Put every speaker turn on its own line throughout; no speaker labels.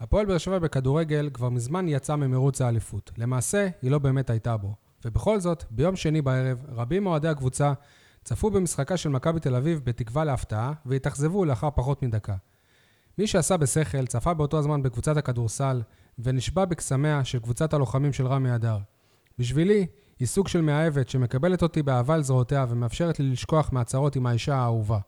הפועל באר שבע בכדורגל כבר מזמן יצאה ממרוץ האליפות. למעשה, היא לא באמת הייתה בו. ובכל זאת, ביום שני בערב, רבים מאוהדי הקבוצה צפו במשחקה של מכבי תל אביב בתקווה להפתעה, והתאכזבו לאחר פחות מדקה. מי שעשה בשכל צפה באותו הזמן בקבוצת הכדורסל, ונשבע בקסמיה של קבוצת הלוחמים של רמי אדר. בשבילי, היא סוג של מאהבת שמקבלת אותי באהבה על זרועותיה ומאפשרת לי לשכוח מהצרות עם האישה האהובה.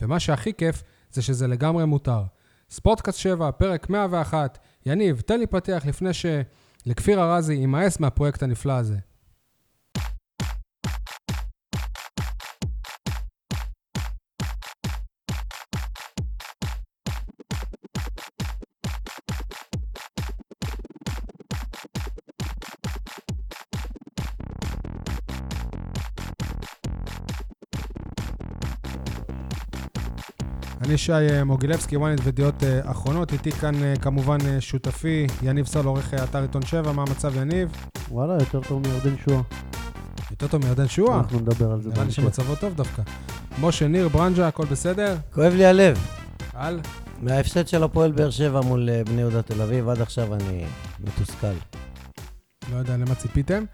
ומה שהכי כיף, זה שזה לגמרי מותר. ספורטקאסט 7, פרק 101. יניב, תן לי פתח לפני ש... לכפיר ארזי יימאס מהפרויקט הנפלא הזה. אני שי אה, מוגילבסקי, ynet ודעות אה, אחרונות. איתי כאן אה, כמובן אה, שותפי יניב סול, עורך אה, אתר עיתון 7. מה המצב, יניב?
וואלה, יותר טוב מירדן שואה.
יותר טוב מירדן שועה?
אנחנו נדבר על זה
נראה לי
בהמשך.
שמצבו טוב דווקא. משה ניר, ברנז'ה, הכל בסדר?
כואב לי הלב.
על?
מההפסד של הפועל באר שבע מול אה, בני יהודה תל אביב, עד עכשיו אני מתוסכל.
לא יודע למה ציפיתם.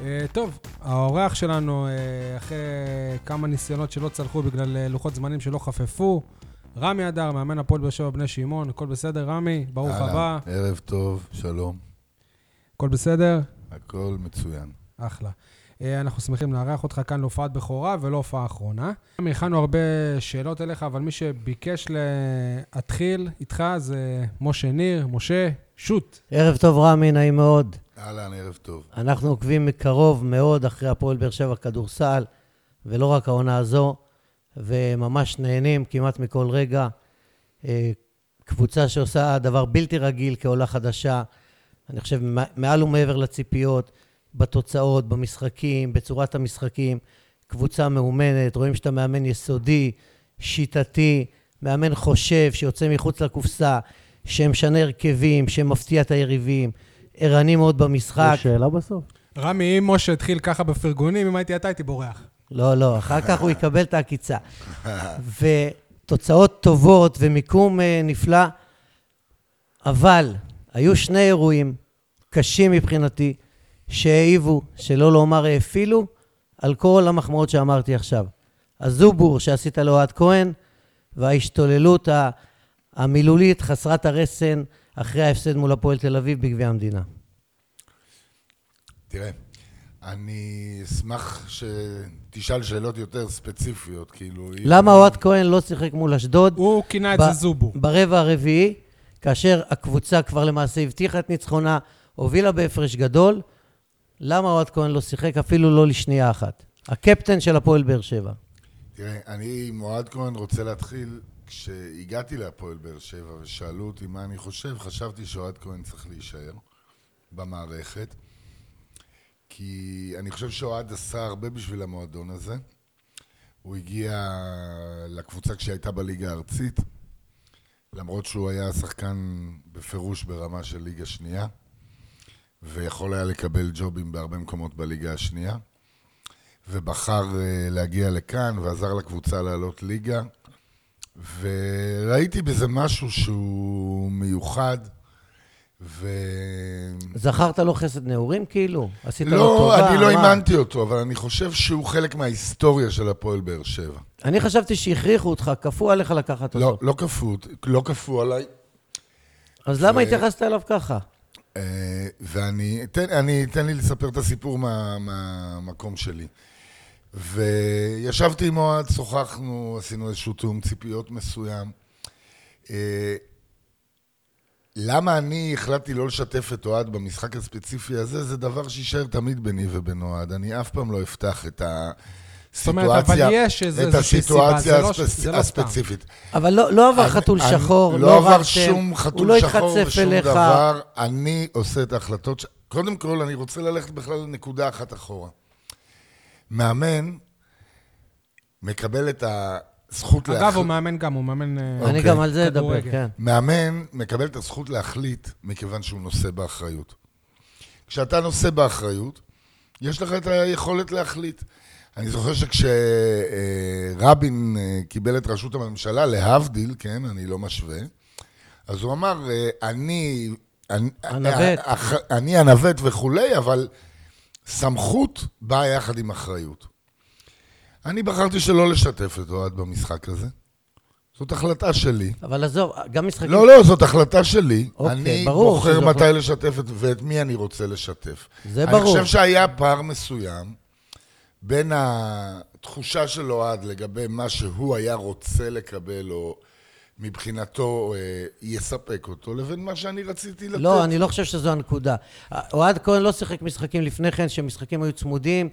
אה, טוב, האורח שלנו, אה, אחרי כמה ניסיונות שלא צלחו בגלל אה, לוחות זמנים שלא חפפו, רמי אדר, מאמן הפועל באר שבע בני שמעון, הכל בסדר, רמי? ברוך
אהלן,
הבא,
ערב טוב, שלום,
הכל בסדר?
הכל מצוין.
אחלה. אה, אנחנו שמחים לארח אותך כאן להופעת בכורה ולא הופעה אחרונה. רמי, הכנו הרבה שאלות אליך, אבל מי שביקש להתחיל איתך זה משה ניר. משה, שוט.
ערב טוב רמי, נעים מאוד.
אהלן, ערב טוב.
אנחנו עוקבים מקרוב מאוד אחרי הפועל באר שבע כדורסל, ולא רק העונה הזו, וממש נהנים כמעט מכל רגע. אה, קבוצה שעושה דבר בלתי רגיל כעולה חדשה, אני חושב מע- מעל ומעבר לציפיות, בתוצאות, במשחקים, בצורת המשחקים. קבוצה מאומנת, רואים שאתה מאמן יסודי, שיטתי, מאמן חושב, שיוצא מחוץ לקופסה, שמשנה הרכבים, שמפתיע את היריבים, ערני מאוד במשחק.
יש שאלה בסוף?
רמי, אם משה התחיל ככה בפרגונים, אם הייתי אתה, הייתי בורח.
לא, לא, אחר כך הוא יקבל את העקיצה. ותוצאות טובות ומיקום אה, נפלא, אבל היו שני אירועים קשים מבחינתי, שהעיבו, שלא לומר האפילו, על כל המחמאות שאמרתי עכשיו. הזובור שעשית לאוהד כהן, וההשתוללות ה- המילולית חסרת הרסן אחרי ההפסד מול הפועל תל אביב בגביע המדינה.
תראה, אני אשמח שתשאל שאלות יותר ספציפיות, כאילו... אם-
למה אוהד כהן לא שיחק מול אשדוד?
הוא כינה את
ב-
זה זובו.
ברבע הרביעי, כאשר הקבוצה כבר למעשה הבטיחה את ניצחונה, הובילה בהפרש גדול, למה אוהד כהן לא שיחק אפילו לא לשנייה אחת? הקפטן של הפועל באר שבע.
תראה, אני עם אוהד כהן רוצה להתחיל. כשהגעתי להפועל באר שבע ושאלו אותי מה אני חושב, חשבתי שאוהד כהן צריך להישאר במערכת, כי אני חושב שאוהד עשה הרבה בשביל המועדון הזה. הוא הגיע לקבוצה כשהייתה בליגה הארצית, למרות שהוא היה שחקן בפירוש ברמה של ליגה שנייה, ויכול היה לקבל ג'ובים בהרבה מקומות בליגה השנייה. ובחר אה, להגיע לכאן, ועזר לקבוצה לעלות ליגה. וראיתי בזה משהו שהוא מיוחד, ו...
זכרת לו חסד נעורים כאילו? עשית לו
לא,
טובה?
אני לא
מה?
אימנתי אותו, אבל אני חושב שהוא חלק מההיסטוריה של הפועל באר שבע.
אני חשבתי שהכריחו אותך, כפו עליך לקחת
לא,
אותו.
לא כפו, לא כפו עליי.
אז למה
זה-
התייחסת אליו ככה?
אה, ואני, תן, אני, תן לי לספר את הסיפור מה- מהמקום שלי. וישבתי עם אוהד, שוחחנו, עשינו איזשהו תיאום ציפיות מסוים. אה, למה אני החלטתי לא לשתף את אוהד במשחק הספציפי הזה, זה דבר שיישאר תמיד ביני ובין אוהד. אני אף פעם לא אפתח את
אומרת, אבל
הסיטואציה,
יש איזה-
את
איזושהי סיבה,
הסיטואציה
זה לא-
הספצ-
זה לא סתם.
הספציפית.
אבל לא, לא עבר
אני-
חתול
אני-
שחור,
לא עבר
עברתם,
שום
הוא
חתול
לא
שחור
התחצף
ושום
אליך.
דבר. אני עושה את ההחלטות. ש- קודם כל, אני רוצה ללכת בכלל לנקודה אחת אחורה. מאמן מקבל את הזכות
אגב, הוא
להחליט.
מאמן גם, הוא מאמן... אה,
אני
אוקיי.
גם על זה אדבר,
כדורגל.
כן.
מאמן מקבל את הזכות להחליט מכיוון שהוא נושא באחריות. כשאתה נושא באחריות, יש לך את היכולת להחליט. אני זוכר אה, שכשרבין קיבל את ראשות הממשלה, להבדיל, כן, אני לא משווה, אז הוא אמר, אה, אני... אני-
הנווט.
אה, אח- אני הנווט וכולי, אבל סמכות באה יחד עם אחריות. אני בחרתי שלא לשתף את אוהד במשחק הזה. זאת החלטה שלי.
אבל עזוב, גם משחקים...
לא, לא, זאת החלטה שלי.
אוקיי,
אני
ברור
בוחר
שזו
מתי
החלטה.
לשתף את- ואת מי אני רוצה לשתף.
זה
אני
ברור.
חושב שהיה פער מסוים בין התחושה של אוהד לגבי מה שהוא היה רוצה לקבל, או מבחינתו אה, יספק אותו, לבין מה שאני רציתי לתת.
לא, אני לא חושב שזו הנקודה. אוהד כהן לא שיחק משחקים לפני כן, שהמשחקים היו צמודים,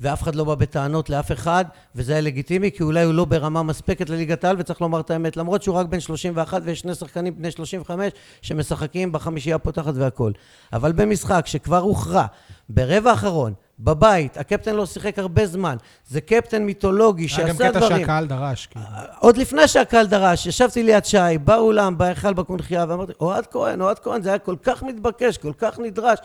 ואף אחד לא בא בטענות לאף אחד, וזה היה לגיטימי, כי אולי הוא לא ברמה מספקת לליגת העל, וצריך לומר את האמת, למרות שהוא רק בן 31 ויש שני שחקנים בני 35 שמשחקים בחמישייה הפותחת והכול. אבל במשחק שכבר הוכרע, ברבע האחרון, בבית, הקפטן לא שיחק הרבה זמן, זה קפטן מיתולוגי
היה אה, גם
שעשה
קטע
דברים.
שהקהל דרש, כאילו.
אה.
עוד לפני שהקהל דרש, ישבתי ליד שי, באולם, בהיכל, בקונכייה, ואמרתי, אוהד כהן, אוהד כהן, זה היה כל כך מתבקש, כל כך נדרש.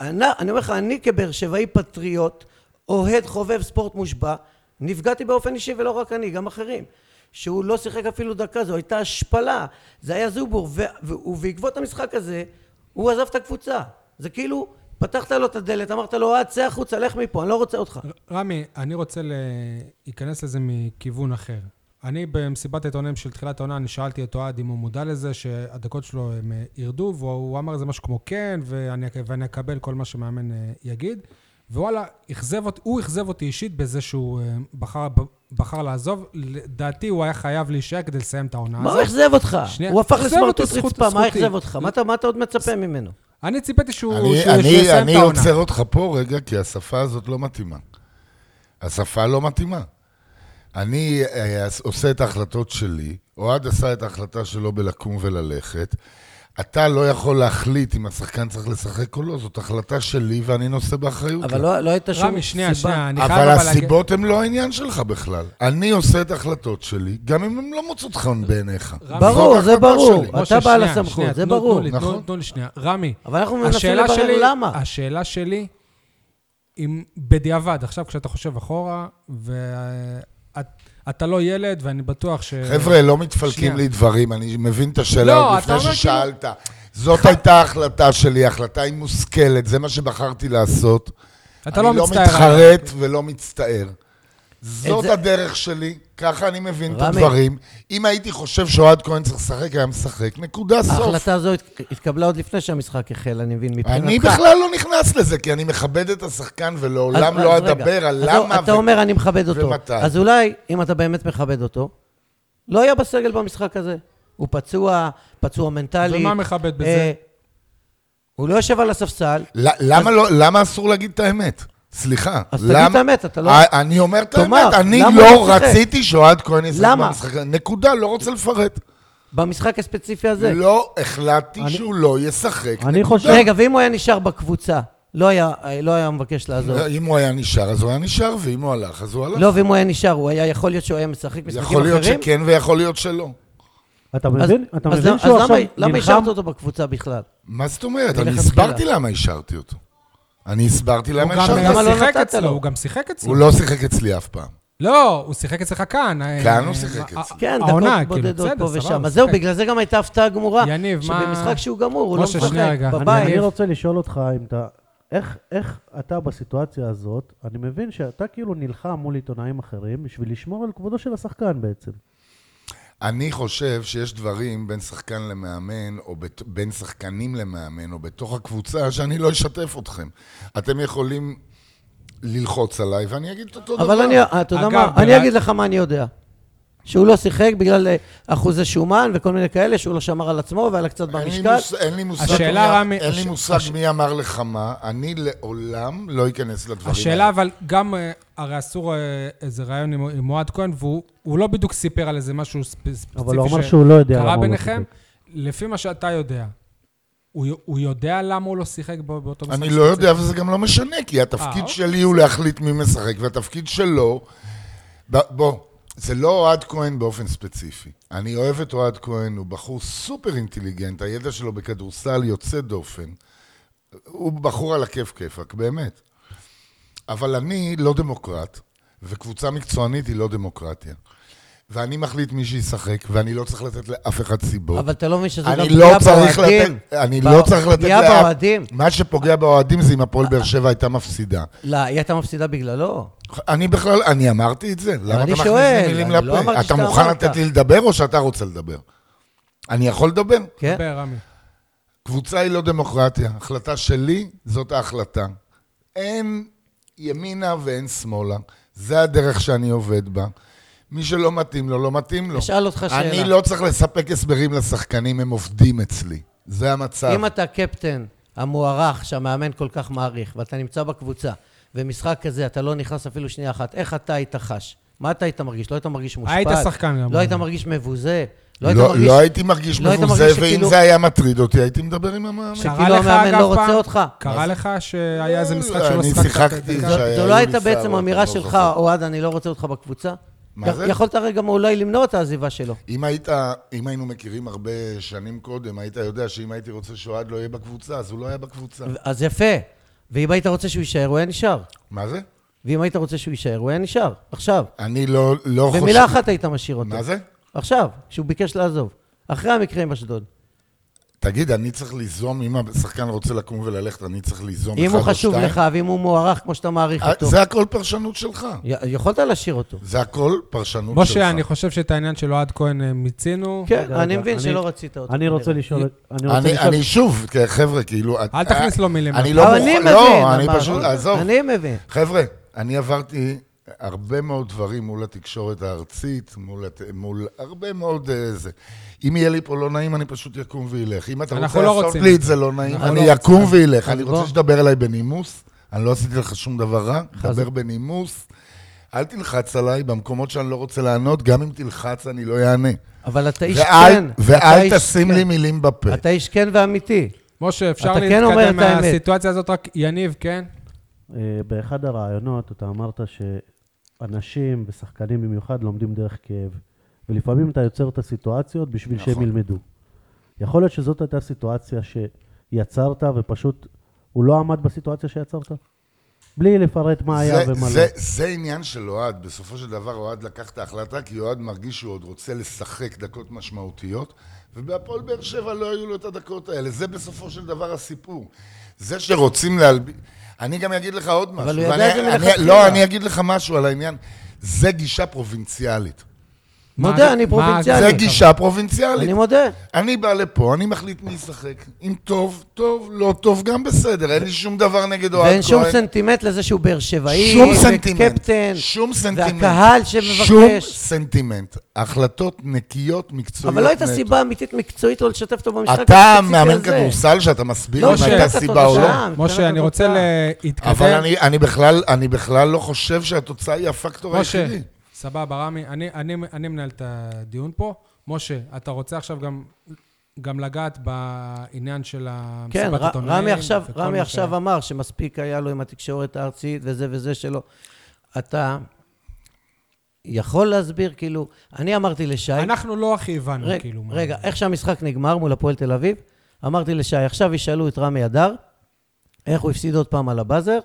אני, אני אומר לך, אני כבאר שבעי פטריוט, אוהד חובב ספורט מושבע, נפגעתי באופן אישי, ולא רק אני, גם אחרים. שהוא לא שיחק אפילו דקה, זו הייתה השפלה, זה היה זובור, ו- ו- ובעקבות המשחק הזה, הוא עזב את הקבוצה. זה כאילו, פתחת לו את הדלת, אמרת לו, אוהד, צא החוצה, לך מפה, אני לא רוצה אותך.
רמי, אני רוצה להיכנס לזה מכיוון אחר. אני במסיבת העיתונאים של תחילת העונה, אני שאלתי את אוהד אם הוא מודע לזה שהדקות שלו הם אה, ירדו, והוא אמר איזה משהו כמו כן, ואני, ואני אקבל כל מה שמאמן אה, יגיד. ווואלה, אכזב אותי, הוא אכזב אותי אישית בזה שהוא אה, בחר, בחר לעזוב. לדעתי הוא היה חייב להישאר כדי לסיים את העונה
מה
הזאת.
הוא אכזב אותך?
שנייה,
הוא הפך
אכזב
לסמרטוט
אותי, זכות- אוקיי.
רצפה, מה
זכותי.
אכזב אותך? מה אתה- מה אתה עוד מצפה ממנו?
אני ציפיתי שהוא,
אני,
שהוא
אני,
יסיים
אני
את העונה.
עוצר אותך פה רגע, כי השפה הזאת לא מתאימה. השפה לא מתאימה. אני אה, עושה את ההחלטות שלי, אוהד עשה את ההחלטה שלו בלקום וללכת. אתה לא יכול להחליט אם השחקן צריך לשחק או לא, זאת החלטה שלי ואני נושא באחריות.
אבל
לה.
לא, לא הייתה שום
רמי, שנייה,
סיבה.
שנייה, אני חייב
אבל
אבל... להגיד-
הסיבות הן לא העניין שלך בכלל. אני עושה את ההחלטות שלי, גם אם הן לא מוצאות חן בעיניך.
רמי.
ברור,
זאת
זה
ההחלטה
ברור.
שלי.
משה,
אתה בעל
שנייה,
הסמכות,
שנייה,
זה
תנו-
ברור.
תנו לי, תנו-
נכון.
תנו לי שנייה. רמי,
אבל אנחנו מנסים
השאלה
לברר
שלי- אה,
למה.
השאלה שלי, אם בדיעבד, עכשיו כשאתה חושב אחורה, ואתה לא ילד, ואני בטוח ש...
חבר'ה, לא מתפלקים
שנייה.
לי דברים, אני מבין את השאלה
לא, אתה
עוד לפני
כאילו-
אומר
ששאלת. זאת הייתה ההחלטה שלי, ההחלטה היא מושכלת, זה מה שבחרתי לעשות.
אתה לא מצטער.
אני לא מתחרט ולא מצטער. זאת
זה-
הדרך שלי, ככה אני מבין את
רמי.
הדברים. אם הייתי חושב שאוהד כהן צריך לשחק, היה משחק, נקודה, סוף.
ההחלטה הזו הת- התקבלה עוד לפני שהמשחק החל, אני מבין, מבחינתך.
אני בכלל לא נכנס לזה, כי אני מכבד את השחקן
אז-
ולעולם
אז
לא
רגע.
אדבר על
אז
למה.
אתה
ו-
אומר, אני מכבד אותו.
ומתי.
אז אולי, אם אתה באמת מכבד אותו, לא היה בסגל במשחק הזה. הוא פצוע, פצוע מנטלי.
ומה מכבד בזה?
אה, הוא לא יושב על הספסל.
ל- למה לא- למה אסור להגיד את האמת? סליחה.
אז תגיד
למה-
את האמת, אתה לא-
אה, אני אומר את
תאמר,
האמת, אני
למה הוא
לא
לא שיחק?
רציתי שאוהד כהן ישחק
למה?
במשחק. נקודה, לא רוצה לפרט.
במשחק הספציפי הזה.
לא החלטתי שהוא לא ישחק.
אני
נקודה.
חושב-
רגע, ואם הוא היה נשאר בקבוצה, לא היה, לא היה מבקש לעזוב.
אה, אם הוא היה נשאר, אז הוא היה נשאר, ואם הוא הלך, אז הוא הלך.
לא, ואם הוא היה נשאר, הוא היה, יכול להיות שהוא היה משחק משחקים
יכול
אחרים?
להיות שכן ויכול להיות שלא.
אתה
אז-
מבין? אתה
אז
מבין
למה-
שהוא
אז
עכשיו
למה- למה
נלחם?
השארת אותו בקבוצה בכלל?
מה זאת אומרת? אני
מלכתחילה.
הסברתי למה השארתי אותו. אני הסברתי
הוא
למה
גם
השארתי
למה
אותו.
לא
שיחק
נתת
אצלו,
לו?
הוא גם שיחק אצלו.
הוא לא שיחק אצלי אף פעם.
לא, הוא שיחק אצלך כאן. אה,
כאן הוא
אה,
שיחק
אה,
אצלי.
כן, דקות
העונה, כאילו,
בודדות
בסדר,
פה
סבבה,
ושם.
הוא
אז זהו,
שיחק.
בגלל זה גם הייתה הפתעה גמורה.
יניב, מה-
שבמשחק שהוא גמור, הוא לא
משה, שנייה,
משחק
רגע.
בבית.
אני רוצה לשאול אותך אם אתה... איך, איך אתה בסיטואציה הזאת, אני מבין שאתה כאילו נלחם מול עיתונאים אחרים בשביל לשמור על כבודו של השחקן בעצם.
אני חושב שיש דברים בין שחקן למאמן, או בת, בין שחקנים למאמן, או בתוך הקבוצה, שאני לא אשתף אתכם. אתם יכולים ללחוץ עליי, ואני אגיד את אותו
אבל
דבר.
אני, אה, אתה יודע
אגב,
מה,
ברק-
אני אגיד לך מה אני יודע. שהוא לא שיחק בגלל אה, אחוזי שומן וכל מיני כאלה, שהוא לא שמר על עצמו והיה לה קצת
אין לי,
במשקל.
מוס, אין לי מושג,
השאלה,
מי,
רמי-
אין
הש-
לי מושג
הש-
מי אמר לך מה, אני לעולם לא אכנס לדברים
השאלה
האלה.
אבל גם, אה, הרי עשו אה, איזה ראיון עם- עם אוהד כהן, והוא הוא לא בדיוק סיפר על איזה משהו ספ- ספציפי
אבל הוא אמר שהוא לא יודע למה
קרה
הוא לא
ביניכם.
שיחק.
לפי מה שאתה יודע, הוא י- הוא יודע למה הוא לא שיחק בא- באותו משחק?
אני לא יודע, וזה גם לא משנה, כי
אה,
התפקיד
אוקיי.
שלי הוא להחליט מי משחק, והתפקיד שלו... ב- בוא, זה לא אוהד כהן באופן ספציפי. אני אוהב את אוהד כהן, הוא בחור סופר אינטליגנט, הידע שלו בכדורסל יוצא דופן. הוא בחור על הכיף כיפאק, באמת. אבל אני לא דמוקרט, וקבוצה מקצוענית היא לא דמוקרטיה. ואני מחליט מי שישחק, ואני לא צריך לתת לאף אחד סיבות.
אבל אתה לא מבין שזו גם
אני
פגיעה
לא צריך
באוהדים.
לתת, אני
בא-
לא צריך לתת
פגיעה באוהדים.
מה שפוגע באוהדים זה אם הפועל באר שבע הייתה מפסידה.
לא, היא הייתה מפסידה בגללו.
אני בכלל, אני אמרתי את זה? למה אתה
אני
מכניס
שואל,
לי מילים
אני לא
לפה?
אמרתי
אתה
שאתה
מוכן
אמרת.
לתת לי לדבר או שאתה רוצה לדבר? אני יכול לדבר?
כן?
דבר, רמי.
קבוצה היא לא דמוקרטיה. החלטה שלי, זאת ההחלטה. אין ימינה ואין שמאלה. זה הדרך שאני עובד בה. מי שלא מתאים לו, לא מתאים לו.
אשאל אותך שאלה.
אני לא צריך לספק הסברים לשחקנים, הם עובדים אצלי. זה המצב.
אם אתה הקפטן המוערך שהמאמן כל כך מעריך, ואתה נמצא בקבוצה, ומשחק כזה אתה לא נכנס אפילו שנייה אחת, איך אתה היית חש? מה אתה היית מרגיש? לא היית מרגיש מושפל?
היית שחקן גם.
לא היית מרגיש מבוזה? לא היית
לא
מרגיש...
לא הייתי מרגיש
לא היית
מבוזה,
מרגיש
ואם
שכאילו-
זה היה מטריד אותי, הייתי מדבר עם המאמן.
שכאילו המאמן לא רוצה אותך?
קרה לך שהיה איזה משחק
לא,
שלא
אני
שיחקת?
שיחקתי,
דקה?
זה היה-
זו לא
היו לי
הייתה
שיער,
בעצם
אבל
אמירה
לא
שלך,
זוכר.
אוהד, אני לא רוצה אותך בקבוצה?
מה זה?
יכולת רגע אולי למנוע את העזיבה שלו.
אם היית, אם היינו מכירים הרבה שנים קודם, היית יודע שאם הייתי רוצה שאוהד לא יהיה בקבוצה, אז הוא לא היה בקבוצה.
אז יפה. ואם היית רוצה שהוא יישאר, הוא היה נשאר.
מה זה?
ואם היית רוצה שהוא יישאר, הוא היה נשאר. עכשיו.
אני לא, לא חושב...
במילה אחת היית משאיר אותו.
מה זה?
עכשיו, כשהוא ביקש לעזוב. אחרי המקרה עם אשדוד.
תגיד, אני צריך ליזום, אם השחקן רוצה לקום וללכת, אני צריך ליזום
אם
אחד
הוא
או
חשוב
שתיים?
לך, ואם הוא מוערך כמו שאתה מעריך
אה,
אותו.
זה הכל פרשנות שלך.
י- יכולת להשאיר אותו.
זה הכל פרשנות שלך.
משה, אני חושב שאת העניין של אוהד כהן אה, מיצינו.
כן,
רגע,
אני
רגע,
מבין
אני-
שלא רצית אותו.
אני רוצה
כנראה.
לשאול... אני רוצה
אני,
לשאול...
אני שוב, כי חבר'ה, כאילו... את-
אל תכניס לו מילים.
אני
לפה.
לא
אבל
מוכן...
אני מבין.
לא, אני
אמרנו.
פשוט... עזוב.
אני מבין.
חבר'ה, אני עברתי הרבה מאוד דברים מול התקשורת הארצית, מול, הת- מול הרבה מאוד אה, זה. אם יהיה לי פה לא נעים, אני פשוט יקום וילך. אם אתה
אנחנו
רוצה
לא
לעשות
רוצים.
לי את זה לא נעים,
אנחנו
אני
לא
יקום וילך.
אז
אני
בוא.
רוצה שתדבר אליי בנימוס, אני לא עשיתי לך שום דבר רע, דבר בנימוס. אל תלחץ עליי במקומות שאני לא רוצה לענות, גם אם תלחץ אני לא אענה.
אבל אתה איש
ואל-
כן. אתה
ואל
איש
תשים
כן.
לי מילים בפה.
אתה איש כן ואמיתי.
משה, אפשר
אתה כן אומר
להתקדם
את האמת.
מהסיטואציה הזאת רק יניב, כן?
אה, באחד הראיונות אתה אמרת שאנשים ושחקנים במיוחד לומדים דרך כאב, ולפעמים אתה יוצר את הסיטואציות בשביל שהם
נכון.
ילמדו. יכול להיות שזאת הייתה סיטואציה שיצרת ופשוט הוא לא עמד בסיטואציה שיצרת? בלי לפרט מה היה
זה-
ומה לא.
זה, זה עניין של אוהד. בסופו של דבר אוהד לקח את ההחלטה, כי אוהד מרגיש שהוא עוד רוצה לשחק דקות משמעותיות, ובהפועל באר שבע לא היו לו את הדקות האלה. זה בסופו של דבר הסיפור. זה שרוצים להלביש... אני גם אגיד לך עוד משהו.
הוא ידע את זה
ואני- אני-
מלכתחילה.
לא, אני אגיד לך משהו על העניין. זה גישה פרובינציאלית.
מה-
מודה, אני
מה-
פרובינציאלי.
זה גישה פרובינציאלית.
אני מודה.
אני בא לפה, אני מחליט מי ישחק. אם טוב, טוב, לא טוב, גם בסדר. אין לי שום דבר נגד אוהד לא, כהן.
ואין שום סנטימט לזה שהוא באר שבעי,
שום סנטימנט.
וקפטן,
שום סנטימנט.
והקהל שמבקש.
שום סנטימנט. החלטות נקיות, מקצועיות.
אבל לא הייתה
נטו.
סיבה אמיתית מקצועית לא לשתף אותו במשחק
אתה
הספציפי
מאמן
הזה.
כדורסל שאתה מסביר
לא,
אם הייתה
שאתה
סיבה או לא?
תוצאה. כן. מבחינת
משה, אני רוצה
התוצאה.
להתקדם.
אבל אני- אני בכלל- אני בכלל לא חושב שהתוצאה היא הפקטור
משה,
היחידי.
סבבה, רמי, אני, אני, אני מנהל את הדיון פה. משה, אתה רוצה עכשיו גם, גם לגעת בעניין של
כן,
המסיבת
ר-
עיתונאים?
רמי עכשיו,
וכל
רמי
מה
עכשיו אמר שמספיק היה לו עם התקשורת הארצית וזה וזה שלו. אתה יכול להסביר, כאילו, אני אמרתי לשי...
אנחנו לא הכי הבנו,
רגע,
כאילו. מה-
רגע, איך שהמשחק נגמר מול הפועל תל אביב, אמרתי לשי, עכשיו ישאלו את רמי אדר, איך הוא הפסיד עוד פעם על הבאזר,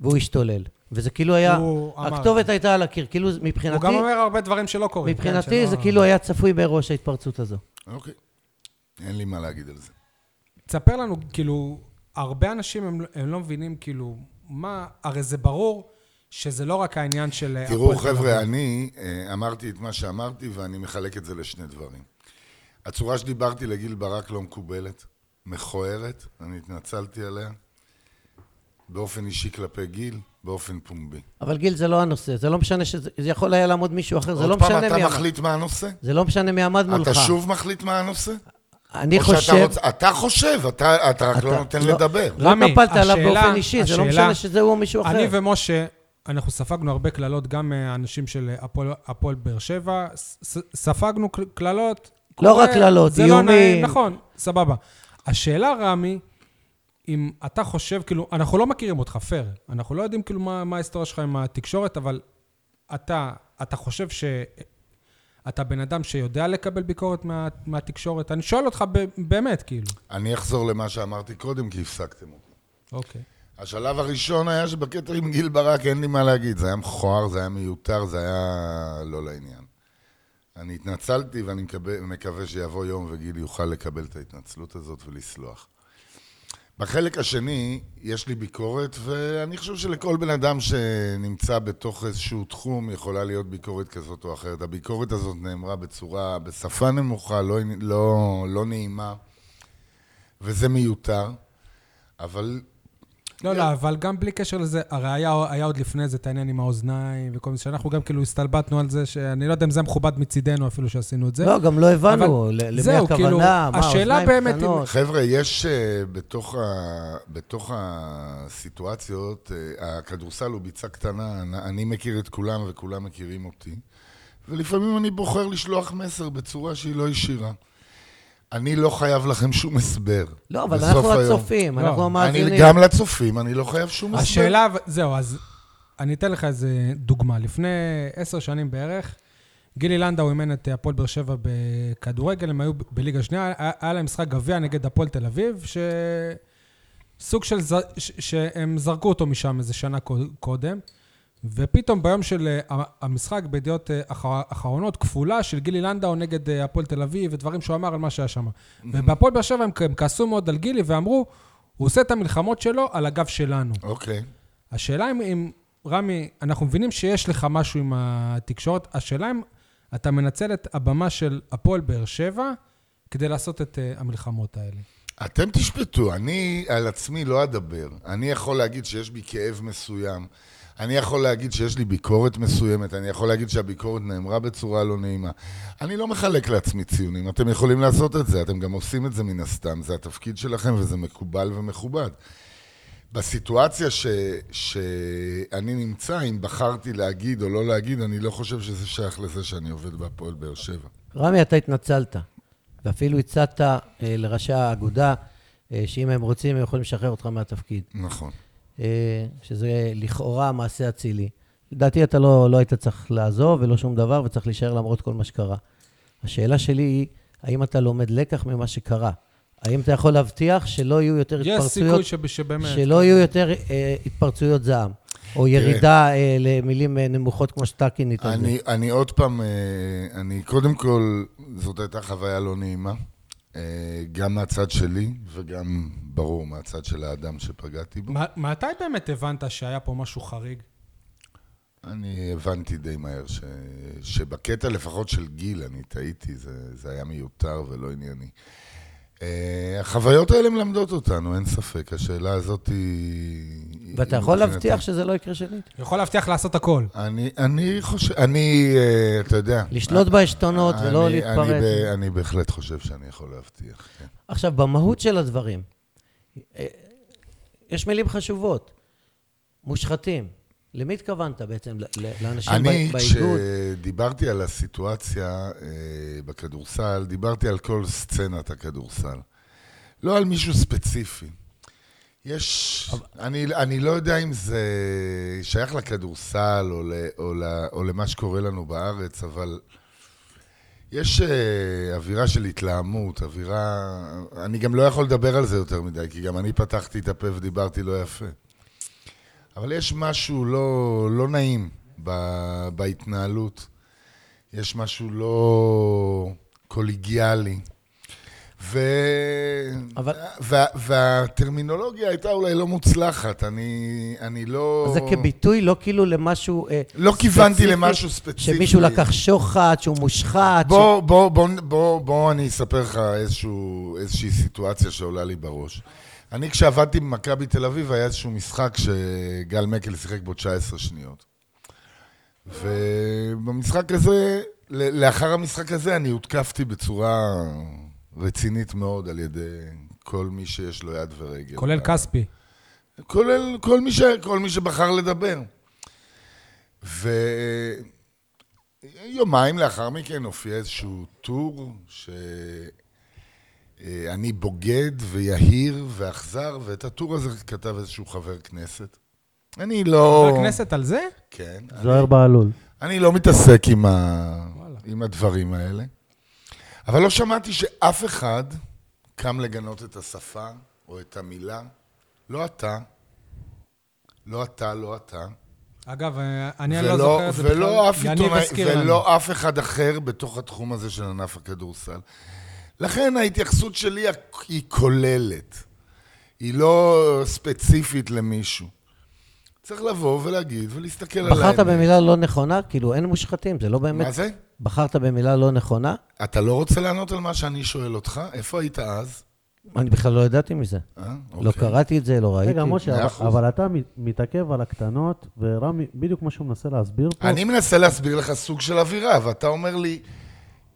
והוא השתולל. וזה כאילו היה,
הוא אמר.
הכתובת הייתה על הקיר, כאילו מבחינתי,
הוא גם אומר הרבה דברים שלא קורים. כן,
מבחינתי
שלא-
זה כאילו היה צפוי בראש ההתפרצות הזו.
אוקיי. אין לי מה להגיד על זה.
תספר לנו, כאילו, הרבה אנשים הם, הם לא מבינים, כאילו, מה, הרי זה ברור שזה לא רק העניין של... אה,
תראו,
הפועל תל אביב.
חבר'ה, אני אה, אמרתי את מה שאמרתי, ואני מחלק את זה לשני דברים. הצורה שדיברתי לגיל ברק לא מקובלת, מכוערת, אני התנצלתי עליה, באופן אישי כלפי גיל, באופן פומבי.
אבל גיל, זה לא הנושא, זה לא משנה שזה זה יכול היה לעמוד מישהו אחר, זה לא
עוד
משנה
פעם
מי
אתה
עמד.
מחליט מה הנושא?
זה לא משנה מי עמד מולך.
אתה שוב מחליט מה הנושא?
אני
או שאתה
חושב...
רוצ- אתה חושב, אתה אתה רק
אתה-
לא נותן לדבר.
לא
רמי,
התנפלת עליו
השאלה-
באופן אישי, זה לא
השאלה-
משנה שזה הוא או מישהו אחר.
אני ומשה, אנחנו ספגנו הרבה קללות, גם אה, אנשים של אה, הפועל- הפועל באר שבע, ס- ס- ספגנו קל- קללות.
לא
קורה,
רק קללות,
זה לא
איומים.
נעים, נכון, סבבה. השאלה, רמי, אם אתה חושב, כאילו, אנחנו לא מכירים אותך, פייר. אנחנו לא יודעים כאילו מה מה ההיסטוריה שלך עם התקשורת, אבל אתה אתה חושב ש... אתה בן אדם שיודע לקבל ביקורת מה, מהתקשורת? אני שואל אותך ב- באמת, כאילו.
אני אחזור למה שאמרתי קודם, כי הפסקתם אותי.
אוקיי.
השלב הראשון היה שבקטע עם גיל ברק אין לי מה להגיד, זה היה מכוער, זה היה מיותר, זה היה לא לעניין. אני התנצלתי ואני מקווה, מקווה שיבוא יום וגיל יוכל לקבל את ההתנצלות הזאת ולסלוח. בחלק השני, יש לי ביקורת, ואני חושב שלכל בן אדם שנמצא בתוך איזשהו תחום, יכולה להיות ביקורת כזאת או אחרת. הביקורת הזאת נאמרה בצורה, בשפה נמוכה, לא, לא, לא נעימה, וזה מיותר, אבל
לא, לא, אבל גם בלי קשר לזה, הרי היה, היה עוד לפני זה את העניין עם האוזניים וכל זה, שאנחנו גם כאילו הסתלבטנו על זה, שאני לא יודע אם זה המכובד מצידנו אפילו שעשינו את זה.
לא, גם לא הבנו ל- למי
זהו, כאילו,
הכוונה, מה,
השאלה
אוזניים
באמת אם-
קטנות.
חבר'ה, יש אה, בתוך, ה... בתוך הסיטואציות, אה, הכדורסל הוא ביצה קטנה, אני- אני מכיר את כולם וכולם מכירים אותי, ולפעמים אני בוחר לשלוח מסר בצורה שהיא לא ישירה. אני לא חייב לכם שום הסבר.
לא, אבל
בסוף
אנחנו
היום.
הצופים,
לא,
אנחנו
אני
אני
המאזינים.
גם לצופים, אני לא חייב שום הסבר.
השאלה, זהו, אז אני אתן לך איזה דוגמה. לפני עשר שנים בערך, גילי לנדאו אימן את הפועל באר שבע בכדורגל, הם היו ב- בליגה שנייה, היה- היה להם משחק גביע נגד הפועל תל אביב, ש... סוג של... ז... ש... שהם זרקו אותו משם איזה שנה קו- קודם, ופתאום ביום של אה, המשחק בידיעות אה, אחר... אחרונות, כפולה של גילי לנדאו נגד אה, הפועל תל אביב, ודברים שהוא אמר על מה שהיה שם.
Mm-hmm.
ובהפועל באר שבע הם, הם כעסו מאוד על גילי ואמרו, הוא עושה את המלחמות שלו על הגב שלנו.
אוקיי.
השאלה אם, אם, רמי, אנחנו מבינים שיש לך משהו עם התקשורת, השאלה אם אתה מנצל את הבמה של הפועל באר שבע כדי לעשות את uh, המלחמות האלה.
אתם תשפטו, אני על עצמי לא אדבר. אני יכול להגיד שיש בי כאב מסוים, אני יכול להגיד שיש לי ביקורת מסוימת, אני יכול להגיד שהביקורת נאמרה בצורה לא נעימה. אני לא מחלק לעצמי ציונים, אתם יכולים לעשות את זה, אתם גם עושים את זה מן הסתם, זה התפקיד שלכם וזה מקובל ומכובד. בסיטואציה ש, שאני נמצא, אם בחרתי להגיד או לא להגיד, אני לא חושב שזה שייך לזה שאני עובד בהפועל באר שבע.
רמי, אתה התנצלת, ואפילו הצעת אה, לראשי האגודה, אה, שאם הם רוצים, הם יכולים לשחרר אותך מהתפקיד.
נכון.
אה, שזה לכאורה מעשה אצילי. לדעתי אתה לא, לא היית צריך לעזוב ולא שום דבר, וצריך להישאר למרות כל מה שקרה. השאלה שלי היא, האם אתה לומד לקח ממה שקרה? האם אתה יכול להבטיח שלא יהיו יותר
יש סיכוי כן.
התפרצויות,
שב, שבאמת...
שלא יהיו יותר אה, התפרצויות זעם, או ירידה אה, למילים אה, נמוכות כמו שאתה כינית את זה?
אני, אני עוד פעם, אה, אני קודם כל, זאת הייתה חוויה לא נעימה, אה, גם מהצד שלי וגם, ברור, מהצד של האדם שפגעתי בו.
מה- מתי באמת הבנת שהיה פה משהו חריג?
אני הבנתי די מהר ש, שבקטע לפחות של גיל, אני טעיתי, זה, זה היה מיותר ולא ענייני. אה, החוויות האלה מלמדות אותנו, אין ספק. השאלה הזאת היא...
ואתה
היא
יכול
מבחינתי-
להבטיח שזה לא יקרה שנית?
אני יכול להבטיח לעשות הכל.
אני, אני חושב, אני, אה, אתה יודע...
לשלוט בעשתונות ולא
אני- אני
להתפרץ.
ב- אני בהחלט חושב שאני יכול להבטיח, כן.
עכשיו, במהות של הדברים, אה, יש מילים חשובות. מושחתים. למי התכוונת בעצם? ל- ל- לאנשים
אני,
ב- באיגוד?
כשדיברתי על הסיטואציה אה, בכדורסל, דיברתי על כל סצנת הכדורסל. לא על מישהו ספציפי. יש... אני, אני לא יודע אם זה שייך לכדורסל או, ל, או, ל, או למה שקורה לנו בארץ, אבל יש אה, אווירה של התלהמות, אווירה... אני גם לא יכול לדבר על זה יותר מדי, כי גם אני פתחתי את הפה ודיברתי לא יפה. אבל יש משהו לא, לא נעים ב, בהתנהלות. יש משהו לא קוליגיאלי. ו...
אבל-
וה, והטרמינולוגיה הייתה אולי לא מוצלחת. אני, אני לא...
אז זה כביטוי, לא כאילו למשהו... אה,
לא כיוונתי
ספציפי,
למשהו ספציפי.
שמישהו לקח שוחד, שהוא מושחת. ש-
בוא, בוא, בוא, בוא, בוא אני אספר לך איזשהו, איזושהי סיטואציה שעולה לי בראש. אני כשעבדתי במכבי תל אביב היה איזשהו משחק שגל מקל שיחק בו 19 שניות. ובמשחק הזה, ל- לאחר המשחק הזה אני הותקפתי בצורה רצינית מאוד על ידי כל מי שיש לו יד ורגל.
כולל כספי.
כולל כל מי, ש... כל מי שבחר לדבר. ויומיים לאחר מכן הופיע איזשהו טור שאני בוגד ויהיר ואכזר, ואת הטור הזה כתב איזשהו חבר כנסת. אני לא...
חבר כנסת על זה?
כן.
זוהיר בהלול.
אני לא מתעסק עם, ה...
וואלה.
עם הדברים האלה, אבל לא שמעתי שאף אחד קם לגנות את השפה או את המילה. לא אתה, לא אתה, לא אתה,
אגב, אה, אני לא
ולא,
זוכר את זה בכלל.
ולא אף
יניב
עיתונאי,
הזכיר לנו.
ולא אף אחד אחר בתוך התחום הזה של ענף הכדורסל. לכן ההתייחסות שלי היא כוללת. היא לא ספציפית למישהו. צריך לבוא ולהגיד ולהסתכל על
בחרת במילה לא נכונה? כאילו, אין מושחתים, זה לא באמת...
מה זה?
בחרת במילה לא נכונה?
אתה לא רוצה לענות על מה שאני שואל אותך? איפה היית אז?
אני בכלל לא ידעתי מזה.
אה?
לא
אוקיי.
קראתי את זה, לא ראיתי.
רגע, משה,
מאה
אבל-
אחוז.
אבל אתה מת- מתעכב על הקטנות, ורמי, בדיוק מה שהוא מנסה להסביר פה.
אני מנסה להסביר לך סוג של אווירה, ואתה אומר לי,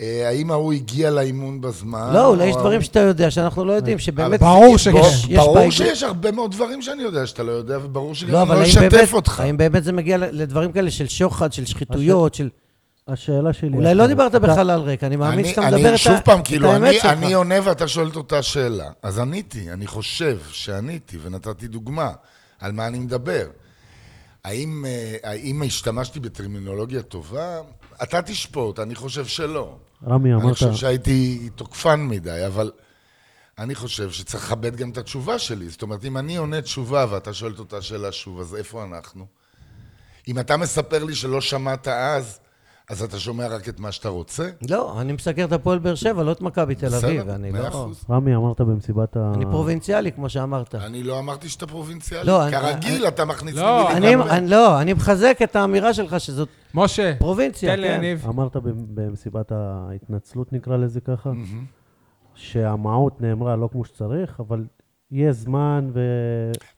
אה, האם ההוא הגיע לאימון בזמן?
לא, אולי
או
יש דברים
ההוא-
שאתה יודע שאנחנו לא יודעים, שבאמת...
ברור
יש-
שיש.
אה, ברור-
יש
ברור
באיגוד-
שיש הרבה מאוד דברים שאני יודע שאתה לא יודע, וברור שגם
לא,
אני
אבל
לא
האם
אשתף
באמת-
אותך.
האם באמת זה מגיע ל- לדברים כאלה של שוחד, של שחיתויות, של...
השאלה שלי...
אולי לא דיברת
אתה-
בכלל על רקע, אני מאמין
אני-
שאתה
אני-
מדבר את ה-
שוב פעם,
את
כאילו,
האמת
אני-
שלך.
אני עונה ואתה שואל את אותה שאלה. אז עניתי, אני חושב שעניתי, ונתתי דוגמה על מה אני מדבר. האם, אה, האם השתמשתי בטרמינולוגיה טובה? אתה תשפוט, אני חושב שלא.
רמי,
אני
אמרת...
חושב שהייתי תוקפן מדי, אבל אני חושב שצריך לכבד גם את התשובה שלי. זאת אומרת, אם אני עונה תשובה ואתה שואל את אותה שאלה שוב, אז איפה אנחנו? אם אתה מספר לי שלא שמעת אז, אז אתה שומע רק את מה שאתה רוצה?
לא, אני מסקר את הפועל באר שבע, לא את מכבי תל אביב,
בסדר,
אני
מאה
לא...
אחוז. אה.
רמי, אמרת במסיבת ה...
אני פרובינציאלי, כמו שאמרת.
אני לא אמרתי שאתה פרובינציאלי.
לא, אני-
כרגיל, אתה מכניס
לא,
מילים
אני,
לגמרי.
אני, לא, אני מחזק את האמירה שלך שזאת
משה, תן
פרובינציה, כן.
ליניב.
אמרת במ- במסיבת ההתנצלות, נקרא לזה ככה, שהמהות נאמרה לא כמו שצריך, אבל יש זמן ו...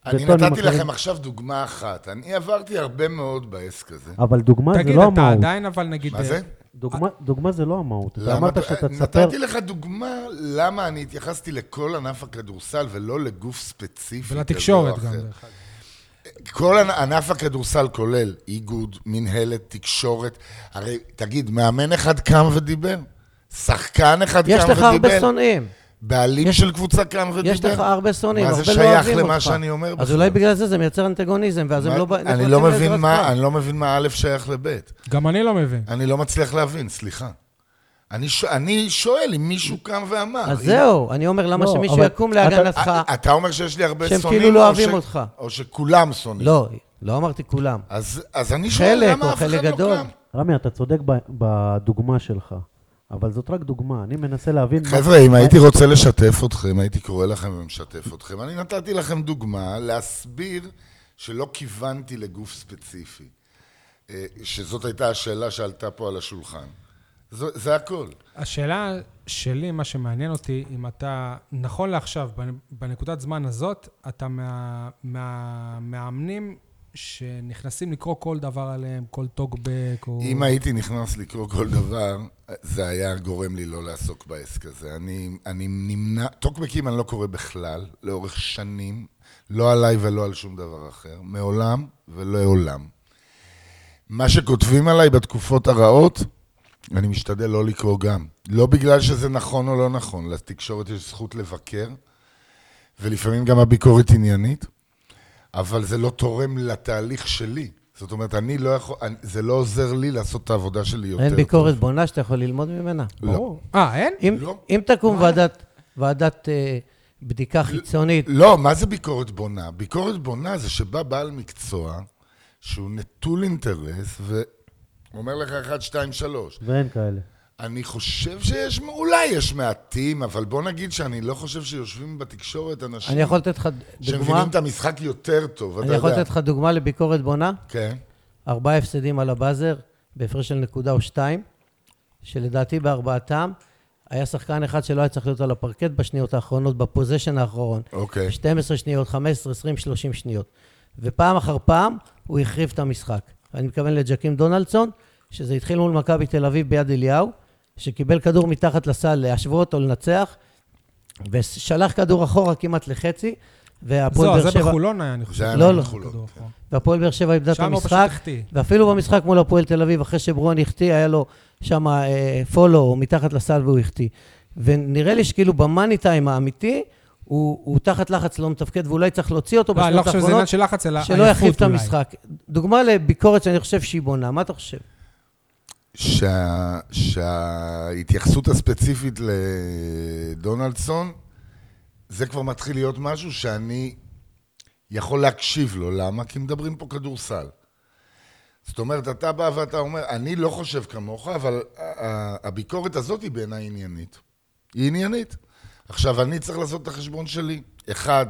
אני
וטונים
נתתי
אחרים.
לכם עכשיו דוגמה אחת. אני עברתי הרבה מאוד בעסק הזה.
אבל דוגמה זה
תגיד,
לא
אתה
המהות.
עדיין אבל נגיד... אה,
מה זה?
דוגמה- דוגמה זה לא המהות. אתה
למה
אמרת
אתה- אה,
שאתה תספר...
נתתי לך דוגמה למה אני התייחסתי לכל ענף הכדורסל ולא לגוף ספציפי. כזה או
ולתקשורת
לא אחר.
גם. דרך אגב.
כל ענ- ענף הכדורסל כולל איגוד, מינהלת, תקשורת. הרי, תגיד, מאמן אחד קם ודיבר? שחקן אחד קם
יש
ודיבר?
לך הרבה שונאים.
בעלים
יש-
של קבוצה קם ודיבר?
יש לך הרבה שונאים,
מה
הרבה
זה
לא
שייך
אוהבים
למה
אותך.
שאני אומר
אז
בכלל?
אולי בגלל זה זה מייצר אנטגוניזם, ואז הם
מה-
לא... בא-
אני
נכנסים
לא
לעזרת
מבין מה,
כולם.
אני לא מבין מה א' שייך לב'.
גם אני לא מבין.
אני לא מצליח להבין, סליחה. אני, ש... אני שואל אם מישהו קם ואמר.
אז
אם-
זהו, אני אומר, למה
לא,
שמישהו
אבל-
יקום
אתה-
להגנתך?
א- אה, אתה אה, אומר שיש לי הרבה
שהם
שונאים,
כאילו לא
או
אוהבים אותך.
או שכולם שונאים.
לא, לא אמרתי כולם.
אז, אז אני שואל
חלק, או
למה אף אחד
חלק
לא
גדול.
קם.
רמי, אתה צודק ב- בדוגמה שלך, אבל זאת רק דוגמה. אני מנסה להבין... מה-
חבר'ה, אם הייתי רוצה לשתף אתכם, הייתי קורא לכם ומשתף אתכם. אני נתתי לכם דוגמה להסביר שלא כיוונתי לגוף ספציפי. אה, שזאת הייתה השאלה שעלתה פה על השולחן. זו, זה הכל.
השאלה שלי, מה שמעניין אותי, אם אתה, נכון לעכשיו, בנ- בנקודת זמן הזאת, אתה מה- מהמאמנים שנכנסים לקרוא כל דבר עליהם, כל טוקבק, או...
אם הייתי נכנס לקרוא כל דבר, זה היה גורם לי לא לעסוק בעסק הזה. אני, אני נמנע, טוקבקים אני לא קורא בכלל, לאורך שנים, לא עליי ולא על שום דבר אחר, מעולם ולעולם. מה שכותבים עליי בתקופות הרעות, אני משתדל לא לקרוא גם. לא בגלל שזה נכון או לא נכון, לתקשורת יש זכות לבקר, ולפעמים גם הביקורת עניינית. אבל זה לא תורם לתהליך שלי. זאת אומרת, אני לא יכול, אני, זה לא עוזר לי לעשות את העבודה שלי יותר.
אין ביקורת בונה שאתה יכול ללמוד ממנה.
ברור. אה, אין?
אם-
לא.
אם תקום ועדת- ועדת אה, בדיקה חיצונית,
לא, מה זה ביקורת בונה? ביקורת בונה זה שבא בעל מקצוע שהוא נטול אינטרס, ואומר לך 1, 2, 3.
ואין כאלה.
אני חושב שיש, אולי יש מעטים, אבל בוא נגיד שאני לא חושב שיושבים בתקשורת אנשים
אני יכול לתת לך דוגמה?
שמבינים את המשחק יותר טוב, אתה
אני יכול
יודע.
לתת לך דוגמה לביקורת בונה?
כן.
ארבעה הפסדים על הבאזר, בהפרש של נקודה או שתיים, שלדעתי בארבעתם, היה שחקן אחד שלא היה צריך להיות על הפרקט בשניות האחרונות, בפוזיישן האחרון.
אוקיי.
12 שניות, 15, 20, 30 שניות. ופעם אחר פעם הוא החריב את המשחק. אני מתכוון לג'קים דונלדסון, שזה התחיל מול מכבי תל אביב ביד אליהו, שקיבל כדור מתחת לסל להשוות או לנצח, ושלח כדור אחורה כמעט לחצי, והפועל
זו,
באר
זה
שבע...
בחולון היה, אני חושב.
זה היה
לא, לא.
בחולון,
כדור
כן.
אחרון.
והפועל באר שבע איבדה את
שם הוא פשוט
המשחק,
החטיא.
ואפילו במשחק מול הפועל תל אביב, אחרי שברוני החטיא, היה לו שם אה, פולו מתחת לסל והוא החטיא. ונראה לי שכאילו במאני טיים האמיתי, הוא, הוא תחת לחץ לא מתפקד, ואולי צריך להוציא אותו
לא, אני לא חושב שזה עניין
האחרונות,
של לחץ, אלא
שלא יחריב
עייפות
את
אולי.
המשחק. דוגמה לביקורת שאני חושב שהיא בונה, מה אתה חושב?
שה... שההתייחסות הספציפית לדונלדסון, זה כבר מתחיל להיות משהו שאני יכול להקשיב לו. למה? כי מדברים פה כדורסל. זאת אומרת, אתה בא ואתה אומר, אני לא חושב כמוך, אבל ה- ה- הביקורת הזאת היא בעיניי עניינית. היא עניינית. עכשיו, אני צריך לעשות את החשבון שלי. אחד,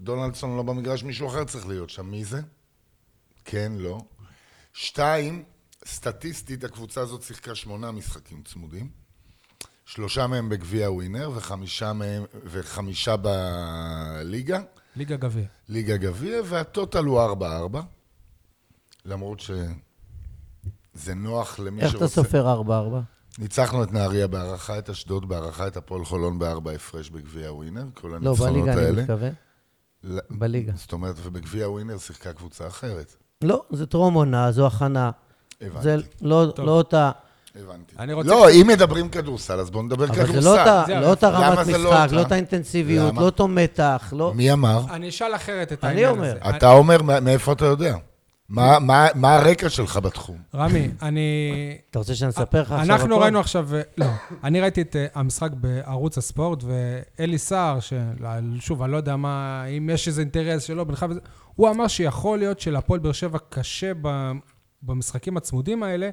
דונלדסון לא במגרש, מישהו אחר צריך להיות שם. מי זה? כן, לא. שתיים, סטטיסטית הקבוצה הזאת שיחקה שמונה משחקים צמודים. שלושה מהם בגביע ווינר וחמישה, מהם, וחמישה בליגה.
ליגה גביע.
ליגה גביע, והטוטל הוא 4-4. למרות שזה נוח למי
איך
שרוצה.
אתה סופר ארבע ארבע?
ניצחנו את נהריה בהערכה, את אשדוד בהערכה, את הפועל חולון בארבע הפרש בגביע ווינר, כל
לא,
הניצחונות
בליגה אני
האלה.
מתכוון.
ל-
בליגה.
זאת אומרת, ובגביע ווינר שיחקה קבוצה אחרת.
לא, זה טרום עונה, זו הכנה.
הבנתי,
זה לא
טוב.
לא אותה...
הבנתי.
אני רוצה
לא, אם מדברים כדורסל, אז בואו נדבר
אבל
כדורסל.
זה לא אותה-
זה-
לא אותה
למה
רמת
זה לא
משחק, לא
אותה?
אותה אינטנסיביות,
למה?
לא אותו מתח, לא...
מי אמר?
אני אשאל אחרת את
אני
העניין
אומר.
הזה.
אתה אומר, מא- מאיפה אתה יודע? מה- מה- מה הרקע שלך בתחום?
רמי, אני...
אתה רוצה שאני אספר לך עכשיו
אנחנו ראינו עכשיו, לא, אני ראיתי את אה, המשחק בערוץ הספורט, ואלי סער, ששוב, אני לא יודע מה, אם יש איזה אינטרס שלו בינך וזה, הוא אמר שיכול להיות שלהפועל באר שבע קשה ב- במשחקים הצמודים האלה,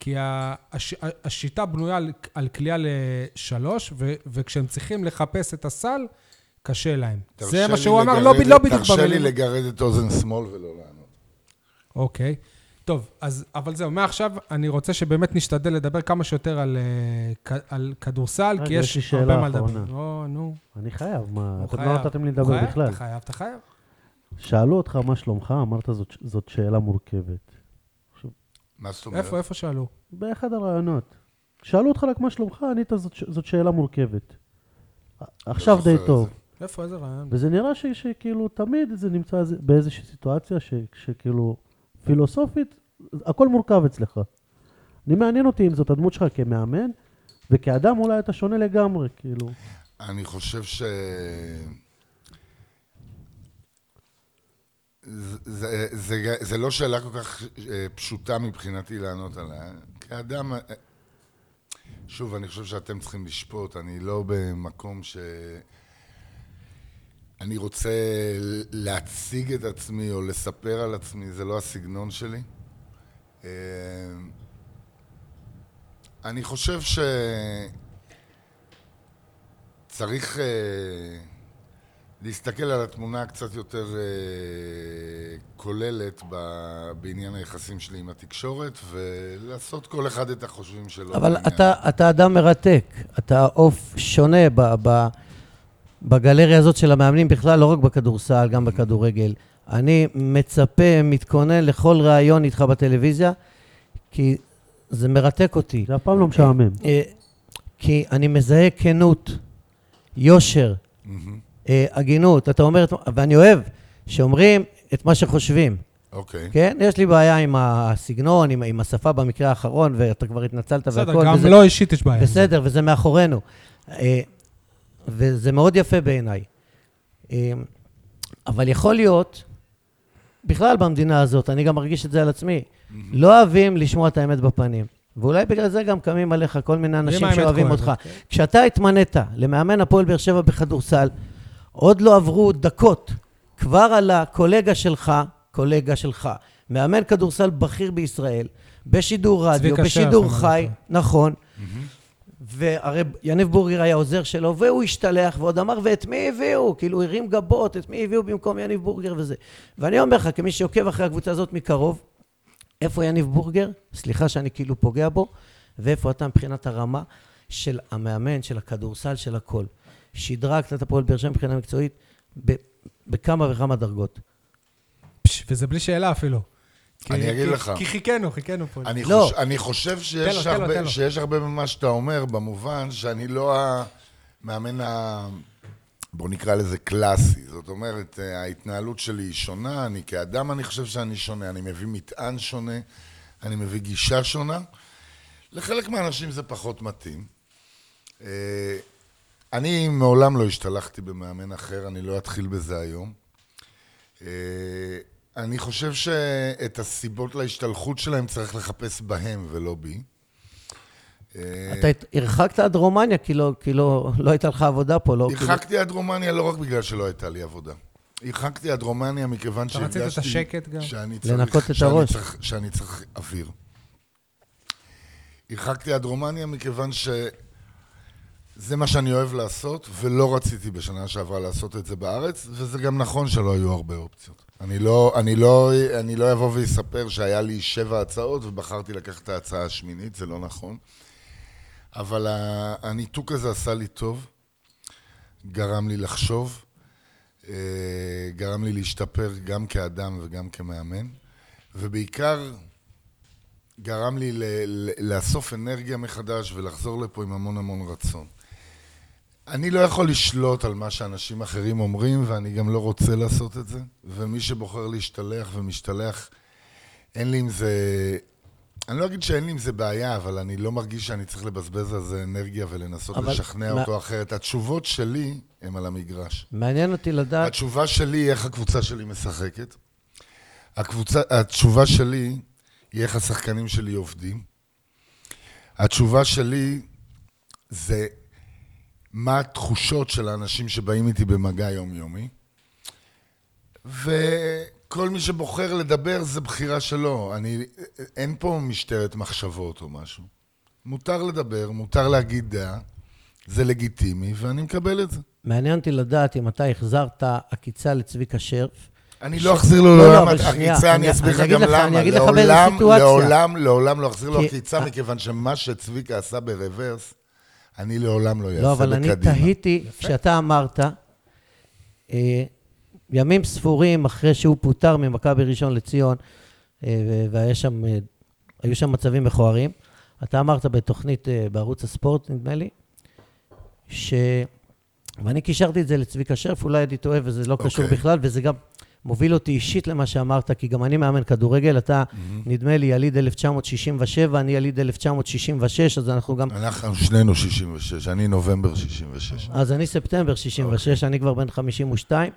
כי ה- הש- ה- השיטה בנויה על- על כליאה לשלוש, ו- וכשהם צריכים לחפש את הסל, קשה להם. זה
תרשה
מה
לי
שהוא אמר,
לגרד
לא ב-
את-
לא בדיוק
תרשה לי
במילים.
לגרד את אוזן שמאל ולא לענות.
אוקיי. טוב, אז, אבל זהו, מעכשיו אני רוצה שבאמת נשתדל לדבר כמה שיותר על, אה, כ- על כדורסל, כי
רגע, יש לי
יש
שאלה
הרבה מה לדבר.
אחרונה.
או, נו,
אני חייב, מה,
הוא
אתם
חייב.
לא נתתם לי
הוא
לדבר
חייב,
בכלל.
אתה חייב, אתה חייב.
שאלו אותך מה שלומך, אמרת זאת, זאת שאלה מורכבת.
מה זאת אומרת?
איפה, איפה שאלו?
באחד הרעיונות. שאלו אותך רק מה שלומך, ענית זאת, ש- זאת שאלה מורכבת. עכשיו
זוכר
די
את זה.
טוב.
איפה, איזה רעיון?
וזה נראה ש, שכאילו תמיד זה נמצא איזה- באיזושהי סיטואציה ש, שכאילו פילוסופית, הכל מורכב אצלך. אני מעניין אותי אם זאת הדמות שלך כמאמן, וכאדם אולי אתה שונה לגמרי, כאילו.
אני חושב ש... זה, זה, זה, זה לא שאלה כל כך אה, פשוטה מבחינתי לענות עליה. כאדם, אה, שוב, אני חושב שאתם צריכים לשפוט, אני לא במקום ש... אני רוצה להציג את עצמי או לספר על עצמי, זה לא הסגנון שלי. אה, אני חושב ש... צריך אה, להסתכל על התמונה הקצת יותר אה, כוללת ב, בעניין היחסים שלי עם התקשורת, ולעשות כל אחד את החושבים שלו.
אבל
בעניין.
אתה, אתה אדם מרתק, אתה עוף שונה ב, ב, בגלריה הזאת של המאמנים בכלל, לא רק בכדורסל, גם בכדורגל. אני מצפה, מתכונן לכל ראיון איתך בטלוויזיה, כי זה מרתק אותי.
זה אף פעם לא משעמם.
אה, כי אני מזהה כנות, יושר,
מהמם.
אה, הגינות. אתה אומר, את- ואני אוהב שאומרים את מה שחושבים.
אוקיי.
כן? יש לי בעיה עם הסגנון, עם, עם השפה במקרה האחרון, ואתה כבר התנצלת והכל.
בסדר, גם
וזה-
לא אישית יש בעיה. עם זה.
בסדר, וזה מאחורינו. אה, וזה מאוד יפה בעיניי. אה, אבל יכול להיות, בכלל במדינה הזאת, אני גם מרגיש את זה על עצמי, לא אוהבים לשמוע את האמת בפנים. ואולי בגלל זה גם קמים עליך כל מיני אנשים
האמת
שאוהבים
כואבת,
אותך. כשאתה התמנית למאמן הפועל באר שבע בכדורסל, עוד לא עברו דקות, כבר עלה קולגה שלך, קולגה שלך, מאמן כדורסל בכיר בישראל, בשידור רדיו,
צביקה שרף,
בשידור
אמרת.
חי, נכון, והרי יניב בורגר היה עוזר שלו, והוא השתלח ועוד אמר, ואת מי הביאו? כאילו, הוא הרים גבות, את מי הביאו במקום יניב בורגר וזה. ואני אומר לך, כמי שעוקב אחרי הקבוצה הזאת מקרוב, איפה יניב בורגר? סליחה שאני כאילו פוגע בו, ואיפה אתה מבחינת הרמה של המאמן, של הכדורסל, של הכל. שדרגת את הפועל באר שבע מבחינה מקצועית ב- בכמה וכמה דרגות.
פש, וזה בלי שאלה אפילו. כי-
אני אגיד
כי-
לך.
כי חיכינו, חיכינו פה.
אני,
לא.
חוש, אני חושב שיש,
לו, תן לו,
הרבה,
תן לו.
שיש הרבה ממה שאתה אומר, במובן שאני לא המאמן ה... בוא נקרא לזה קלאסי. זאת אומרת, אה, ההתנהלות שלי היא שונה, אני כאדם אני חושב שאני שונה, אני מביא מטען שונה, אני מביא גישה שונה. לחלק מהאנשים זה פחות מתאים. אה, אני מעולם לא השתלחתי במאמן אחר, אני לא אתחיל בזה היום. אה, אני חושב שאת הסיבות להשתלחות שלהם צריך לחפש בהם ולא בי. אה,
אתה הת- הרחקת עד רומניה, כי לא- כי לא לא הייתה לך עבודה פה, לא... כאילו-
הרחקתי עד רומניה לא רק בגלל שלא הייתה לי עבודה. הרחקתי עד רומניה מכיוון
אתה רצית את
שהרגשתי...
השקט גם?
שאני
לנקות את
שאני
הראש.
צריך, שאני צריך אוויר. הרחקתי עד רומניה מכיוון שזה מה שאני אוהב לעשות, ולא רציתי בשנה שעברה לעשות את זה בארץ, וזה גם נכון שלא היו הרבה אופציות. אני לא, אני לא, אני לא אבוא ואספר שהיה לי שבע הצעות ובחרתי לקחת את ההצעה השמינית, זה לא נכון. אבל ה- הניתוק הזה עשה לי טוב, גרם לי לחשוב, אה, גרם לי להשתפר גם כאדם וגם כמאמן, ובעיקר גרם לי ל- ל- לאסוף אנרגיה מחדש ולחזור לפה עם המון המון רצון. אני לא יכול לשלוט על מה שאנשים אחרים אומרים, ואני גם לא רוצה לעשות את זה, ומי שבוחר להשתלח ומשתלח, אין לי עם זה... אני לא אגיד שאין לי עם זה בעיה, אבל אני לא מרגיש שאני צריך לבזבז על זה אנרגיה ולנסות
אבל-
לשכנע
מה-
אותו אחרת. התשובות שלי הן על המגרש.
מעניין אותי לדעת,
התשובה שלי היא איך הקבוצה שלי משחקת. הקבוצה, התשובה שלי היא איך השחקנים שלי עובדים. התשובה שלי זה מה התחושות של האנשים שבאים איתי במגע יומיומי. וכל מי שבוחר לדבר זה בחירה שלו. אני, אין פה משטרת מחשבות או משהו. מותר לדבר, מותר להגיד דעה, זה לגיטימי, ואני מקבל את זה.
מעניין אותי לדעת אם אתה החזרת עקיצה לצביקה שרף.
אני
ש-
לא אחזיר לו
לא, לא,
לעולם
אבל שנייה,
עקיצה,
אני-
אני אסביר לך
אני אגיד
גם
לך- אני
למה.
אגיד לך באיזה
לעולם,
סיטואציה.
לעולם, לעולם לא אחזיר לו
כי- אה.
עקיצה, מכיוון שמה שצביקה עשה ברוורס, אני לעולם לא
לא,
אעשה
אבל אני
בקדימה.
תהיתי, כשאתה אמרת, אה, ימים ספורים אחרי שהוא פוטר ממכבי ראשון לציון, אה, ו- והיה שם, אה, היו שם מצבים מכוערים, אתה אמרת בתוכנית אה, בערוץ הספורט, נדמה לי, ש... ואני קישרתי את זה לצביקה שרף, אולי אני טועה וזה לא קשור
אוקיי.
בכלל, וזה גם מוביל אותי אישית למה שאמרת, כי גם אני מאמן כדורגל, אתה, נדמה לי, יליד 1967, אני יליד 1966, אז אנחנו גם
אנחנו שנינו 66, אני נובמבר 66.
אז אני ספטמבר 66,
אוקיי.
אני כבר בן 52,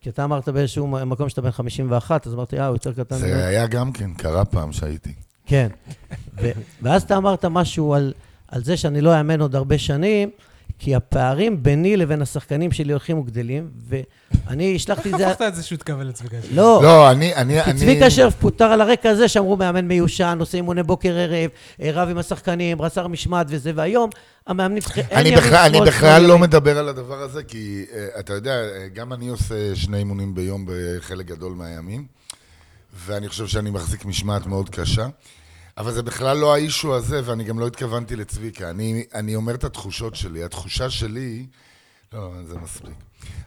כי אתה אמרת באיזשהו מקום שאתה בן 51, אז אמרתי, אה, הוא יותר קטן. ממני."
זה היה גם כן, קרה פעם שהייתי.
כן. ו- ואז אתה אמרת משהו על, על זה שאני לא אאמן עוד הרבה שנים, כי הפערים ביני לבין השחקנים שלי הולכים וגדלים, ואני השלחתי את זה...
הפכת את לא זה שהוא התכוון לצביקה שלי.
לא,
לא, אני, אני,
כי
אני...
צביקה שרף פוטר על הרקע הזה שאמרו מאמן מיושן, עושה אימוני בוקר ערב, אה, רב עם השחקנים, רס"ר משמעת וזה, והיום המאמנים... אין
אני
ימין
בכלל, אני
שמאל,
בכלל
שמאל
לא
ימין.
מדבר על הדבר הזה, כי אה, אתה יודע, אה, גם אני עושה שני אימונים ביום בחלק גדול מהימים, ואני חושב שאני מחזיק משמעת מאוד קשה, אבל זה בכלל לא האישו הזה, ואני גם לא התכוונתי לצביקה. אני, אני אומר את התחושות שלי. התחושה שלי... לא, לא, זה מספיק.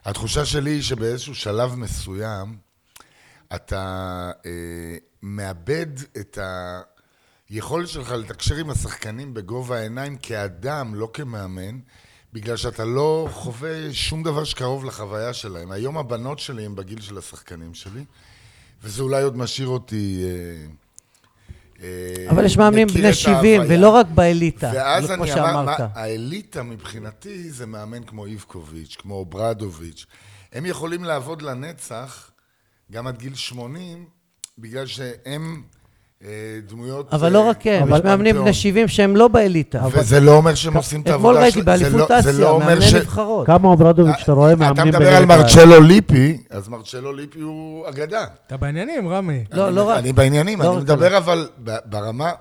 התחושה שלי היא שבאיזשהו שלב מסוים, אתה אה, מאבד את היכולת שלך לתקשר עם השחקנים בגובה העיניים כאדם, לא כמאמן, בגלל שאתה לא חווה שום דבר שקרוב לחוויה שלהם. היום הבנות שלי הן בגיל של השחקנים שלי, וזה אולי עוד משאיר אותי... אה, אה,
אבל יש מאמנים
מכיר
בני
את
70,
ההוויה.
ולא רק באליטה,
ואז
לא כמו
אני אמר,
שאמרת.
מה- האליטה מבחינתי זה מאמן כמו איבקוביץ', כמו ברדוביץ'. הם יכולים לעבוד לנצח, גם עד גיל 80, בגלל שהם אה, דמויות...
אבל
אה,
לא רק הם, יש
בפנתיאון.
מאמנים בני 70 שהם לא באליטה.
וזה לא אומר שהם עושים את
אתמול
העבודה
ראיתי
שלהם. זה לא-
באליפות
זה לא
אסיה,
אומר
מאמני
ש-
נבחרות.
כמה אוברדוביץ' שאתה רואה מאמנים
אתה מדבר על
בליגה.
מרצ'לו ליפי, אז מרצ'לו ליפי הוא אגדה.
אתה בעניינים, רמי.
לא,
אני-
לא רק.
אני בעניינים,
לא
אני
רק
מדבר אבל ב- ברמה...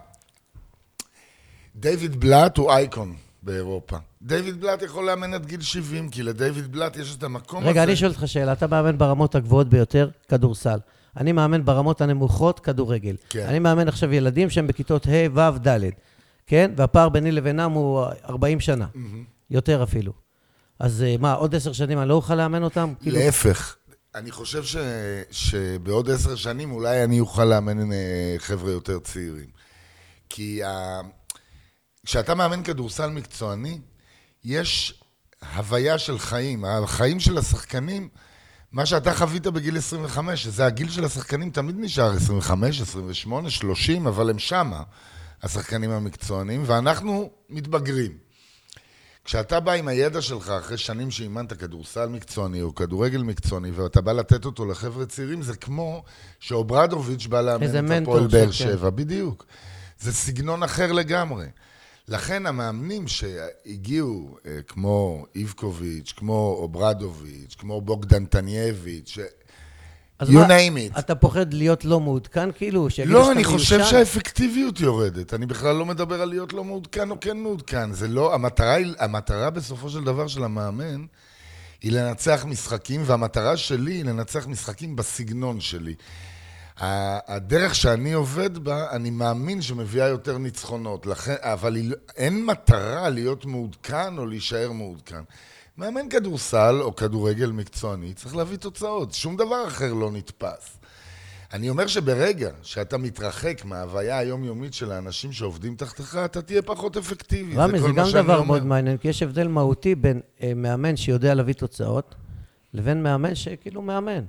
דיוויד בלאט הוא אייקון באירופה. דיוויד בלאט יכול לאמן עד גיל 70, כי לדיוויד בלאט יש את המקום הזה.
רגע, אני שואל אותך שאלה. אתה מאמן ברמות הגבוהות ביותר, כדורסל. אני מאמן ברמות הנמוכות, כדורגל.
כן.
אני מאמן עכשיו ילדים שהם בכיתות ה', ו', ד', כן? והפער ביני לבינם הוא 40 שנה. יותר אפילו. אז אה, מה, עוד עשר שנים אני לא אוכל לאמן אותם? כאילו,
להפך. אני חושב ש... שבעוד עשר שנים אולי אני אוכל לאמן אה, חבר'ה יותר צעירים. כי ה... כשאתה מאמן כדורסל מקצועני, יש הוויה של חיים. החיים של השחקנים, מה שאתה חווית בגיל 25, שזה הגיל של השחקנים תמיד נשאר 25, 28, 30, אבל הם שמה, השחקנים המקצוענים, ואנחנו מתבגרים. כשאתה בא עם הידע שלך אחרי שנים שאימנת כדורסל מקצועני או כדורגל מקצועני ואתה בא לתת אותו לחבר'ה צעירים, זה כמו שאוברדוביץ' בא
איזה
לאמן את
מנטור
הפועל באר
של- כן.
שבע, בדיוק. זה סגנון אחר לגמרי. לכן המאמנים שהגיעו, אה, כמו איבקוביץ', כמו אוברדוביץ', כמו בוגדן טנייביץ', ש-
אז
You
מה,
name it.
אתה פוחד להיות לא מעודכן כאילו? שיגידו
לא,
שאתה
אני חושב
מיושן?
שהאפקטיביות יורדת. אני בכלל לא מדבר על להיות לא מעודכן או כן מעודכן. זה לא, המטרה, היא- המטרה בסופו של דבר של המאמן היא לנצח משחקים, והמטרה שלי היא לנצח משחקים בסגנון שלי. ה- הדרך שאני עובד בה, אני מאמין שמביאה יותר ניצחונות, לכן, אבל היא, לא- אין מטרה להיות מעודכן או להישאר מעודכן. מאמן כדורסל או כדורגל מקצועני צריך להביא תוצאות, שום דבר אחר לא נתפס. אני אומר שברגע שאתה מתרחק מההוויה היומיומית של האנשים שעובדים תחתיך, אתה תהיה פחות אפקטיבי.
רמי, זה
כל מה
גם
שאני
דבר
אומר.
מאוד מעניין, כי יש הבדל מהותי בין אה, מאמן שיודע להביא תוצאות, לבין מאמן שכאילו מאמן.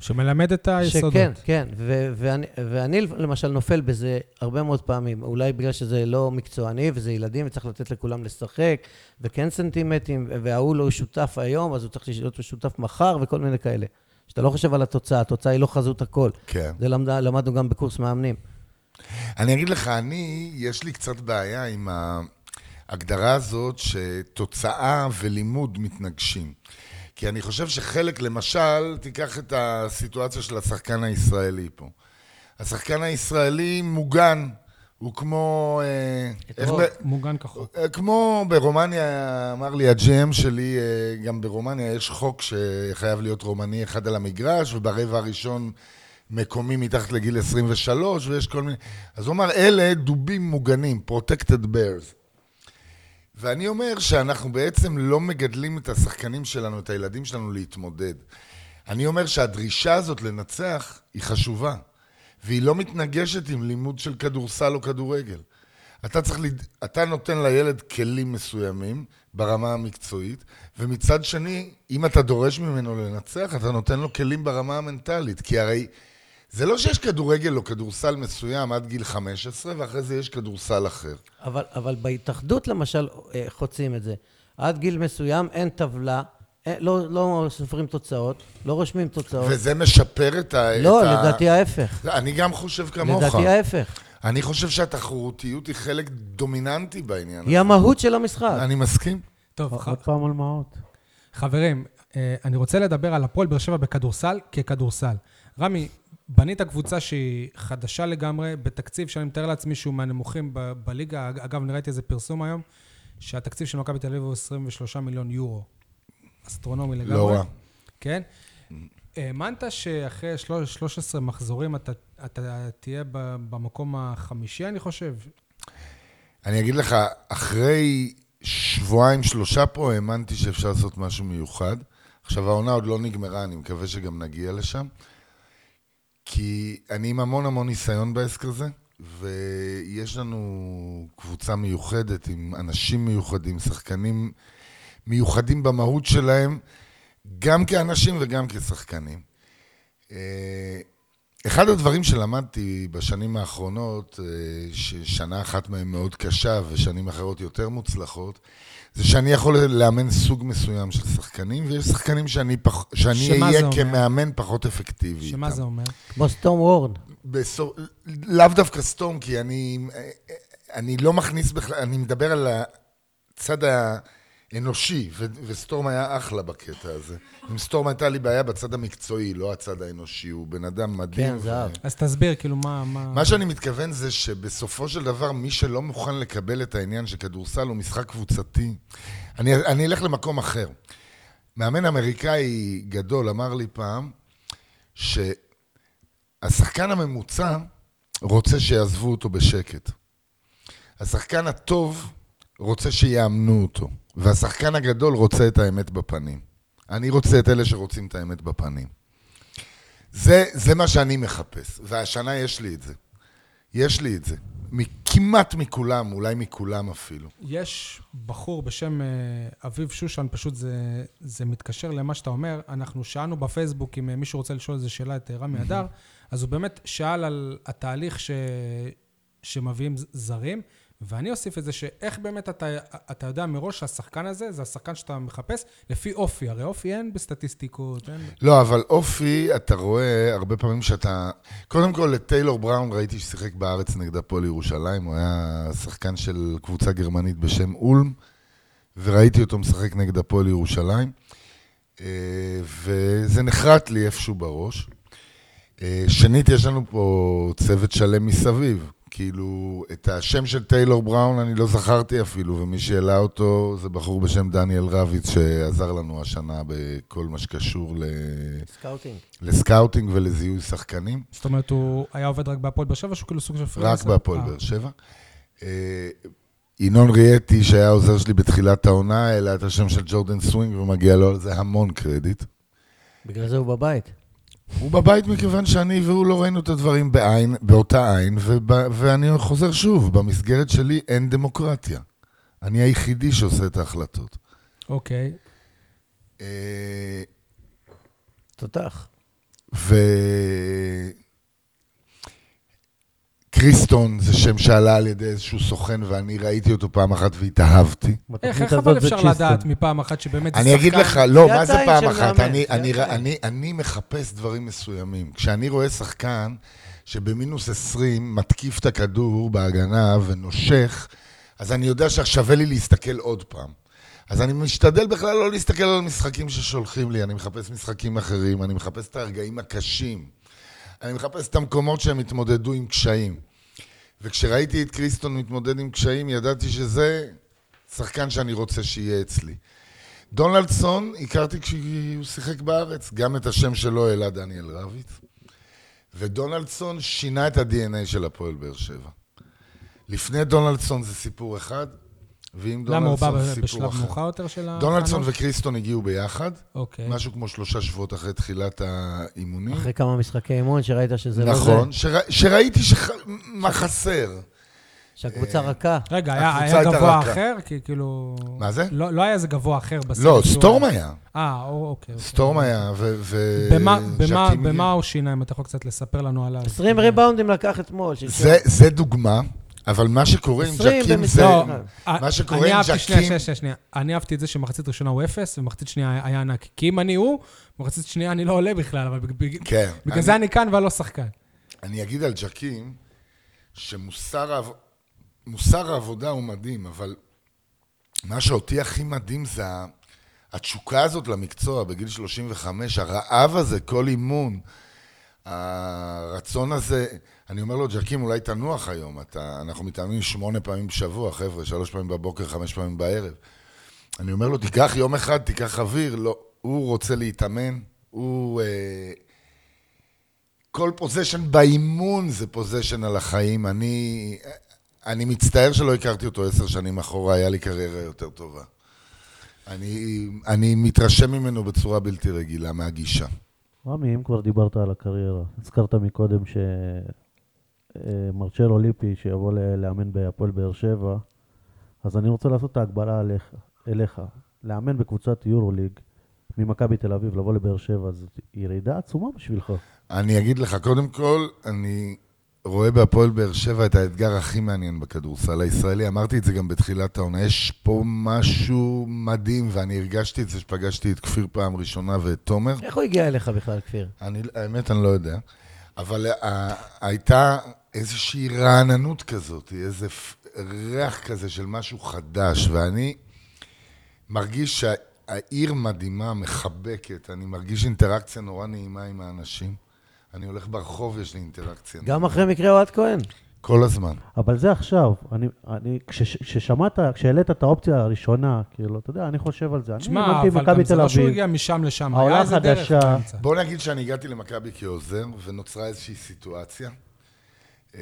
שמלמד את היסודות.
שכן, כן, ו- ואני, ואני למשל נופל בזה הרבה מאוד פעמים, אולי בגלל שזה לא מקצועני וזה ילדים וצריך לתת לכולם לשחק, וכן סנטימטרים, וההוא לא שותף היום, אז הוא צריך להיות שותף מחר וכל מיני כאלה. שאתה לא חושב על התוצאה, התוצאה היא לא חזות הכל.
כן.
זה למד, למדנו גם בקורס מאמנים.
אני אגיד לך, אני, יש לי קצת בעיה עם ההגדרה הזאת שתוצאה ולימוד מתנגשים. כי אני חושב שחלק, למשל, תיקח את הסיטואציה של השחקן הישראלי פה. השחקן הישראלי מוגן, הוא כמו... אה, איך
אתרוג.
ב-
מוגן כחוק.
אה, כמו ברומניה, אמר לי הג'י.אם שלי, אה, גם ברומניה יש חוק שחייב להיות רומני אחד על המגרש, וברבע הראשון מקומי מתחת לגיל 23, ויש כל מיני... אז הוא אמר, אלה דובים מוגנים, protected bears. ואני אומר שאנחנו בעצם לא מגדלים את השחקנים שלנו, את הילדים שלנו, להתמודד. אני אומר שהדרישה הזאת לנצח היא חשובה, והיא לא מתנגשת עם לימוד של כדורסל או כדורגל. אתה צריך, לד... אתה נותן לילד כלים מסוימים ברמה המקצועית, ומצד שני, אם אתה דורש ממנו לנצח, אתה נותן לו כלים ברמה המנטלית, כי הרי זה לא שיש כדורגל או כדורסל מסוים עד גיל 15, ואחרי זה יש כדורסל אחר.
אבל, אבל בהתאחדות למשל אה, חוצים את זה. עד גיל מסוים אין טבלה, אין, לא, לא סופרים תוצאות, לא רושמים תוצאות.
וזה משפר את ה...
לא,
את
לדעתי ההפך.
ה... אני גם חושב כמוך.
לדעתי ההפך.
אני חושב שהתחרותיות היא חלק דומיננטי בעניין.
היא המהות של המשחק.
אני מסכים.
טוב, ח-
עוד פעם על מעות.
חברים, אה, אני רוצה לדבר על הפועל באר שבע בכדורסל ככדורסל. רמי, בנית קבוצה שהיא חדשה לגמרי, בתקציב שאני מתאר לעצמי שהוא מהנמוכים ב- בליגה. אג- אגב, אני ראיתי איזה פרסום היום, שהתקציב של מכבי תל אביב הוא 23 מיליון יורו. אסטרונומי לגמרי.
לא רע.
כן? האמנת שאחרי של- 13 מחזורים אתה, אתה תהיה ב- במקום החמישי, אני חושב?
אני אגיד לך, אחרי שבועיים, שלושה פה, האמנתי שאפשר לעשות משהו מיוחד. עכשיו, העונה עוד לא נגמרה, אני מקווה שגם נגיע לשם. כי אני עם המון המון ניסיון בעסק הזה, ויש לנו קבוצה מיוחדת עם אנשים מיוחדים, שחקנים מיוחדים במהות שלהם, גם כאנשים וגם כשחקנים. אה, אחד הדברים שלמדתי בשנים האחרונות, אה, ששנה אחת מהן מאוד קשה ושנים אחרות יותר מוצלחות, זה שאני יכול לאמן סוג מסוים של שחקנים, ויש שחקנים שאני, פח... שאני
שמה זה
אהיה
אומר?
כמאמן פחות אפקטיבי.
שמה
איתם.
זה אומר?
כמו סטום וורן.
בסור... לאו דווקא סתום, כי אני, אני לא מכניס בכלל, אני מדבר על הצד האנושי, ו... וסתום היה אחלה בקטע הזה. עם סתום הייתה לי בעיה בצד המקצועי, לא הצד האנושי, הוא בן אדם מדהים.
כן, זהב.
אז תסביר, כאילו, מה... מה...
מה שאני מתכוון זה שבסופו של דבר, מי שלא מוכן לקבל את העניין שכדורסל הוא משחק קבוצתי, אני, אני אלך למקום אחר. מאמן אמריקאי גדול אמר לי פעם, שהשחקן הממוצע רוצה שיעזבו אותו בשקט. השחקן הטוב רוצה שיאמנו אותו, והשחקן הגדול רוצה את האמת בפנים. אני רוצה את אלה שרוצים את האמת בפנים. זה, זה מה שאני מחפש, והשנה יש לי את זה. יש לי את זה. מ- כמעט מכולם, אולי מכולם אפילו.
יש בחור בשם אה, אביב שושן, פשוט זה, זה מתקשר למה שאתה אומר. אנחנו שאלנו בפייסבוק, אם אה, מישהו רוצה לשאול איזה שאלה את אה, רמי אדר, אז הוא באמת שאל על התהליך ש, שמביאים ז- זרים, ואני אוסיף את זה שאיך באמת אתה, אתה יודע מראש שהשחקן הזה, זה השחקן שאתה מחפש, לפי אופי. הרי אופי אין בסטטיסטיקות, אין...
לא, אבל אופי, אתה רואה הרבה פעמים שאתה... קודם כל, את טיילור בראון ראיתי ששיחק בארץ נגד הפועל ירושלים, הוא היה שחקן של קבוצה גרמנית בשם אולם, וראיתי אותו משחק נגד הפועל ירושלים, אה, וזה נחרט לי איפשהו בראש. אה, שנית, יש לנו פה צוות שלם מסביב. כאילו, את השם של טיילור בראון אני לא זכרתי אפילו, ומי שהעלה אותו זה בחור בשם דניאל רביץ, שעזר לנו השנה בכל מה שקשור ל...
סקאוטינג.
לסקאוטינג ולזיהוי שחקנים,
זאת אומרת, הוא היה עובד רק בהפועל באר שבע, שהוא כאילו סוג של
רק
פרילנסר?
בהפועל
אה,
באר שבע. אה, ינון ריאטי, שהיה עוזר שלי בתחילת העונה, העלה את השם של ג'ורדן סווינג, ומגיע לו על זה המון קרדיט.
בגלל זה הוא בבית.
הוא בבית מכיוון שאני והוא לא ראינו את הדברים בעין, באותה עין, וב, ואני חוזר שוב, במסגרת שלי אין דמוקרטיה. אני היחידי שעושה את ההחלטות.
אוקיי.
אה,
תותח.
ו... קריסטון זה שם שעלה על ידי איזשהו סוכן, ואני ראיתי אותו פעם אחת והתאהבתי.
איך,
בתוכנית
איך
הזאת
אבל
זה
אפשר
צ'יסטן.
לדעת מפעם אחת שבאמת זה
אני אגיד לך, לא,
זה
מה זה
עדיין
פעם
של
אחת?
מאמן,
אני,
זה
אני,
עדיין.
אני, אני מחפש דברים מסוימים. כשאני רואה שחקן שבמינוס 20 מתקיף את הכדור בהגנה ונושך, אז אני יודע ששווה לי להסתכל עוד פעם. אז אני משתדל בכלל לא להסתכל על משחקים ששולחים לי, אני מחפש משחקים אחרים, אני מחפש את הרגעים הקשים. אני מחפש את המקומות שהם התמודדו עם קשיים. וכשראיתי את קריסטון מתמודד עם קשיים, ידעתי שזה שחקן שאני רוצה שיהיה אצלי. דונלדסון, הכרתי כשהוא שיחק בארץ, גם את השם שלו העלה דניאל רביץ, ודונלדסון שינה את ה-DNA של הפועל באר שבע. לפני דונלדסון זה סיפור אחד, ועם
למה הוא בא
דונלדסון זה סיפור
בשלב מאוחר
אחר.
יותר של ה...
דונלדסון וקריסטון הגיעו ביחד,
אוקיי.
משהו כמו שלושה שבועות אחרי תחילת האימונים.
אחרי כמה משחקי אימון שראית שזה לא זה.
נכון, שרא, שראיתי שח... מה חסר.
שהקבוצה
אה,
רכה.
רגע, היה,
הקבוצה
היה
הייתה
גבוה
רכה.
אחר? כי כאילו...
מה זה?
לא, לא היה איזה גבוה אחר בסרט.
לא,
שהוא
סטורם
היה.
היה.
אה, או- אוקיי. אוקיי.
סטורם היה, ו... ו-
במה, במה,
ז'קימי.
במה הוא שינה, אם אתה יכול קצת לספר לנו עליו?
20 ריבאונדים לקח אתמול. שלשום.
זה, זה דוגמה, אבל מה שקורה עם
20
ג'קים זה...
במשחק.
לא,
זה-
אה,
שקורה
אני
עם
אהבתי- שנייה,
ז'קים-
שנייה, שנייה, שנייה. אני אהבתי את זה שמחצית ראשונה הוא אפס, ומחצית שנייה היה- היה ענק. כי אם אני הוא, במחצית שנייה אני לא עולה בכלל, אבל בג- בג-
כן.
בגלל
אני-
זה אני כאן ולא שחקן.
אני אגיד על ג'קים, שמוסר העב... מוסר העבודה הוא מדהים, אבל מה שאותי הכי מדהים זה ה- התשוקה הזאת למקצוע בגיל 35, הרעב הזה, כל אימון, הרצון הזה, אני אומר לו, ג'קים, אולי תנוח היום, אתה, אנחנו מתאמנים שמונה פעמים בשבוע, חבר'ה, שלוש פעמים בבוקר, חמש פעמים בערב. אני אומר לו, תיקח יום אחד, תיקח אוויר, לא, הוא רוצה להתאמן, הוא... אה, כל פוזיישן באימון זה פוזיישן על החיים. אני, אני מצטער שלא הכרתי אותו עשר שנים אחורה, היה לי קריירה יותר טובה. אני, אני מתרשם ממנו בצורה בלתי רגילה, מהגישה.
רמי, אם כבר דיברת על הקריירה, הזכרת מקודם שמרצ'ל אוליפי, שיבוא ל- לאמן בהפועל באר שבע, אז אני רוצה לעשות את ההגבלה עליך, אליך. לאמן בקבוצת יורוליג ממכבי תל אביב, לבוא לבאר שבע, זאת ירידה עצומה בשבילך.
אני אגיד לך, קודם כל, אני רואה בהפועל באר שבע את האתגר הכי מעניין בכדורסל הישראלי. אמרתי את זה גם בתחילת העונה. יש פה משהו מדהים, ואני הרגשתי את זה שפגשתי את כפיר פעם ראשונה ואת תומר.
איך הוא הגיע אליך בכלל, כפיר?
אני, האמת, אני לא יודע. אבל ה- הייתה איזושהי רעננות כזאת, איזה פ- ריח כזה של משהו חדש, ואני מרגיש שהעיר מדהימה, מחבקת, אני מרגיש אינטראקציה נורא נעימה עם האנשים. אני הולך ברחוב, יש לי אינטראקציה.
גם אחרי מקרה אוהד כהן.
כל הזמן.
אבל זה עכשיו, אני, אני, כשש- כששמעת, כשהעלית את האופציה הראשונה, כאילו, אתה יודע, אני חושב על זה. אני
תשמע,
האמנתי
אבל
במכבי
גם זה
תל
לא שהוא
אביב.
הגיע משם לשם, היה
העונה
איזה דרך
החדשה.
באמצע.
בוא נגיד שאני הגעתי למכבי כעוזר, ונוצרה איזושהי סיטואציה. אה,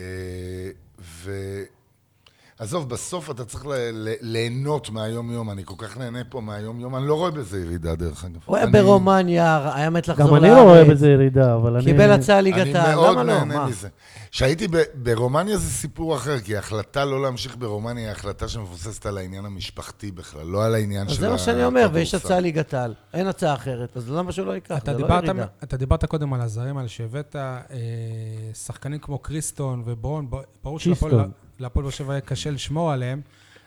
ו... עזוב, בסוף אתה צריך ל- ל- ליהנות מהיום-יום, אני כל כך נהנה פה מהיום-יום, אני לא רואה בזה ירידה, דרך אגב.
הוא היה
אני-
ברומניה, היה מת לחזור
גם
לארץ.
אני לא רואה בזה ירידה, אבל אני...
קיבל הצעה ליגת העל,
אני מאוד
למה לא?
נהנה
מה?
מזה. כשהייתי ב- ברומניה זה סיפור אחר, כי ההחלטה לא להמשיך ברומניה היא החלטה שמבוססת על העניין המשפחתי בכלל, לא על העניין של
אז זה מה שאני אומר, ויש
הכדורסל.
הצעה ליגת העל. אין הצעה אחרת, אז למה שהוא לא
כן,
ייקח?
אתה
זה לא
דיברת,
ירידה.
אתה דיברת קודם על הזרים האלה שהבאת, אה, שחקנים כמו קריסטון וברון, ב- ברור שלפועל
צ'יסטון.
להפועל באר שבע היה קשה לשמור עליהם.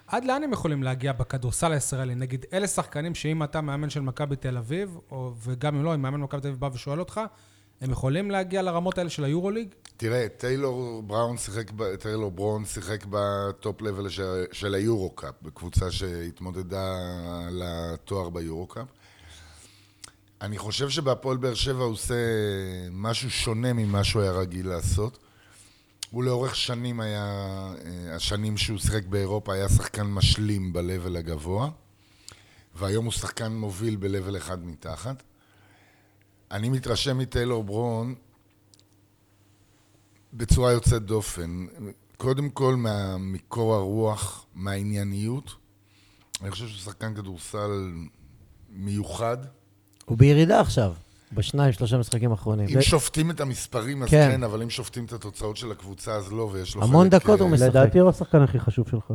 עד לאן הם יכולים להגיע בכדורסל הישראלי? נגיד, אלה שחקנים שאם אתה מאמן של מכבי תל אביב, או, וגם אם לא, אם מאמן מכבי תל אביב בא ושואל אותך, הם יכולים להגיע לרמות האלה של היורוליג?
תראה, טיילור בראון שיחק, ב- טיילור ברון שיחק בטופ לבל של, של היורו-קאפ, בקבוצה שהתמודדה לתואר ביורו-קאפ. אני חושב שבהפועל באר שבע הוא עושה משהו שונה ממה שהוא היה רגיל לעשות. הוא לאורך שנים היה, אה, השנים שהוא שיחק באירופה היה שחקן משלים ב-level הגבוה, והיום הוא שחקן מוביל ב-level אחד מתחת. אני מתרשם מטיילור ברון בצורה יוצאת דופן. קודם כל מה, מקור הרוח, מהענייניות. אני חושב שהוא שחקן כדורסל מיוחד.
הוא בירידה עכשיו, בשניים, שלושה משחקים האחרונים.
אם שופטים את המספרים אז
כן.
כן, אבל אם שופטים את התוצאות של הקבוצה אז לא, ויש לו
המון
חלק,
דקות
אה,
הוא משחק.
לדעתי הוא השחקן הכי חשוב שלך.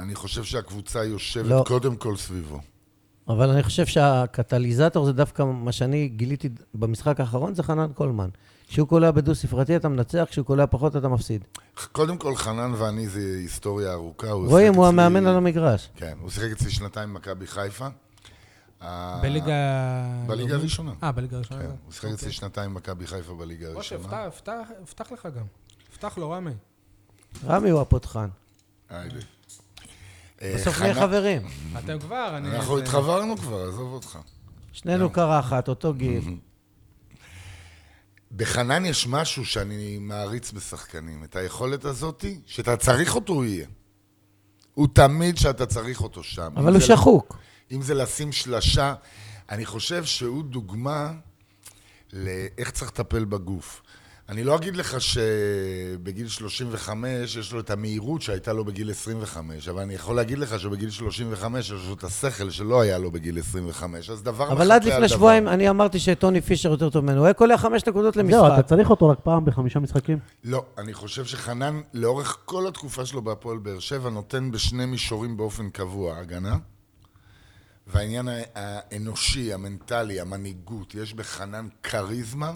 אני חושב שהקבוצה יושבת
לא.
קודם כל סביבו.
אבל אני חושב שהקטליזטור זה דווקא מה שאני גיליתי במשחק האחרון, זה חנן קולמן. כשהוא קולע בדו-ספרתי אתה מנצח, כשהוא קולע פחות אתה מפסיד.
קודם כל, חנן ואני זה היסטוריה ארוכה. הוא
רואים,
שיחק
הוא
אצלי-
המאמן על המגרש.
כן, הוא שיחק אצלי שנתיים במכבי חיפה. ה-
בליגה...
אה, בליגה הראשונה.
אה, בליגה הראשונה.
כן, הוא שיחק אצלי שנתיים במכבי חיפה בליגה
משה,
הראשונה.
הבטח- הבטח- הבטח לך גם. הבטח לו, רמי.
רמי הוא הפותחן.
היידה. אה,
בסוף
חנן-
נהיה אה, חברים.
אתם כבר, אני...
Mhm. אנחנו התחברנו כבר, עזוב אותך. אה.
שנינו קרחת, אותו גיל.
בחנן יש משהו שאני מעריץ בשחקנים, את היכולת הזאתי, שאתה צריך אותו הוא יהיה. הוא תמיד שאתה צריך אותו שם.
אבל
אם
הוא
זה- לא-
שחוק.
אם זה לשים שלשה, אני חושב שהוא דוגמה לאיך צריך לטפל בגוף. אני לא אגיד לך שבגיל 35 יש לו את המהירות שהייתה לו בגיל 25, אבל אני יכול להגיד לך שבגיל 35 יש לו את השכל שלא היה לו בגיל 25, אז דבר
אבל עד
מחפה על
לפני
דבר.
שבועיים אני אמרתי שטוני פישר יותר טוב ממנו. הוא היה קולע חמש נקודות
לא,
זהו, אתה
למשחק.
צריך אותו רק פעם בחמישה משחקים?
לא, אני חושב שחנן, לאורך כל התקופה שלו בהפועל באר שבע, נותן בשני מישורים באופן קבוע, הגנה. והעניין ה- האנושי, המנטלי, המנהיגות, יש בחנן כריזמה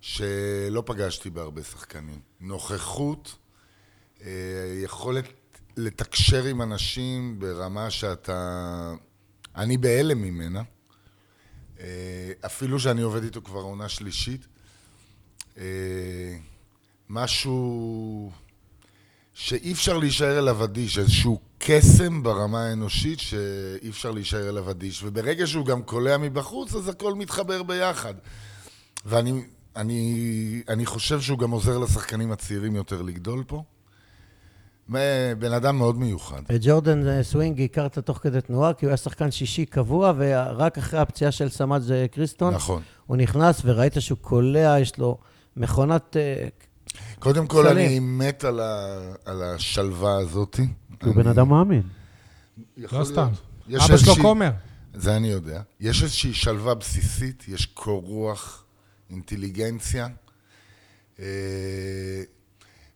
שלא פגשתי בהרבה שחקנים. נוכחות, אה, יכולת לתקשר עם אנשים ברמה שאתה... אני בהלם ממנה. אה, אפילו שאני עובד איתו כבר עונה שלישית. אה, משהו שאי אפשר להישאר אליו אדיש, איזשהו קסם ברמה האנושית שאי אפשר להישאר אליו אדיש. וברגע שהוא גם קולע מבחוץ, אז הכל מתחבר ביחד. ואני אני, אני חושב שהוא גם עוזר לשחקנים הצעירים יותר לגדול פה. מ- בן אדם מאוד מיוחד.
את ג'ורדן אה, סווינג הכרת תוך כדי תנועה, כי הוא היה שחקן שישי קבוע, ורק אחרי הפציעה של סמאג' אה, קריסטון,
נכון.
הוא נכנס וראית שהוא קולע, יש לו מכונת... אה,
קודם כל,
סלים.
אני מת על, ה, על השלווה הזאת.
כי הוא בן אדם מאמין.
לא סתם.
יש
אבא שלו
איזושהי-
כומר.
זה אני יודע. יש איזושהי שלווה בסיסית, יש קור רוח, אינטליגנציה. אה,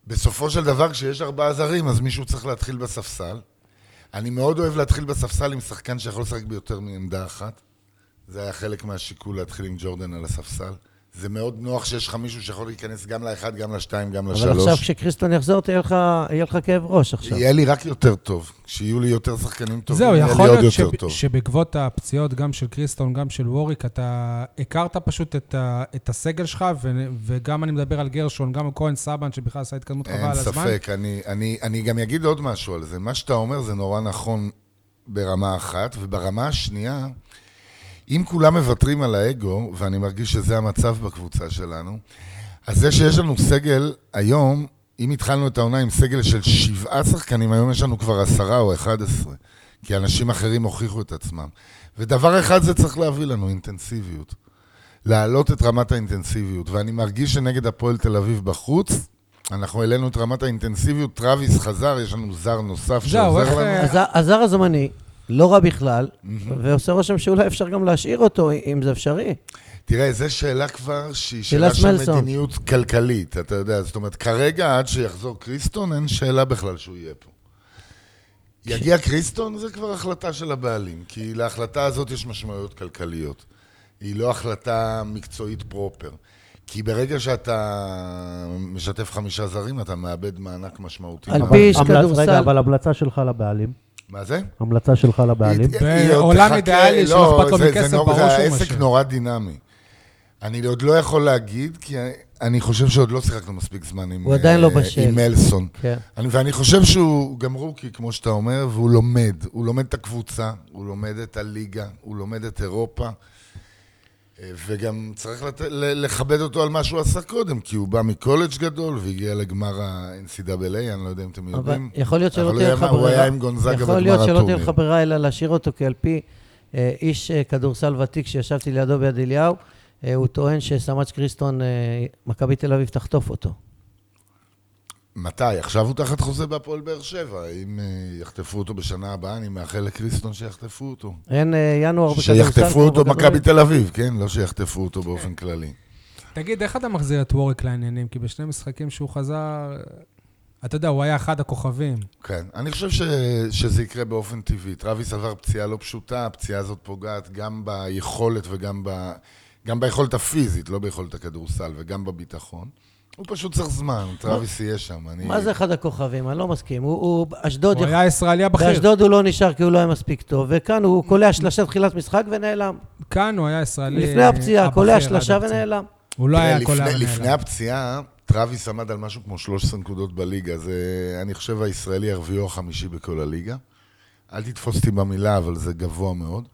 בסופו של דבר, כשיש ארבעה זרים, אז מישהו צריך להתחיל בספסל. אני מאוד אוהב להתחיל בספסל עם שחקן שיכול לשחק ביותר מעמדה אחת. זה היה חלק מהשיקול להתחיל עם ג'ורדן על הספסל. זה מאוד נוח שיש לך מישהו שיכול להיכנס גם לאחד, גם לשתיים, גם לשלוש.
אבל עכשיו כשקריסטון יחזור, תהיה לך- יהיה לך כאב ראש עכשיו.
יהיה לי רק יותר טוב. כשיהיו לי יותר שחקנים טובים,
זהו,
יהיה לי
יכול
עוד
להיות
יותר
שב-
טוב.
שבעקבות הפציעות, גם של קריסטון, גם של ווריק, אתה הכרת פשוט את ה- את הסגל שלך, ו- וגם אני מדבר על גרשון, גם על כהן סבן, שבכלל עשה התקדמות חבל על
אין
הזמן.
ספק, אני, אני, אני גם אגיד עוד משהו על זה. מה שאתה אומר זה נורא נכון ברמה אחת, וברמה השנייה, אם כולם מוותרים על האגו, ואני מרגיש שזה המצב בקבוצה שלנו, אז זה שיש לנו סגל היום, אם התחלנו את העונה עם סגל של שבעה שחקנים, היום יש לנו כבר עשרה או אחד עשרה, כי אנשים אחרים הוכיחו את עצמם. ודבר אחד זה צריך להביא לנו, אינטנסיביות. להעלות את רמת האינטנסיביות, ואני מרגיש שנגד הפועל תל אביב בחוץ, אנחנו העלינו את רמת האינטנסיביות, טראביס חזר, יש לנו זר נוסף
זהו, איך,
שעוזר לנו.
אה,
הז- הזר הזמני, לא רע בכלל, ועושה רושם שאולי אפשר גם להשאיר אותו, אם זה אפשרי.
תראה, זו שאלה כבר שהיא
שאלה
שאלה של
סמלסון.
מדיניות כלכלית, אתה יודע. זאת אומרת, כרגע, עד שיחזור קריסטון, אין שאלה בכלל שהוא יהיה פה. יגיע קריסטון, זה כבר החלטה של הבעלים, כי להחלטה הזאת יש משמעויות כלכליות. היא לא החלטה מקצועית פרופר. כי ברגע שאתה משתף חמישה זרים, אתה מאבד מענק משמעותי.
על
מה-
פי איש
המלצ- רגע,
כדורסל.
אבל המלצה שלך לבעלים,
מה זה?
המלצה שלך לבעלים.
היא- היא עוד
בעולם
תחכה-
אידיאלי שלא
לא,
אכפת לו
זה-
מכסף,
זה נור-
בראש
זה
הוא
העסק
משאיר.
נורא דינמי. אני עוד לא יכול להגיד, כי אני חושב שעוד לא שיחקנו מספיק זמן עם,
הוא עדיין לא
אה,
בשל.
עם מלסון.
כן.
אני, ואני חושב שהוא גם רוקי, כמו שאתה אומר, והוא לומד. הוא לומד את הקבוצה, הוא לומד את הליגה, הוא לומד את אירופה, אה, וגם צריך לת... ל- לכבד אותו על מה שהוא עשה קודם, כי הוא בא מקולג' גדול והגיע לגמר ה-NCAA, אני לא יודע אם אתם
אבל
יודעים.
יכול להיות שלא
אבל
תהיה
הוא
לך
היה- הוא
ברירה.
היה עם גונזאגה
יכול
בגמר
להיות שלא תהיה לך
הטורניר.
ברירה אלא להשאיר אותו, כי על פי אה, איש אה, כדורסל ותיק שישבתי לידו ביד אליהו, אה, הוא טוען שסמאץ' קריסטון, אה, מכבי תל אביב תחטוף אותו.
מתי? עכשיו הוא תחת חוזה בהפועל באר שבע. אם אה, יחטפו אותו בשנה הבאה, אני מאחל לקריסטון שיחטפו אותו.
אין אה, ינואר בכדורסל.
שיחטפו
כמו
אותו
בכדורגל.
מכבי תל אביב, כן? לא שיחטפו אותו באופן כללי.
תגיד, איך אתה מחזיר את ווריק לעניינים? כי בשני משחקים שהוא חזר, אתה יודע, הוא היה אחד הכוכבים.
כן, אני חושב ש, שזה יקרה באופן טבעי. טרוויס עבר פציעה לא פשוטה, הפציעה הזאת פוגעת גם ביכולת וגם ב, גם ביכולת הפיזית, לא ביכולת הכדורסל, וגם בביטחון. הוא פשוט צריך זמן, טרוויס יהיה שם. אני...
מה זה אחד הכוכבים? אני לא מסכים. הוא- הוא, אשדוד,
הוא
יכול-
היה הישראלי הבכיר.
באשדוד הוא לא נשאר כי הוא לא היה מספיק טוב, וכאן הוא קולע שלושה תחילת משחק ונעלם.
כאן הוא היה ישראלי
לפני הפציעה,
הבכיר
קולע
עד
שלושה
הפציעה.
ונעלם.
הוא לא
תראה,
היה
לפני,
קולע ונעלם.
לפני הפציעה, טרוויס עמד על משהו כמו 13 נקודות בליגה. זה, אני חושב, הישראלי הרביעי או החמישי בכל הליגה. אל תתפוס אותי במילה, אבל זה גבוה מאוד.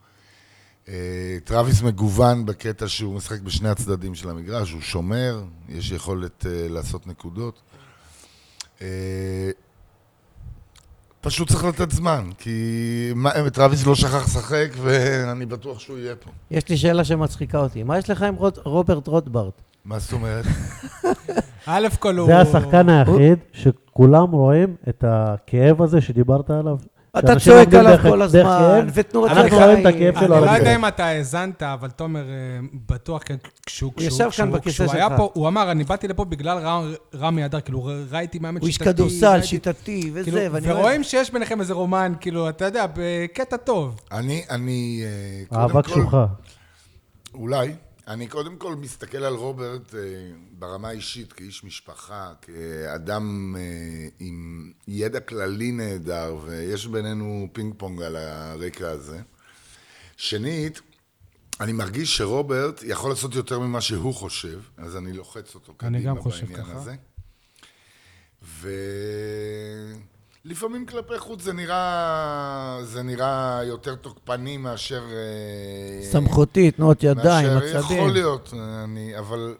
אה, טרוויס מגוון בקטע שהוא משחק בשני הצדדים של המגרש, הוא שומר, יש יכולת אה, לעשות נקודות. אה, פשוט צריך לתת זמן, כי מה- טרוויס לא שכח לשחק, ואני בטוח שהוא יהיה פה.
יש לי שאלה שמצחיקה אותי. מה יש לך עם רוט- רוברט רוטברט?
מה זאת אומרת?
א' כל הוא...
זה השחקן היחיד שכולם רואים את הכאב הזה שדיברת עליו.
אתה
שאנשים
צועק
עומדים
עליו
דרך-
כל
דרך
הזמן,
כאב.
ותנו את
אנחנו רואים את הכאב
אני
שלו על
לא
הדרך.
יודע אם אתה האזנת, אבל תומר אה, בטוח, כן, כשהוא
הוא ישב
כשהוא-
כאן
כשהוא-
בכיסא
כשהוא היה
שלך.
פה, הוא אמר, אני באתי לפה בגלל רע- רמי אדר, כאילו, ר- ראיתי מאמן
הוא איש
שיטתי.
כדורסל,
ראיתי-
שיטתי,
כאילו,
וזה, ואני אוהב.
ורואים שיש ביניכם איזה רומן, כאילו, אתה יודע, בקטע טוב.
אני, אני... אה, קודם
אהבה
כל-
קשוחה.
אולי. אני קודם כל מסתכל על רוברט אה, ברמה האישית, כאיש משפחה, כאדם אה, עם ידע כללי נהדר, ויש בינינו פינג פונג על הרקע הזה. שנית, אני מרגיש שרוברט יכול לעשות יותר ממה שהוא חושב, אז אני לוחץ אותו
אני
קדימה
גם חושב
בעניין
ככה.
הזה. ולפעמים כלפי חוץ זה נראה, זה נראה יותר תוקפני מאשר... אה,
סמכותי, תנועות ידיים,
מאשר יכול
מצבים.
להיות, אני, אבל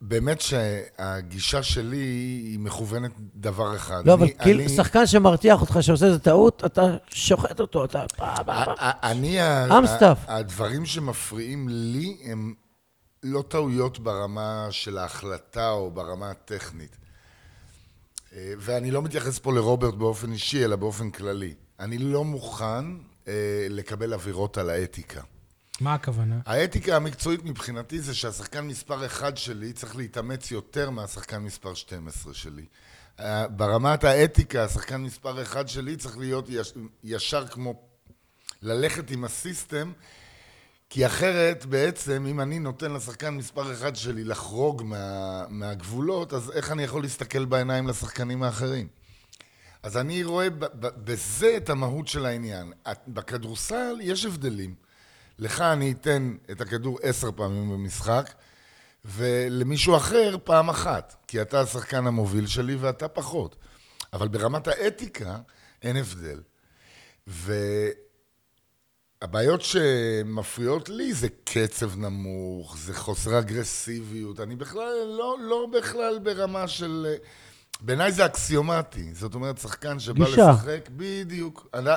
באמת שהגישה שלי היא מכוונת דבר אחד.
לא, אבל
אני-
כאילו,
אני-
שחקן שמרתיח אותך, שעושה איזה טעות, אתה שוחט אותו, אתה... פעם, פעם, פעם.
ה- ה- אני, ה-
אמסטף.
ה- הדברים שמפריעים לי הם לא טעויות ברמה של ההחלטה או ברמה הטכנית. אה, ואני לא מתייחס פה לרוברט באופן אישי, אלא באופן כללי. אני לא מוכן אה, לקבל עבירות על האתיקה.
מה הכוונה?
האתיקה המקצועית מבחינתי זה שהשחקן מספר 1 שלי צריך להתאמץ יותר מהשחקן מספר 12 שלי. אה, ברמת האתיקה, השחקן מספר 1 שלי צריך להיות יש, ישר כמו... ללכת עם הסיסטם, כי אחרת בעצם, אם אני נותן לשחקן מספר 1 שלי לחרוג מה, מהגבולות, אז איך אני יכול להסתכל בעיניים לשחקנים האחרים? אז אני רואה ב- ב- בזה את המהות של העניין. את- בכדורסל יש הבדלים. לך אני אתן את הכדור עשר פעמים במשחק, ולמישהו אחר פעם אחת, כי אתה השחקן המוביל שלי ואתה פחות. אבל ברמת האתיקה אין הבדל. והבעיות שמפריעות לי זה קצב נמוך, זה חוסר אגרסיביות, אני בכלל לא, לא בכלל ברמה של... בעיניי זה אקסיומטי, זאת אומרת, שחקן שבא
גישה.
לשחק, בדיוק. אני-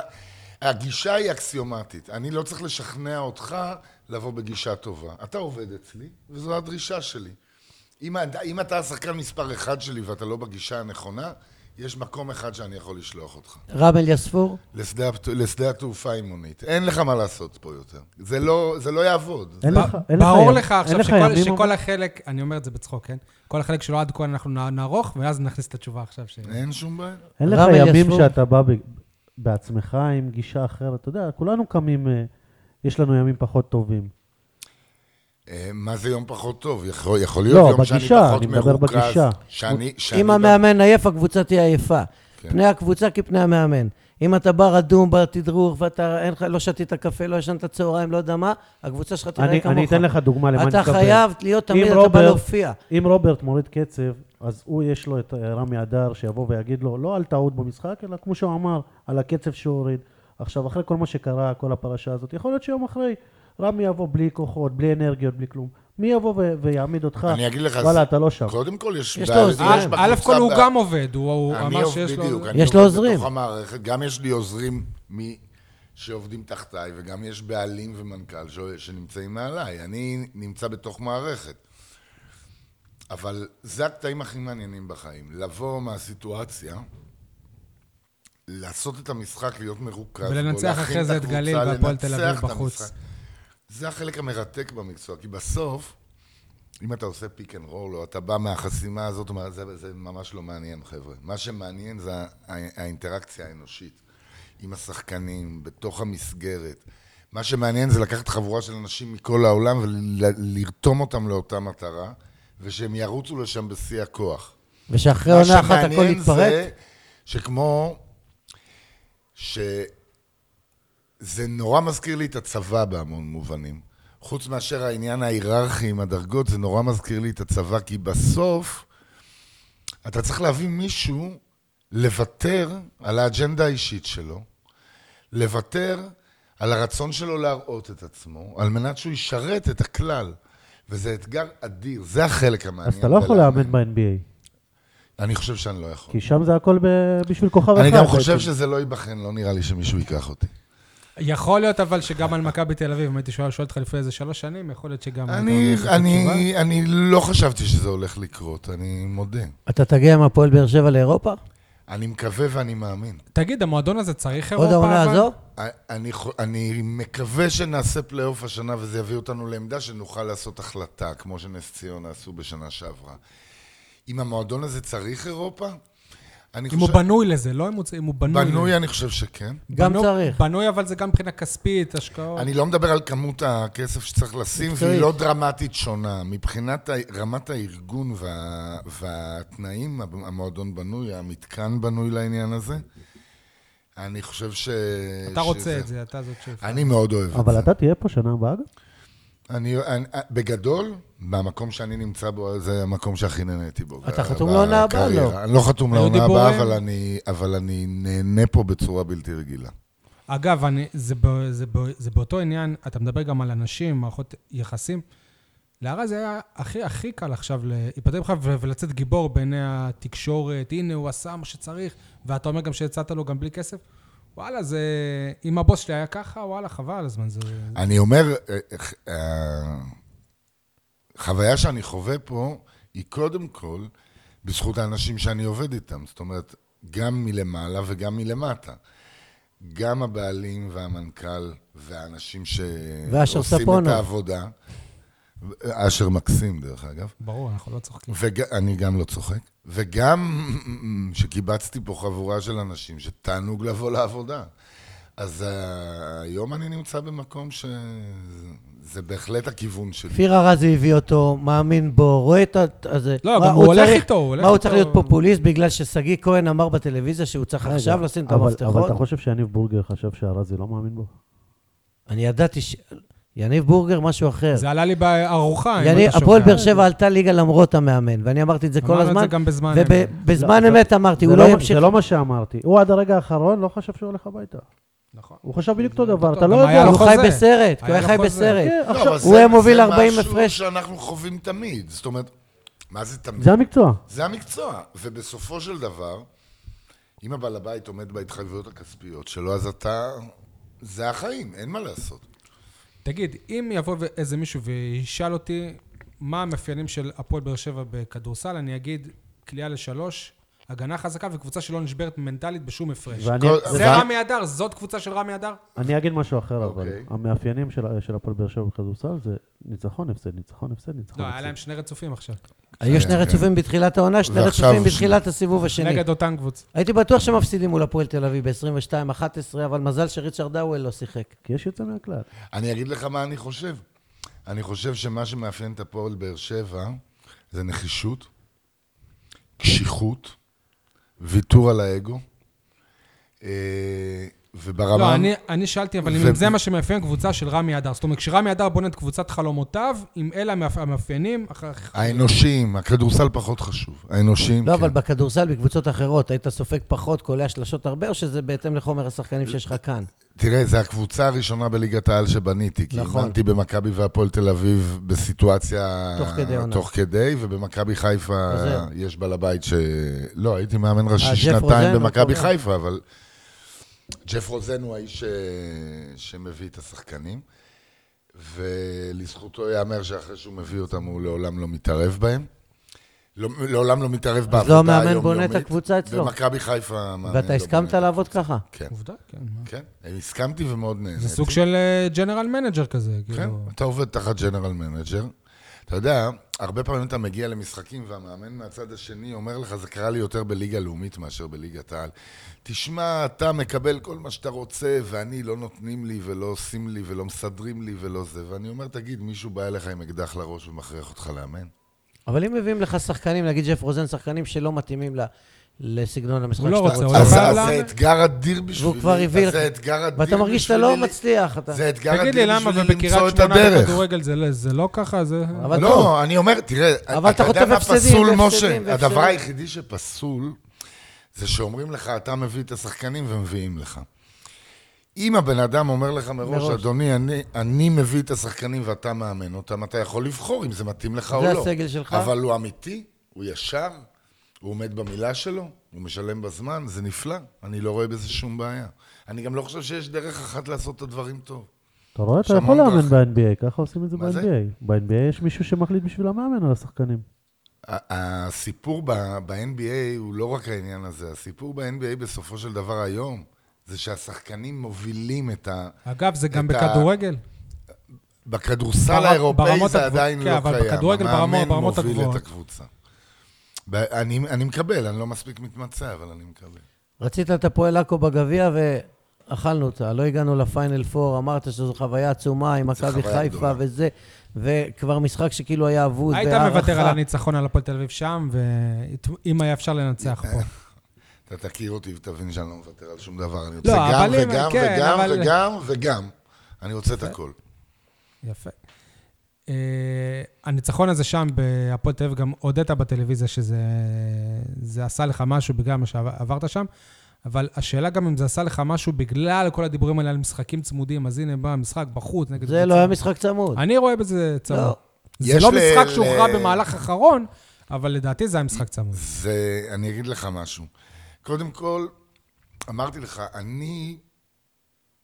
הגישה היא אקסיומטית, אני לא צריך לשכנע אותך לבוא בגישה טובה. אתה עובד אצלי, וזו הדרישה שלי. אם, אתה- אם אתה השחקן מספר אחד שלי ואתה לא בגישה הנכונה, יש מקום אחד שאני יכול לשלוח אותך.
רם אליספור?
לשדה, הפת- לשדה התעופה עם מונית. אין לך מה לעשות פה יותר. זה לא, זה לא יעבוד.
אין
זה-
לך- אין לך
ברור
ימים-
לך
אין
עכשיו
לך
שכל-
ימים,
שכל
אבל-
החלק, אני אומר את זה בצחוק, כן? כל החלק שלו עד כה אנחנו נע- נערוך, ואז נכניס את התשובה עכשיו. ש-
אין שום בעיה.
אין לך
רמי
ימים
ישבו.
שאתה בא ב- בעצמך עם גישה אחרת, אתה יודע, כולנו קמים, אה, יש לנו ימים פחות טובים.
אה, מה זה יום פחות טוב? יכול, יכול להיות
לא,
יום שאני
בגישה,
פחות
אני מדבר
מרוכז.
בגישה.
שאני, שאני
אם
ב-
המאמן עייף, הקבוצה תהיה עייפה.
כן.
פני הקבוצה כפני המאמן. אם אתה בא רדום בתדרוך ואתה אין לך, לא שתית קפה, לא ישנת צהריים, לא יודע מה, הקבוצה שלך תראה
אני,
כמוך.
אני אתן לך דוגמה למה אני
אתה
מתכוון.
חייב להיות
אם
תמיד, אתה בא
רוברט-
להופיע.
אם רוברט מוריד קצב, אז הוא יש לו את אה, רמי אדר שיבוא ויגיד לו, לא על טעות במשחק, אלא כמו שהוא אמר, על הקצב שהוא הוריד. עכשיו, אחרי כל מה שקרה, כל הפרשה הזאת, יכול להיות שיום אחרי, רמי יבוא בלי כוחות, בלי אנרגיות, בלי כלום. מי יבוא ו- ויעמיד אותך?
אני אגיד לך,
וואלה,
אז-
אתה לא שם.
קודם כל יש...
יש
בעיה-
לו עוזרים.
יש
א'
בקבוצה
כל הוא
בעיה.
גם עובד, הוא- הוא
אני
אמר
עובד-
שיש לו...
בדיוק, אני
יש לו
עובד
עוזרים.
בתוך המערכת, גם יש לי עוזרים מ... שעובדים תחתיי, וגם יש בעלים ומנכ"ל ש... שנמצאים מעליי. אני נמצא בתוך מערכת. אבל זה הקטעים הכי מעניינים בחיים. לבוא מהסיטואציה, לעשות את המשחק, להיות מרוכז. בו,
ולנצח
להכין
אחרי זה את
הקבוצה,
גליל והפועל תל
לנצח
אביב
את
בחוץ.
המשחק. זה החלק המרתק במקצוע, כי בסוף, אם אתה עושה פיק אנד רול, או אתה בא מהחסימה הזאת, או מה- זה, זה ממש לא מעניין, חבר'ה. מה שמעניין זה הא- האינטראקציה האנושית עם השחקנים, בתוך המסגרת. מה שמעניין זה לקחת חבורה של אנשים מכל העולם ולרתום אותם לאותה מטרה, ושהם ירוצו לשם בשיא הכוח.
ושאחרי
מה
עונה אחת הכל
שמעניין
יתפרק.
זה שכמו... ש... זה נורא מזכיר לי את הצבא בהמון מובנים. חוץ מאשר העניין ההיררכי עם הדרגות, זה נורא מזכיר לי את הצבא, כי בסוף אתה צריך להביא מישהו לוותר על האג'נדה האישית שלו, לוותר על הרצון שלו להראות את עצמו, על מנת שהוא ישרת את הכלל. וזה אתגר אדיר, זה החלק המעניין.
אז אתה לא יכול
בלאמן.
לאמן ב-NBA,
אני חושב שאני לא יכול.
כי שם זה הכל ב- בשביל כוכב אחד.
אני גם חושב
בעצם.
שזה לא ייבחן, לא נראה לי שמישהו ייקח אותי.
יכול להיות אבל שגם על מכבי תל אביב, אם הייתי שואל שואל אותך לפני איזה שלוש שנים, יכול להיות שגם... היית
אני,
אומר את התשובה.
אני, אני לא חשבתי שזה הולך לקרות, אני מודה.
אתה תגיע עם הפועל באר שבע לאירופה?
אני מקווה ואני מאמין.
תגיד, המועדון הזה צריך אירופה?
עוד העונה
אבל?
הזו?
אני, חו- אני מקווה שנעשה פלייאוף השנה וזה יביא אותנו לעמדה שנוכל לעשות החלטה, כמו שנס ציונה עשו בשנה שעברה. אם המועדון הזה צריך אירופה, אני
אם
חושב...
הוא בנוי לזה, לא אם הוא צ- אם הוא בנוי.
בנוי,
לזה.
אני חושב שכן.
גם
בנו-
צריך.
בנוי, אבל זה גם מבחינה כספית, השקעות.
אני לא מדבר על כמות הכסף שצריך לשים,
מקצועית.
והיא לא דרמטית שונה. מבחינת ה- רמת הארגון וה, והתנאים, המועדון בנוי, המתקן בנוי לעניין הזה, אני חושב ש...
אתה רוצה
לא שזה-
את זה, אתה זאת שאיפה.
אני מאוד אוהב את
אבל
זה.
אתה תהיה פה שנה הבאה גם?
אני, אני, בגדול, מהמקום שאני נמצא בו, זה המקום שהכי נהניתי בו.
אתה
ב-
חתום לעונה הבאה?
בקריירה.
לא.
אני לא חתום
היו
לעונה הבאה,
דיבורים?
אבל אני, אבל אני נהנה פה בצורה בלתי רגילה.
אגב, אני, זה, ב, זה, ב, זה באותו עניין, אתה מדבר גם על אנשים, מערכות יחסים. לארז זה היה הכי הכי קל עכשיו להיפטר ממך ו- ולצאת גיבור בעיני התקשורת, הנה הוא עשה מה שצריך, ואתה אומר גם שהצעת לו גם בלי כסף. וואלה, זה... אם הבוס שלי היה ככה, וואלה, חבל על הזמן. זה...
אני אומר, אה, אה, אה, החוויה שאני חווה פה היא קודם כל בזכות האנשים שאני עובד איתם. זאת אומרת, גם מלמעלה וגם מלמטה. גם הבעלים והמנכ"ל והאנשים
ואשר
שעושים את
ספונוב.
העבודה. אשר מקסים, דרך אגב.
ברור, אנחנו לא צוחקים.
ואני גם לא צוחק. וגם שקיבצתי פה חבורה של אנשים שתענוג לבוא לעבודה. אז אה, היום אני נמצא במקום ש- זה בהחלט הכיוון שלי.
כפיר ארזי הביא אותו, מאמין בו, רואה את ה- הזה.
לא,
מה
גם הוא הולך
צריך-
איתו, הוא הולך
מה, הוא
איתו.
צריך להיות פופוליסט בגלל ששגיא כהן אמר בטלוויזיה שהוא צריך עכשיו לשים את
אבל- אבל אתה
המפתחות?
חושב שיניב בורגר חשב שארזי לא מאמין בו?
אני ידעתי ש... יניב בורגר, משהו אחר.
זה עלה לי בארוחה, אם
יניב-
אתה שומע.
הפועל באר שבע עלתה ליגה למרות המאמן, ואני אמרתי את זה כל
אמרנו את
הזמן,
זה גם בזמן אמת.
ובזמן
לא,
אמת אמרתי,
זה
הוא לא
מה-
ימשיך.
זה לא מה שאמרתי. הוא עד הרגע האחרון לא חשב שהוא הולך הביתה.
נכון.
הוא חשב בדיוק אותו דבר, אתה
גם
לא
היה
יודע.
לו
הוא חי
חוזה.
בסרט, כי הוא
היה
היה
לו
חי
חוזה.
בסרט.
כן,
לא,
עכשיו-
אבל
הוא
זה-
היה מוביל 40
זה משהו
הפרש.
שאנחנו חווים תמיד. זאת אומרת, מה זה תמיד?
זה המקצוע.
זה המקצוע. ובסופו של דבר, אם הבעל הבית עומד בהתחייבויות הכספיות שלו, אז אתה... זה החיים, אין מה לעשות.
תגיד, אם יבוא ו- איזה מישהו וישאל אותי מה המאפיינים של הפועל באר שבע בכדורסל, אני אגיד כליאה לשלוש, הגנה חזקה וקבוצה שלא נשברת מנטלית בשום הפרש.
ואני-
כל-
זה-
זה
ו-
רמי אדר, זאת קבוצה של רמי לא, אדר?
אני אגיד משהו אחר, אבל
אוקיי.
המאפיינים של של הפועל באר שבע בכדורסל זה ניצחון, הפסד, ניצחון, הפסד, ניצחון.
לא, היה
הפסד.
להם שני רצופים עכשיו.
היו שני
כן.
רצופים בתחילת העונה, שני
ועכשיו
רצופים
שני.
בתחילת הסיבוב השני.
נגד אותן קבוצות.
הייתי בטוח שמפסידים מול הפועל תל אביב ב-22-11, אבל מזל שריצ'רד דאוול לא שיחק.
כי יש יוצא מהכלל.
אני אגיד לך מה אני חושב. אני חושב שמה שמאפיין את הפועל באר שבע זה נחישות, קשיחות, ויתור על האגו, אה, וברמה...
לא, אני, אני שאלתי, אבל
ו-
אם זה מה שמאפיין קבוצה של רמי אדר. זאת אומרת, כשרמי אדר בונה את קבוצת חלומותיו, אם אלה המאפ- המאפיינים, אחר
כן.
כך...
האנושיים, הכדורסל פחות חשוב. האנושיים,
לא,
כן.
אבל בכדורסל, בקבוצות אחרות, היית סופג פחות, קולע שלשות הרבה, או שזה בהתאם לחומר השחקנים
לא,
שיש לך כאן?
תראה, זו הקבוצה הראשונה בליגת העל שבניתי, כי
נכון.
אימנתי במכבי והפועל תל אביב בסיטואציה...
תוך כדי עונה.
תוך כדי, ובמכבי חיפה
עוזר.
יש בעל הבית ש... לא, הייתי מאמן ראשי
אה, ג'ף
שנתיים
רוזן, נכון.
במכבי
הוא
חיפה, אבל... ג'ף רוזן הוא האיש ש... שמביא את השחקנים, ולזכותו ייאמר שאחרי שהוא מביא אותם הוא לעולם לא מתערב בהם. לא, לעולם לא מתערב בעבודה
לא
היומיומית.
המאמן בונה את הקבוצה אצלו.
במכבי חיפה המאמן לא
ואתה
בונה
הסכמת
את הקבוצה.
לעבוד ככה?
כן.
עובדה, כן. מה?
כן, הסכמתי ומאוד נהניתי.
זה סוג של ג'נרל מנג'ר כזה,
כן,
כאילו.
אתה עובד תחת ג'נרל מנג'ר. אתה יודע, הרבה פעמים אתה מגיע למשחקים והמאמן מהצד השני אומר לך, זה קרה לי יותר בליגה לאומית מאשר בליגת העל. תשמע, אתה מקבל כל מה שאתה רוצה, ואני לא נותנים לי ולא עושים לי ולא מסדרים לי ולא זה. ואני אומר, תגיד, מישהו בא אליך עם אקדח לראש ומכריח אותך לאמן?
אבל אם מביאים לך שחקנים, נגיד ג'ף רוזן, שחקנים שלא מתאימים ל- לסגנון המשחק
לא רוצה, הוא
אז
לא
זה-
לאמן.
זה אתגר אדיר
והוא
בשבילי.
כבר הביא לך.
זה אתגר אדיר
ואתה מרגיש שאתה לא
בשבילי.
מצליח. אתה-
זה אתגר
תגיד לי
אדיר
למה
בשבילי למצוא
ובקריית
את
שמונה
הדרך.
בכדורגל זה לא- זה לא ככה, זה...
אבל טוב,
לא, אני אומר, תראה,
אבל אתה
יודע
חוטף
מה
הפסדים
פסול,
והפסדים
משה?
והפסדים.
הדבר היחידי שפסול זה שאומרים לך, אתה מביא את השחקנים ומביאים לך. אם הבן אדם אומר לך מראש,
מראש.
אדוני, אני, אני מביא את השחקנים ואתה מאמן אותם, אתה יכול לבחור אם זה מתאים לך
זה
או לא.
הסגל שלך?
אבל הוא אמיתי, הוא ישר, הוא עומד במילה שלו, הוא משלם בזמן, זה נפלא, אני לא רואה בזה שום בעיה. אני גם לא חושב שיש דרך אחת לעשות את הדברים טוב.
אתה רואה, אתה
שמעון
יכול לאמן
ברכה.
ב-NBA, ככה עושים את זה
מה זה?
ב-NBA. ב-NBA יש מישהו שמחליט בשביל המאמן על השחקנים.
ה- הסיפור ב- ב-NBA הוא לא רק העניין הזה, הסיפור ב-NBA בסופו של דבר היום, זה שהשחקנים מובילים את ה...
אגב, זה גם
את ה-
בכדורגל.
בכדורסל
בר-
האירופאי
ברמות
זה
הגבוה-
עדיין
כן,
לא
אבל
קיים.
בכדורגל ברמות-
המאמן
ברמות
מוביל את
הגבוהות.
הקבוצה. ב- אני, אני מקבל, אני לא מספיק מתמצא, אבל אני מקבל.
רצית את הפועל עכו בגביע ואכלנו אותה, לא הגענו לפיינל פור, אמרת שזו חוויה עצומה עם
זו
מכבי
חוויה
חיפה
גדולה.
וזה, וכבר משחק שכאילו היה אבוד,
היית
והערכה.
מוותר על הניצחון על הפועל תל אביב שם, ואם היה אפשר לנצח פה.
אתה תכיר אותי ותבין שאני לא מוותר על שום דבר. אני רוצה
לא,
גם
אבל אם-
וגם
כן,
וגם
אבל-
וגם וגם. אני רוצה את הכל.
יפה. Uh, הניצחון הזה שם בהפועל תל אביב, גם הודית בטלוויזיה שזה זה עשה לך משהו בגלל מה שעברת שם, אבל השאלה גם אם זה עשה לך משהו בגלל כל הדיבורים האלה על משחקים צמודים, אז הנה בא משחק בחוץ נגד...
זה לא היה משחק צמוד.
אני רואה בזה צמוד.
לא.
זה
יש
לא
ל-
משחק
ל-
שהוכרע במהלך אחרון, אבל לדעתי זה היה משחק צמוד.
זה, אני אגיד לך משהו. קודם כל, אמרתי לך, אני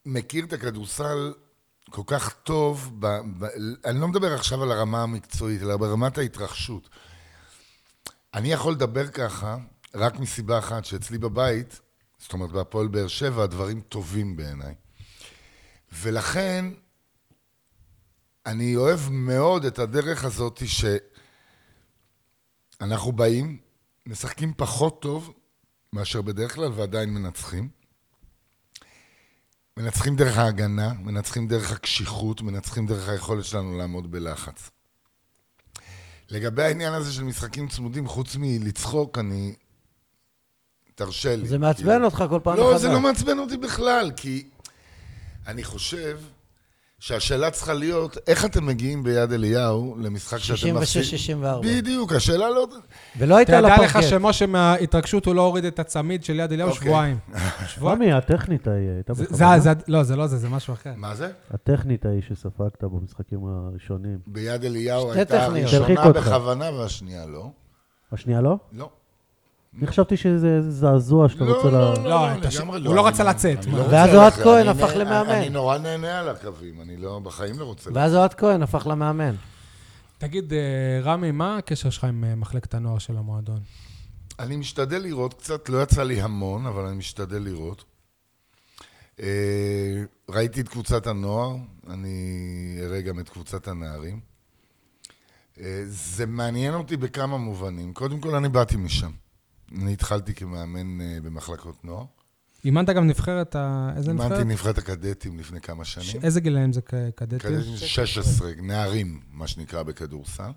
מכיר את הכדורסל כל כך טוב, ב, ב, אני לא מדבר עכשיו על הרמה המקצועית, אלא ברמת ההתרחשות. אני יכול לדבר ככה רק מסיבה אחת, שאצלי בבית, זאת אומרת בהפועל באר שבע, הדברים טובים בעיניי. ולכן, אני אוהב מאוד את הדרך הזאת ש... אנחנו באים, משחקים פחות טוב מאשר בדרך כלל, ועדיין מנצחים. מנצחים דרך ההגנה, מנצחים דרך הקשיחות, מנצחים דרך היכולת שלנו לעמוד בלחץ. לגבי העניין הזה של משחקים צמודים, חוץ מלצחוק, אני... תרשה לי.
זה מעצבן
כאילו.
אותך כל פעם
לא,
מחדש.
זה לא מעצבן אותי בכלל, כי אני חושב שהשאלה צריכה להיות, איך אתם מגיעים ביד אליהו למשחק שאתם
66-64.
בדיוק, השאלה לא...
ולא היית על
תדע לך
הפרקט.
שמשה מההתרגשות הוא לא הוריד את הצמיד של יד אליהו
אוקיי.
שבועיים.
לא
שבועיים?
רמי, הטכנית ההיא הייתה
זה-
בכוונה?
זה, זה- לא, זה לא זה, זה משהו אחר.
מה זה?
הטכנית ההיא שספגת במשחקים הראשונים.
ביד אליהו
שתי
הייתה
טכניות.
תרחיק
הראשונה
אותך.
בכוונה והשנייה לא.
השנייה לא?
לא.
אני חשבתי שזה זה זעזוע שאתה רוצה ל...
לא, את הש-
לגמרי
הוא לא רצה
אני-
לצאת.
אני
מה?
לא רוצה
ואז
ללכת.
אוהד כהן
אני
הפך
לא-
נה-
למאמן.
אני נורא נהנה על הקווים, אני לא, בחיים לא רוצה.
ואז אוהד כהן הפך למאמן.
תגיד, אה, רמי, מה הקשר שלך עם אה, מחלקת הנוער של המועדון?
אני משתדל לראות קצת, לא יצא לי המון, אבל אני משתדל לראות. אה, ראיתי את קבוצת הנוער, אני אראה גם את קבוצת הנערים. אה, זה מעניין אותי בכמה מובנים. קודם כל, אני באתי משם. אני התחלתי כמאמן אה, במחלקות נוער.
אימנת גם נבחרת, ה- איזה
אימנתי
נבחרת?
נבחרת הקדטים לפני כמה
ש-
שנים.
איזה גילאים זה כ- קדטים?
קדטים
כן.
16, נערים, מה שנקרא בכדורסל.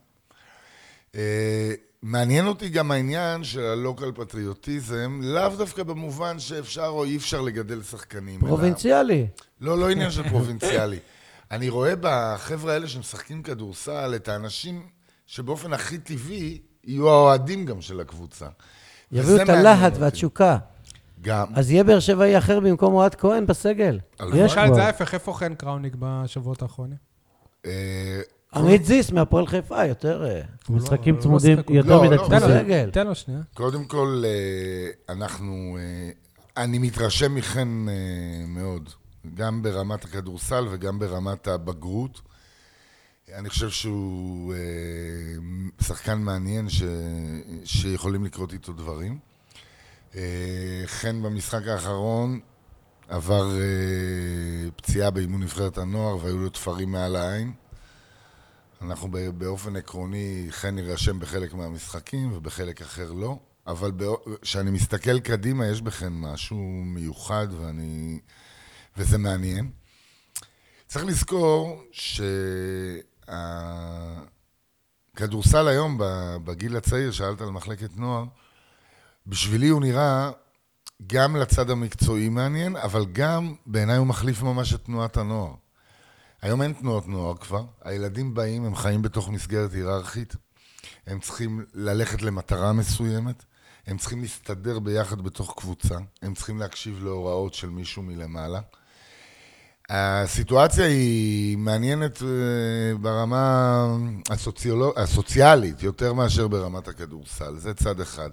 אה, מעניין אותי גם העניין של הלוקל פטריוטיזם, לאו דווקא במובן שאפשר או אי אפשר לגדל שחקנים. אלא-
פרובינציאלי.
לא, לא עניין של פרובינציאלי. אני רואה בחבר'ה האלה שמשחקים כדורסל את האנשים שבאופן הכי טבעי יהיו האוהדים גם של הקבוצה.
יביאו
וזה
את
מעניין
הלהט
אותי.
והתשוקה.
גם.
אז יהיה באר שבעי אחר במקום אוהד כהן בסגל.
הלוואי.
יש-
תשאל את
כבר.
זה ההפך, איפה חן קראוניק בשבועות האחרונים?
אה,
עמית זיס מהפועל חיפה, יותר... אה,
משחקים
לא
צמודים
שיחק.
יותר
לא,
מדי
לא.
תן
צמודים.
בסגל.
לו, תן לו שנייה.
קודם כל, אה, אנחנו... אה, אני מתרשם מכן אה, מאוד, גם ברמת הכדורסל וגם ברמת הבגרות. אני חושב שהוא אה, שחקן מעניין ש, שיכולים לקרות איתו דברים. אה, חן במשחק האחרון עבר אה, פציעה באימון נבחרת הנוער והיו לו תפרים מעל העין. אנחנו ב- באופן עקרוני, חן יירשם בחלק מהמשחקים ובחלק אחר לא, אבל באו- כשאני מסתכל קדימה, יש בכן משהו מיוחד ואני... וזה מעניין. צריך לזכור שהכדורסל היום, ב- בגיל הצעיר, שאלת על מחלקת נוער, בשבילי הוא נראה גם לצד המקצועי מעניין, אבל גם בעיניי הוא מחליף ממש את תנועת הנוער. היום אין תנועות נוער כבר, הילדים באים, הם חיים בתוך מסגרת היררכית, הם צריכים ללכת למטרה מסוימת, הם צריכים להסתדר ביחד בתוך קבוצה, הם צריכים להקשיב להוראות של מישהו מלמעלה. הסיטואציה היא מעניינת אה, ברמה הסוציולוג... הסוציאלית יותר מאשר ברמת הכדורסל, זה צד אחד.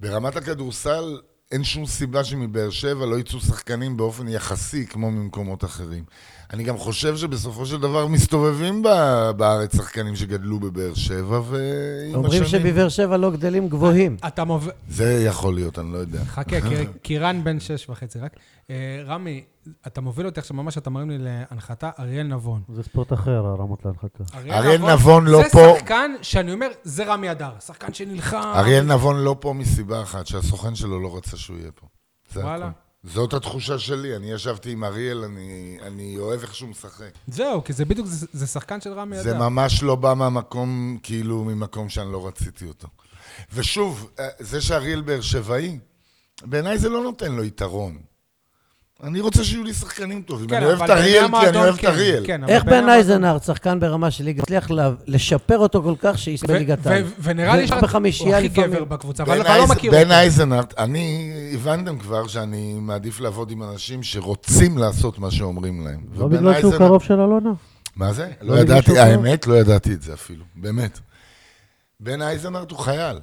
ברמת הכדורסל אין שום סיבה שמבאר שבע לא יצאו שחקנים באופן יחסי כמו ממקומות אחרים. אני גם חושב שבסופו של דבר מסתובבים ב- בארץ שחקנים שגדלו בבאר שבע ועם
אומרים שבבאר שבע לא גדלים גבוהים.
אתה מוביל...
זה יכול להיות, אני לא יודע.
חכה, קיר- קירן בן שש וחצי רק. אה, רמי, אתה מוביל אותי עכשיו ממש, אתה מרים לי להנחתה, אריאל נבון.
זה ספורט אחר, הרמות להנחתה.
אריאל נבון לא פה.
זה שחקן שאני אומר, זה רמי אדר. שחקן שנלחם.
אריאל נבון לא פה מסיבה אחת, שהסוכן שלו לא רצה שהוא יהיה פה. זה
וואלה.
הכל. זאת התחושה שלי, אני ישבתי עם אריאל, אני, אני אוהב איך שהוא משחק.
זהו, כי זה בדיוק, זה זה שחקן של רמי
זה
אדר.
ממש לא בא מהמקום, כאילו, ממקום שאני לא רציתי אותו. ושוב, אה, זה שאריאל באר שבעי, בעיניי זה לא נותן לו יתרון. אני רוצה שיהו לי שחקנים טובים.
כן,
אני אוהב
אבל
את אריאל
בעיני
כי אני
המועדון
אוהב את
כן,
אריאל.
כן, אבל
איך
בעיני
בן אייזנהארד, שחקן ברמה של ליגה, הצליח ל- לשפר אותו כל כך
ו-
שיסבל ליגת
ו-
העל?
ו- ונראה לי
זה
שאתה הוא
בחמישייה
הכי
לפעמים.
גבר בקבוצה, אבל
בן
אתה לא
אייז-
מכיר
בן
אותו.
אייזנאט, אני, הבנתם כבר שאני מעדיף לעבוד עם אנשים שרוצים לעשות מה שאומרים להם.
לא
ובן
בגלל שהוא
אייזנאט-
קרוב של אלונה.
מה זה?
לא
לא
בגלל
ידעתי,
שהוא קרוב.
האמת, לא ידעתי את זה אפילו, באמת. בן אייזנארט הוא חייל.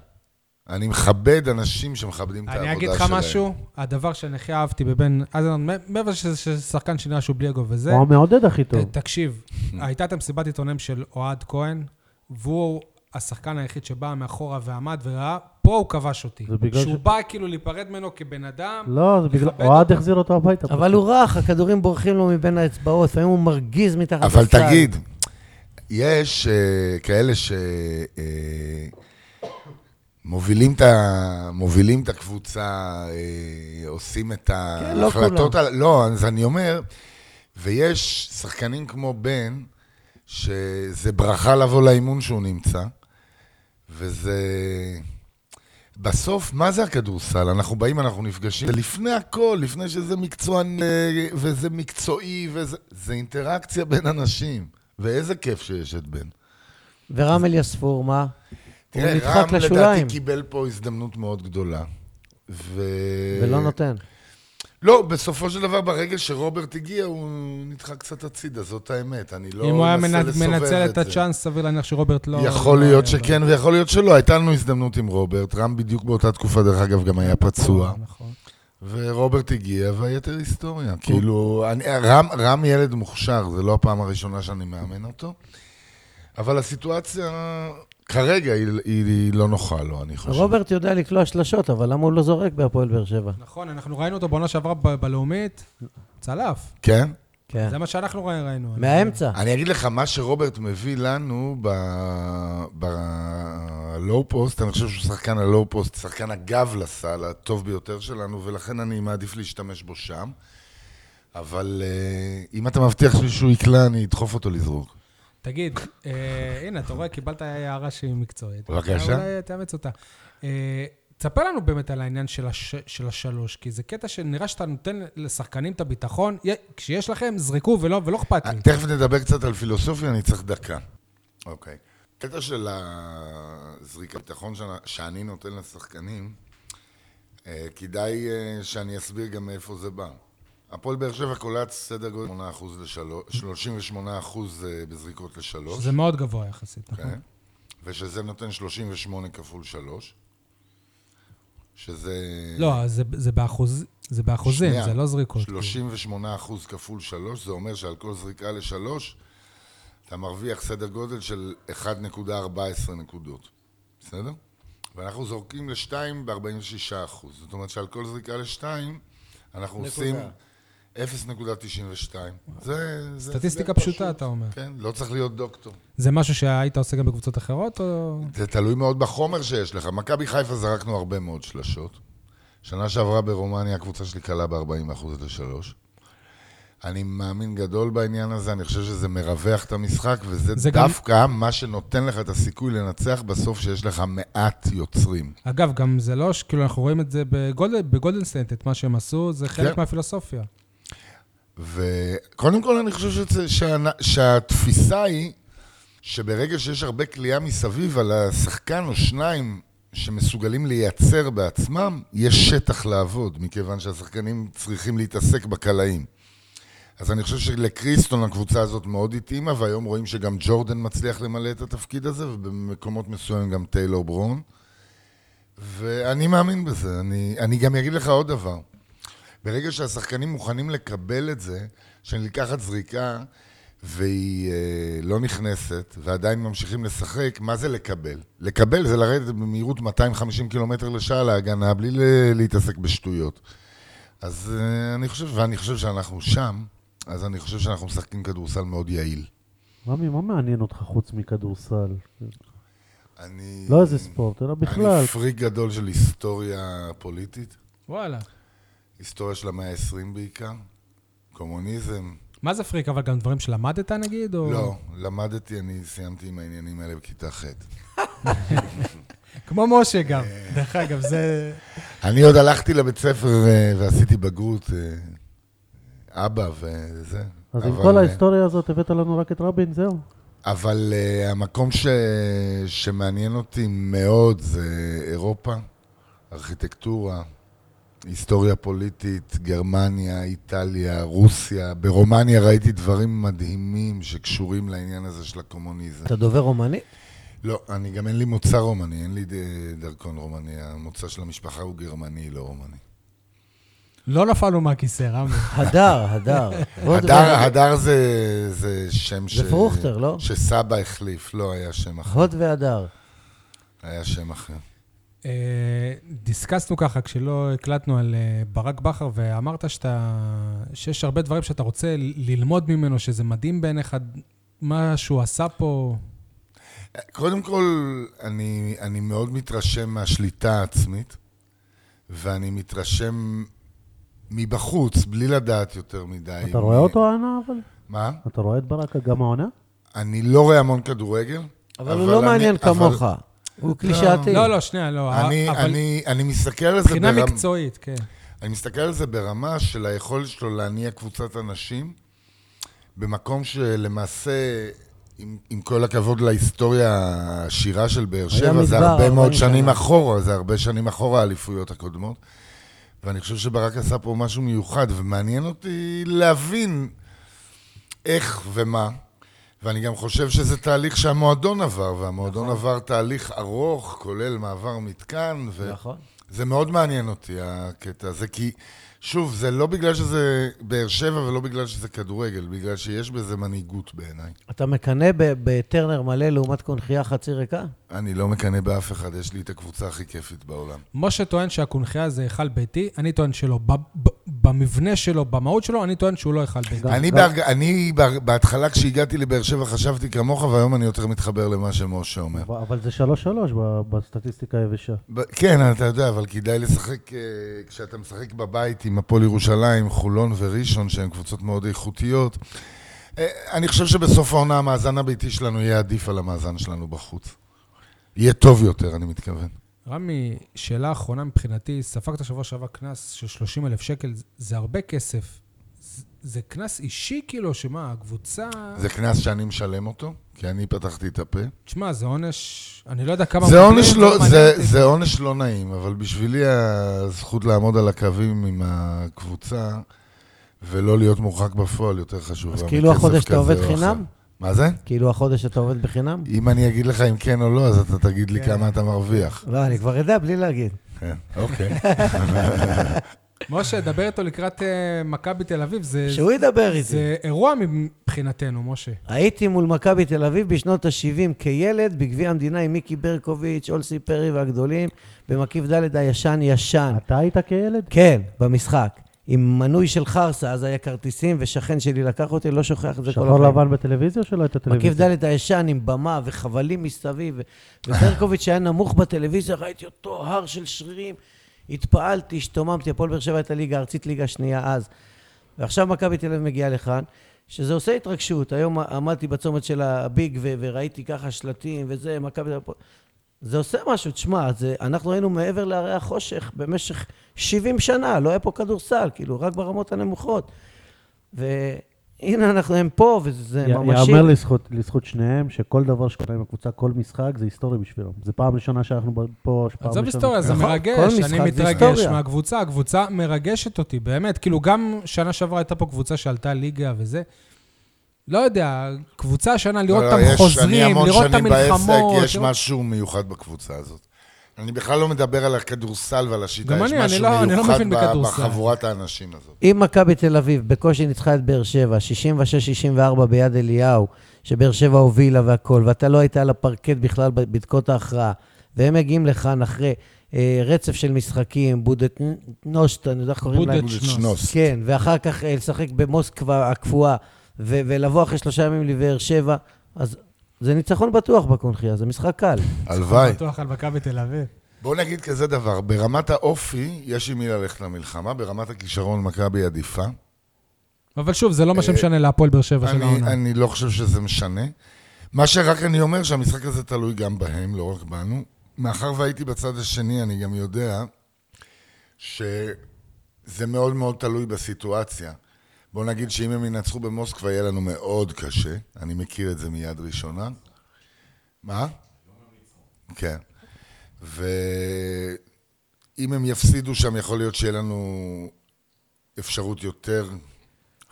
אני מכבד אנשים שמכבדים את העבודה
אני
שלהם.
אגיד לך משהו, הדבר שאני הכי אהבתי בבן אייזנהארד, מעבר שזה שזה שחקן שנראה שהוא בלי אגו וזה,
הוא המעודד הכי טוב.
ת- תקשיב, הייתה את המסיבת עיתונאים של אוהד כהן, והוא השחקן היחיד שבא מאחורה ועמד וראה, פה הוא כבש אותי.
זה בגלל
שהוא
ש-
בא כאילו להיפרד ממנו כבן אדם,
לא, זה בגלל...
לכבד
אוהד
אותו.
החזיר אותו הביתה.
אבל הוא רך, הכדורים בורחים לו מבין האצבעות, לפעמים הוא מרגיז מתחת לסל.
אבל תגיד, יש אה, כאלה ש... אה, מובילים את, ה... מובילים את הקבוצה, אה, עושים את
כן, לא
ההחלטות...
כולם.
על... לא, אז אני אומר, ויש שחקנים כמו בן, שזה ברכה לבוא לאימון שהוא נמצא, וזה... בסוף, מה זה הכדורסל? אנחנו באים, אנחנו נפגשים, זה לפני הכל, לפני שזה מקצוען אה, וזה מקצועי, וזה... זה אינטראקציה בין אנשים, ואיזה כיף שיש את בן.
ורם אליספור, מה? הוא
תראה,
נדחק
רם
לשוליים,
לדעתי קיבל פה הזדמנות מאוד גדולה. ו...
ולא נותן.
לא, בסופו של דבר, ברגע שרוברט הגיע, הוא נדחק קצת הצידה, זאת האמת. אני לא
אם הוא היה
מנסה
מנ-
לסובב
מנצל את
זה.
הצ'אנס, סביר להניח שרוברט לא...
יכול
לא
להיות
היה-
שכן ויכול להיות שלא. הייתה לנו הזדמנות עם רוברט. רם בדיוק באותה תקופה, דרך אגב, גם היה פצוע.
נכון.
ורוברט הגיע, והיתר היסטוריה. כאילו, אני, רם, רם ילד מוכשר, זה לא הפעם הראשונה שאני מאמן אותו. אבל הסיטואציה כרגע היא, היא, היא לא נוחה לו, אני חושב.
רוברט יודע לקלוע שלשות, אבל למה הוא לא זורק בהפועל באר שבע?
נכון, אנחנו ראינו אותו בעונה שעברה ב- בלאומית, צלף.
כן?
כן.
זה מה שאנחנו רא- ראינו.
מהאמצע.
אני אגיד לך, מה שרוברט מביא לנו ב- ב- הלואו פוסט, אני חושב שהוא שחקן הלואו פוסט, שחקן הגב לסל, הטוב ביותר שלנו, ולכן אני מעדיף להשתמש בו שם. אבל אה, אם אתה מבטיח שמישהו יקלע, אני אדחוף אותו לזרוק.
תגיד, אה, הנה, אתה רואה, קיבלת הערה שהיא מקצועית.
בבקשה.
אולי תאמץ אותה. אה, תספר לנו באמת על העניין של, הש, של השלוש, כי זה קטע שנראה שאתה נותן לשחקנים את הביטחון. יה- כשיש לכם, זרקו ולא ולא אכפת לי.
אה, תכף נדבר קצת על פילוסופיה, אני צריך דקה. אוקיי. קטע של הזריקת ביטחון שאני- שאני נותן לשחקנים, אה, כדאי אה, שאני אסביר גם מאיפה זה בא. הפועל באר שבע קולט סדר גודל 8% לשלוש, 38% אה, בזריקות לשלוש.
שזה מאוד גבוה יחסית, נכון?
כן. ושזה נותן 38 כפול 3, שזה...
לא, אז זה, זה, באחוז, זה באחוזים,
שנייה.
זה לא זריקות.
38 אחוז כפול 3, זה אומר שעל כל זריקה לשלוש, אתה מרוויח סדר גודל של 1.14 נקודות, בסדר? ואנחנו זורקים לשתיים ב-46 אחוז. זאת אומרת שעל כל זריקה לשתיים, אנחנו עושים 0.92. זה... זה
סטטיסטיקה
הסבר
פשוטה,
פשוט.
אתה אומר.
כן, לא צריך להיות דוקטור.
זה משהו שהיית עושה גם בקבוצות אחרות, או...
זה תלוי מאוד בחומר שיש לך. מכבי חיפה זרקנו הרבה מאוד שלשות. שנה שעברה ברומניה הקבוצה שלי קלה ב-40% לשלוש. אני מאמין גדול בעניין הזה, אני חושב שזה מרווח את המשחק,
זה
וזה
גם-
דווקא גם... מה שנותן לך את הסיכוי לנצח בסוף שיש לך מעט יוצרים.
אגב, גם זה לא, ש- כאילו, אנחנו רואים את זה בגולד- בגולדנסטיינט, את מה שהם עשו, זה חלק
כן.
מהפילוסופיה.
וקודם כל אני חושב שזה, שהנ... שהתפיסה היא שברגע שיש הרבה כליאה מסביב על השחקן או שניים שמסוגלים לייצר בעצמם, יש שטח לעבוד, מכיוון שהשחקנים צריכים להתעסק בקלעים. אז אני חושב שלקריסטון הקבוצה הזאת מאוד התאימה, והיום רואים שגם ג'ורדן מצליח למלא את התפקיד הזה, ובמקומות מסוימים גם טיילור ברון. ואני מאמין בזה. אני, אני גם אגיד לך עוד דבר. ברגע שהשחקנים מוכנים לקבל את זה, שנלקחת זריקה והיא אה, לא נכנסת, ועדיין ממשיכים לשחק, מה זה לקבל? לקבל זה לרדת במהירות 250 קילומטר לשעה להגנה, בלי ל- להתעסק בשטויות. אז אה, אני חושב, ואני חושב שאנחנו שם, אז אני חושב שאנחנו משחקים כדורסל מאוד יעיל.
רמי, מה מעניין אותך חוץ מכדורסל?
אני...
לא איזה ספורט, אלא בכלל.
אני פריק גדול של היסטוריה פוליטית,
וואלה.
היסטוריה של המאה ה-20 בעיקר, קומוניזם,
מה זה פריק, אבל גם דברים שלמדת נגיד, או...
לא, למדתי, אני סיימתי עם העניינים האלה בכיתה ח'.
כמו משה גם. דרך אגב, זה...
אני עוד הלכתי לבית ספר אה, ועשיתי בגרות, אה, אבא וזה.
אז עם
אבל,
כל
אה,
ההיסטוריה הזאת הבאת לנו רק את רבין, זהו.
אבל אה, המקום ש... שמעניין אותי מאוד זה אירופה, ארכיטקטורה, היסטוריה פוליטית, גרמניה, איטליה, רוסיה. ברומניה ראיתי דברים מדהימים שקשורים לעניין הזה של הקומוניזם.
אתה דובר רומנית?
לא, אני גם אין לי מוצא רומני, אין לי ד- דרכון רומני. המוצא של המשפחה הוא גרמני, לא רומני.
לא נפלנו מהכיסא, רמי.
הדר, הדר. בוא נדבר
הדר,
על-
הדר זה, זה שם ש...
זה פרוכטר, לא?
שסבא החליף, לא, היה שם אחר.
הוד והדר.
היה שם אחר.
אה, דיסקסנו ככה כשלא הקלטנו על אה, ברק בכר, ואמרת שאתה... שיש הרבה דברים שאתה רוצה ל- ללמוד ממנו, שזה מדהים בעיניך, מה שהוא עשה פה.
קודם כל, אני, אני מאוד מתרשם מהשליטה העצמית, ואני מתרשם מבחוץ, בלי לדעת יותר מדי.
אתה רואה אותו העונה, אבל?
מה?
אתה רואה את ברק גם העונה?
אני לא רואה המון כדורגל.
אבל הוא לא
אני-
מעניין
אבל
כמוך. הוא קלישאתי.
לא, לא, שנייה, לא.
אני,
אבל
אני, אני מסתכל על זה
מבחינה
ברמ-
מקצועית, כן.
אני מסתכל על זה ברמה של היכולת שלו להניע קבוצת אנשים, במקום שלמעשה, עם, עם כל הכבוד להיסטוריה העשירה של באר שבע, זה
מדבר,
הרבה מאוד
40
שנים
שנה.
אחורה, זה הרבה שנים אחורה האליפויות הקודמות. ואני חושב שברק עשה פה משהו מיוחד, ומעניין אותי להבין איך ומה. ואני גם חושב שזה תהליך שהמועדון עבר, והמועדון נכון. עבר תהליך ארוך, כולל מעבר מתקן, ו...
נכון.
זה מאוד מעניין אותי, הקטע הזה, כי, שוב, זה לא בגלל שזה באר שבע ולא בגלל שזה כדורגל, בגלל שיש בזה מנהיגות בעיניי.
אתה מקנא ב- בטרנר מלא לעומת קונכייה חצי ריקה?
אני לא מקנא באף אחד, יש לי את הקבוצה הכי כיפית בעולם.
משה טוען שהקונכייה זה היכל ביתי, אני טוען שלא. ב- ב- במבנה שלו, במהות שלו, אני טוען שהוא לא היכל בן.
אני,
גם-
בהרג... אני בה- בהתחלה כשהגעתי לבאר שבע חשבתי כמוך, והיום אני יותר מתחבר למה שמשה אומר.
אבל- אבל זה 3-3 ב- בסטטיסטיקה היבשה.
ב- כן, אתה יודע, אבל כדאי לשחק, אה, כשאתה משחק בבית עם הפועל ירושלים, חולון וראשון, שהן קבוצות מאוד איכותיות. אה, אני חושב שבסוף העונה המאזן הביתי שלנו יהיה עדיף על המאזן שלנו בחוץ. יהיה טוב יותר, אני מתכוון.
רמי, שאלה אחרונה מבחינתי, ספגת שבוע שעבר קנס של 30 אלף שקל, זה הרבה כסף. זה- זה קנס אישי כאילו, שמה, הקבוצה...
זה קנס שאני משלם אותו, כי אני פתחתי את הפה.
תשמע, זה עונש, אני לא יודע כמה...
זה
מקבלים,
עונש
לא
לא-
מעניין
זה-
אותי.
זה עונש לא נעים, אבל בשבילי הזכות לעמוד על הקווים עם הקבוצה ולא להיות מורחק בפועל יותר חשובה.
אז כאילו
מכסף
החודש אתה
לא כזה
עובד
או אחר.
חינם?
מה זה?
כאילו החודש אתה עובד בחינם?
אם אני אגיד לך אם כן או לא, אז אתה תגיד לי כמה אתה מרוויח.
לא, אני כבר אדע בלי להגיד.
כן, אוקיי.
משה, דבר איתו לקראת אה, מכבי תל אביב, זה...
שהוא ידבר איתי.
זה אירוע מבחינתנו, משה.
הייתי מול מכבי תל אביב בשנות ה-70 כילד בגביע המדינה עם מיקי ברקוביץ', אולסי פרי והגדולים, במקיף ד' הישן ישן.
אתה היית כילד?
כן, במשחק. עם מנוי של חרסה, אז היה כרטיסים, ושכן שלי לקח אותי, לא שוכח את זה כל
שחור לבן בטלוויזיה או שלא הייתה
מקיף
טלוויזיה?
ד' הישן עם במה וחבלים מסביב, ו- וברקוביץ' שהיה נמוך בטלוויזיה, ראיתי אותו הר של שרירים, התפעלתי, השתוממתי, הפועל באר שבע הייתה ליגה ארצית, ליגה שנייה אז. ועכשיו מכבי תל אביב מגיעה לכאן, שזה עושה התרגשות. היום עמדתי בצומת של הביג ו- וראיתי ככה שלטים וזה, מכבי תל אביב... פה. זה עושה משהו, תשמע, זה, אנחנו היינו מעבר להרי החושך במשך 70 שנה, לא היה פה כדורסל, כאילו, רק ברמות הנמוכות. והנה אנחנו, הם פה, וזה
י-
ממשי.
יאמר לזכות- לזכות שניהם שכל דבר שקורה עם הקבוצה, כל משחק, זה היסטורי בשבילם. זה פעם ראשונה שאנחנו ב- פה, פעם
עזוב
ראשונה.
היסטוריה, זה
נכון, כל
מרגש,
משחק
אני
זה
מתרגש
היסטוריה.
מהקבוצה, הקבוצה מרגשת אותי, באמת. כאילו, גם שנה שעברה הייתה פה קבוצה שעלתה ליגה וזה. לא יודע, קבוצה השנה, לראות
לא,
אותם
יש- אני
חוזרים,
המון
לראות את
שנים
המלחמות.
בעסק, יש
לראות-
משהו מיוחד בקבוצה הזאת. אני בכלל לא מדבר על הכדורסל ועל השיטה,
גם
יש
אני, אני
משהו
לא- אני לא
מיוחד
מבין
ב-
בכדורסל.
בחבורת האנשים הזאת.
אם מכבי תל אביב בקושי ניצחה את באר שבע, 66-64 ביד אליהו, שבאר שבע הובילה והכול, ואתה לא היית על הפרקט בכלל בבדקות ההכרעה, והם מגיעים לכאן אחרי אה, רצף של משחקים, בודטנושט, אני יודע איך קוראים להם.
בודדשנוס.
כן, ואחר כך אה, לשחק במוסקבה הקפואה, ו- ולבוא אחרי שלושה ימים לבאר שבע, אז זה ניצחון בטוח בקונחייה, זה משחק קל.
הלוואי.
בטוח על מכבי תל אביב.
בוא נגיד כזה דבר, ברמת האופי יש עם מי ללכת למלחמה, ברמת הכישרון מכבי עדיפה.
אבל שוב, זה לא מה שמשנה להפועל באר שבע של
אה, אני,
העונה.
אני לא חושב שזה משנה. מה שרק אני אומר, שהמשחק הזה תלוי גם בהם, לא רק בנו. מאחר והייתי בצד השני, אני גם יודע שזה מאוד מאוד תלוי בסיטואציה. בוא נגיד שאם הם ינצחו במוסקבה, יהיה לנו מאוד קשה. אני מכיר את זה מיד ראשונה. מה? כן. ואם הם יפסידו שם, יכול להיות שיהיה לנו אפשרות יותר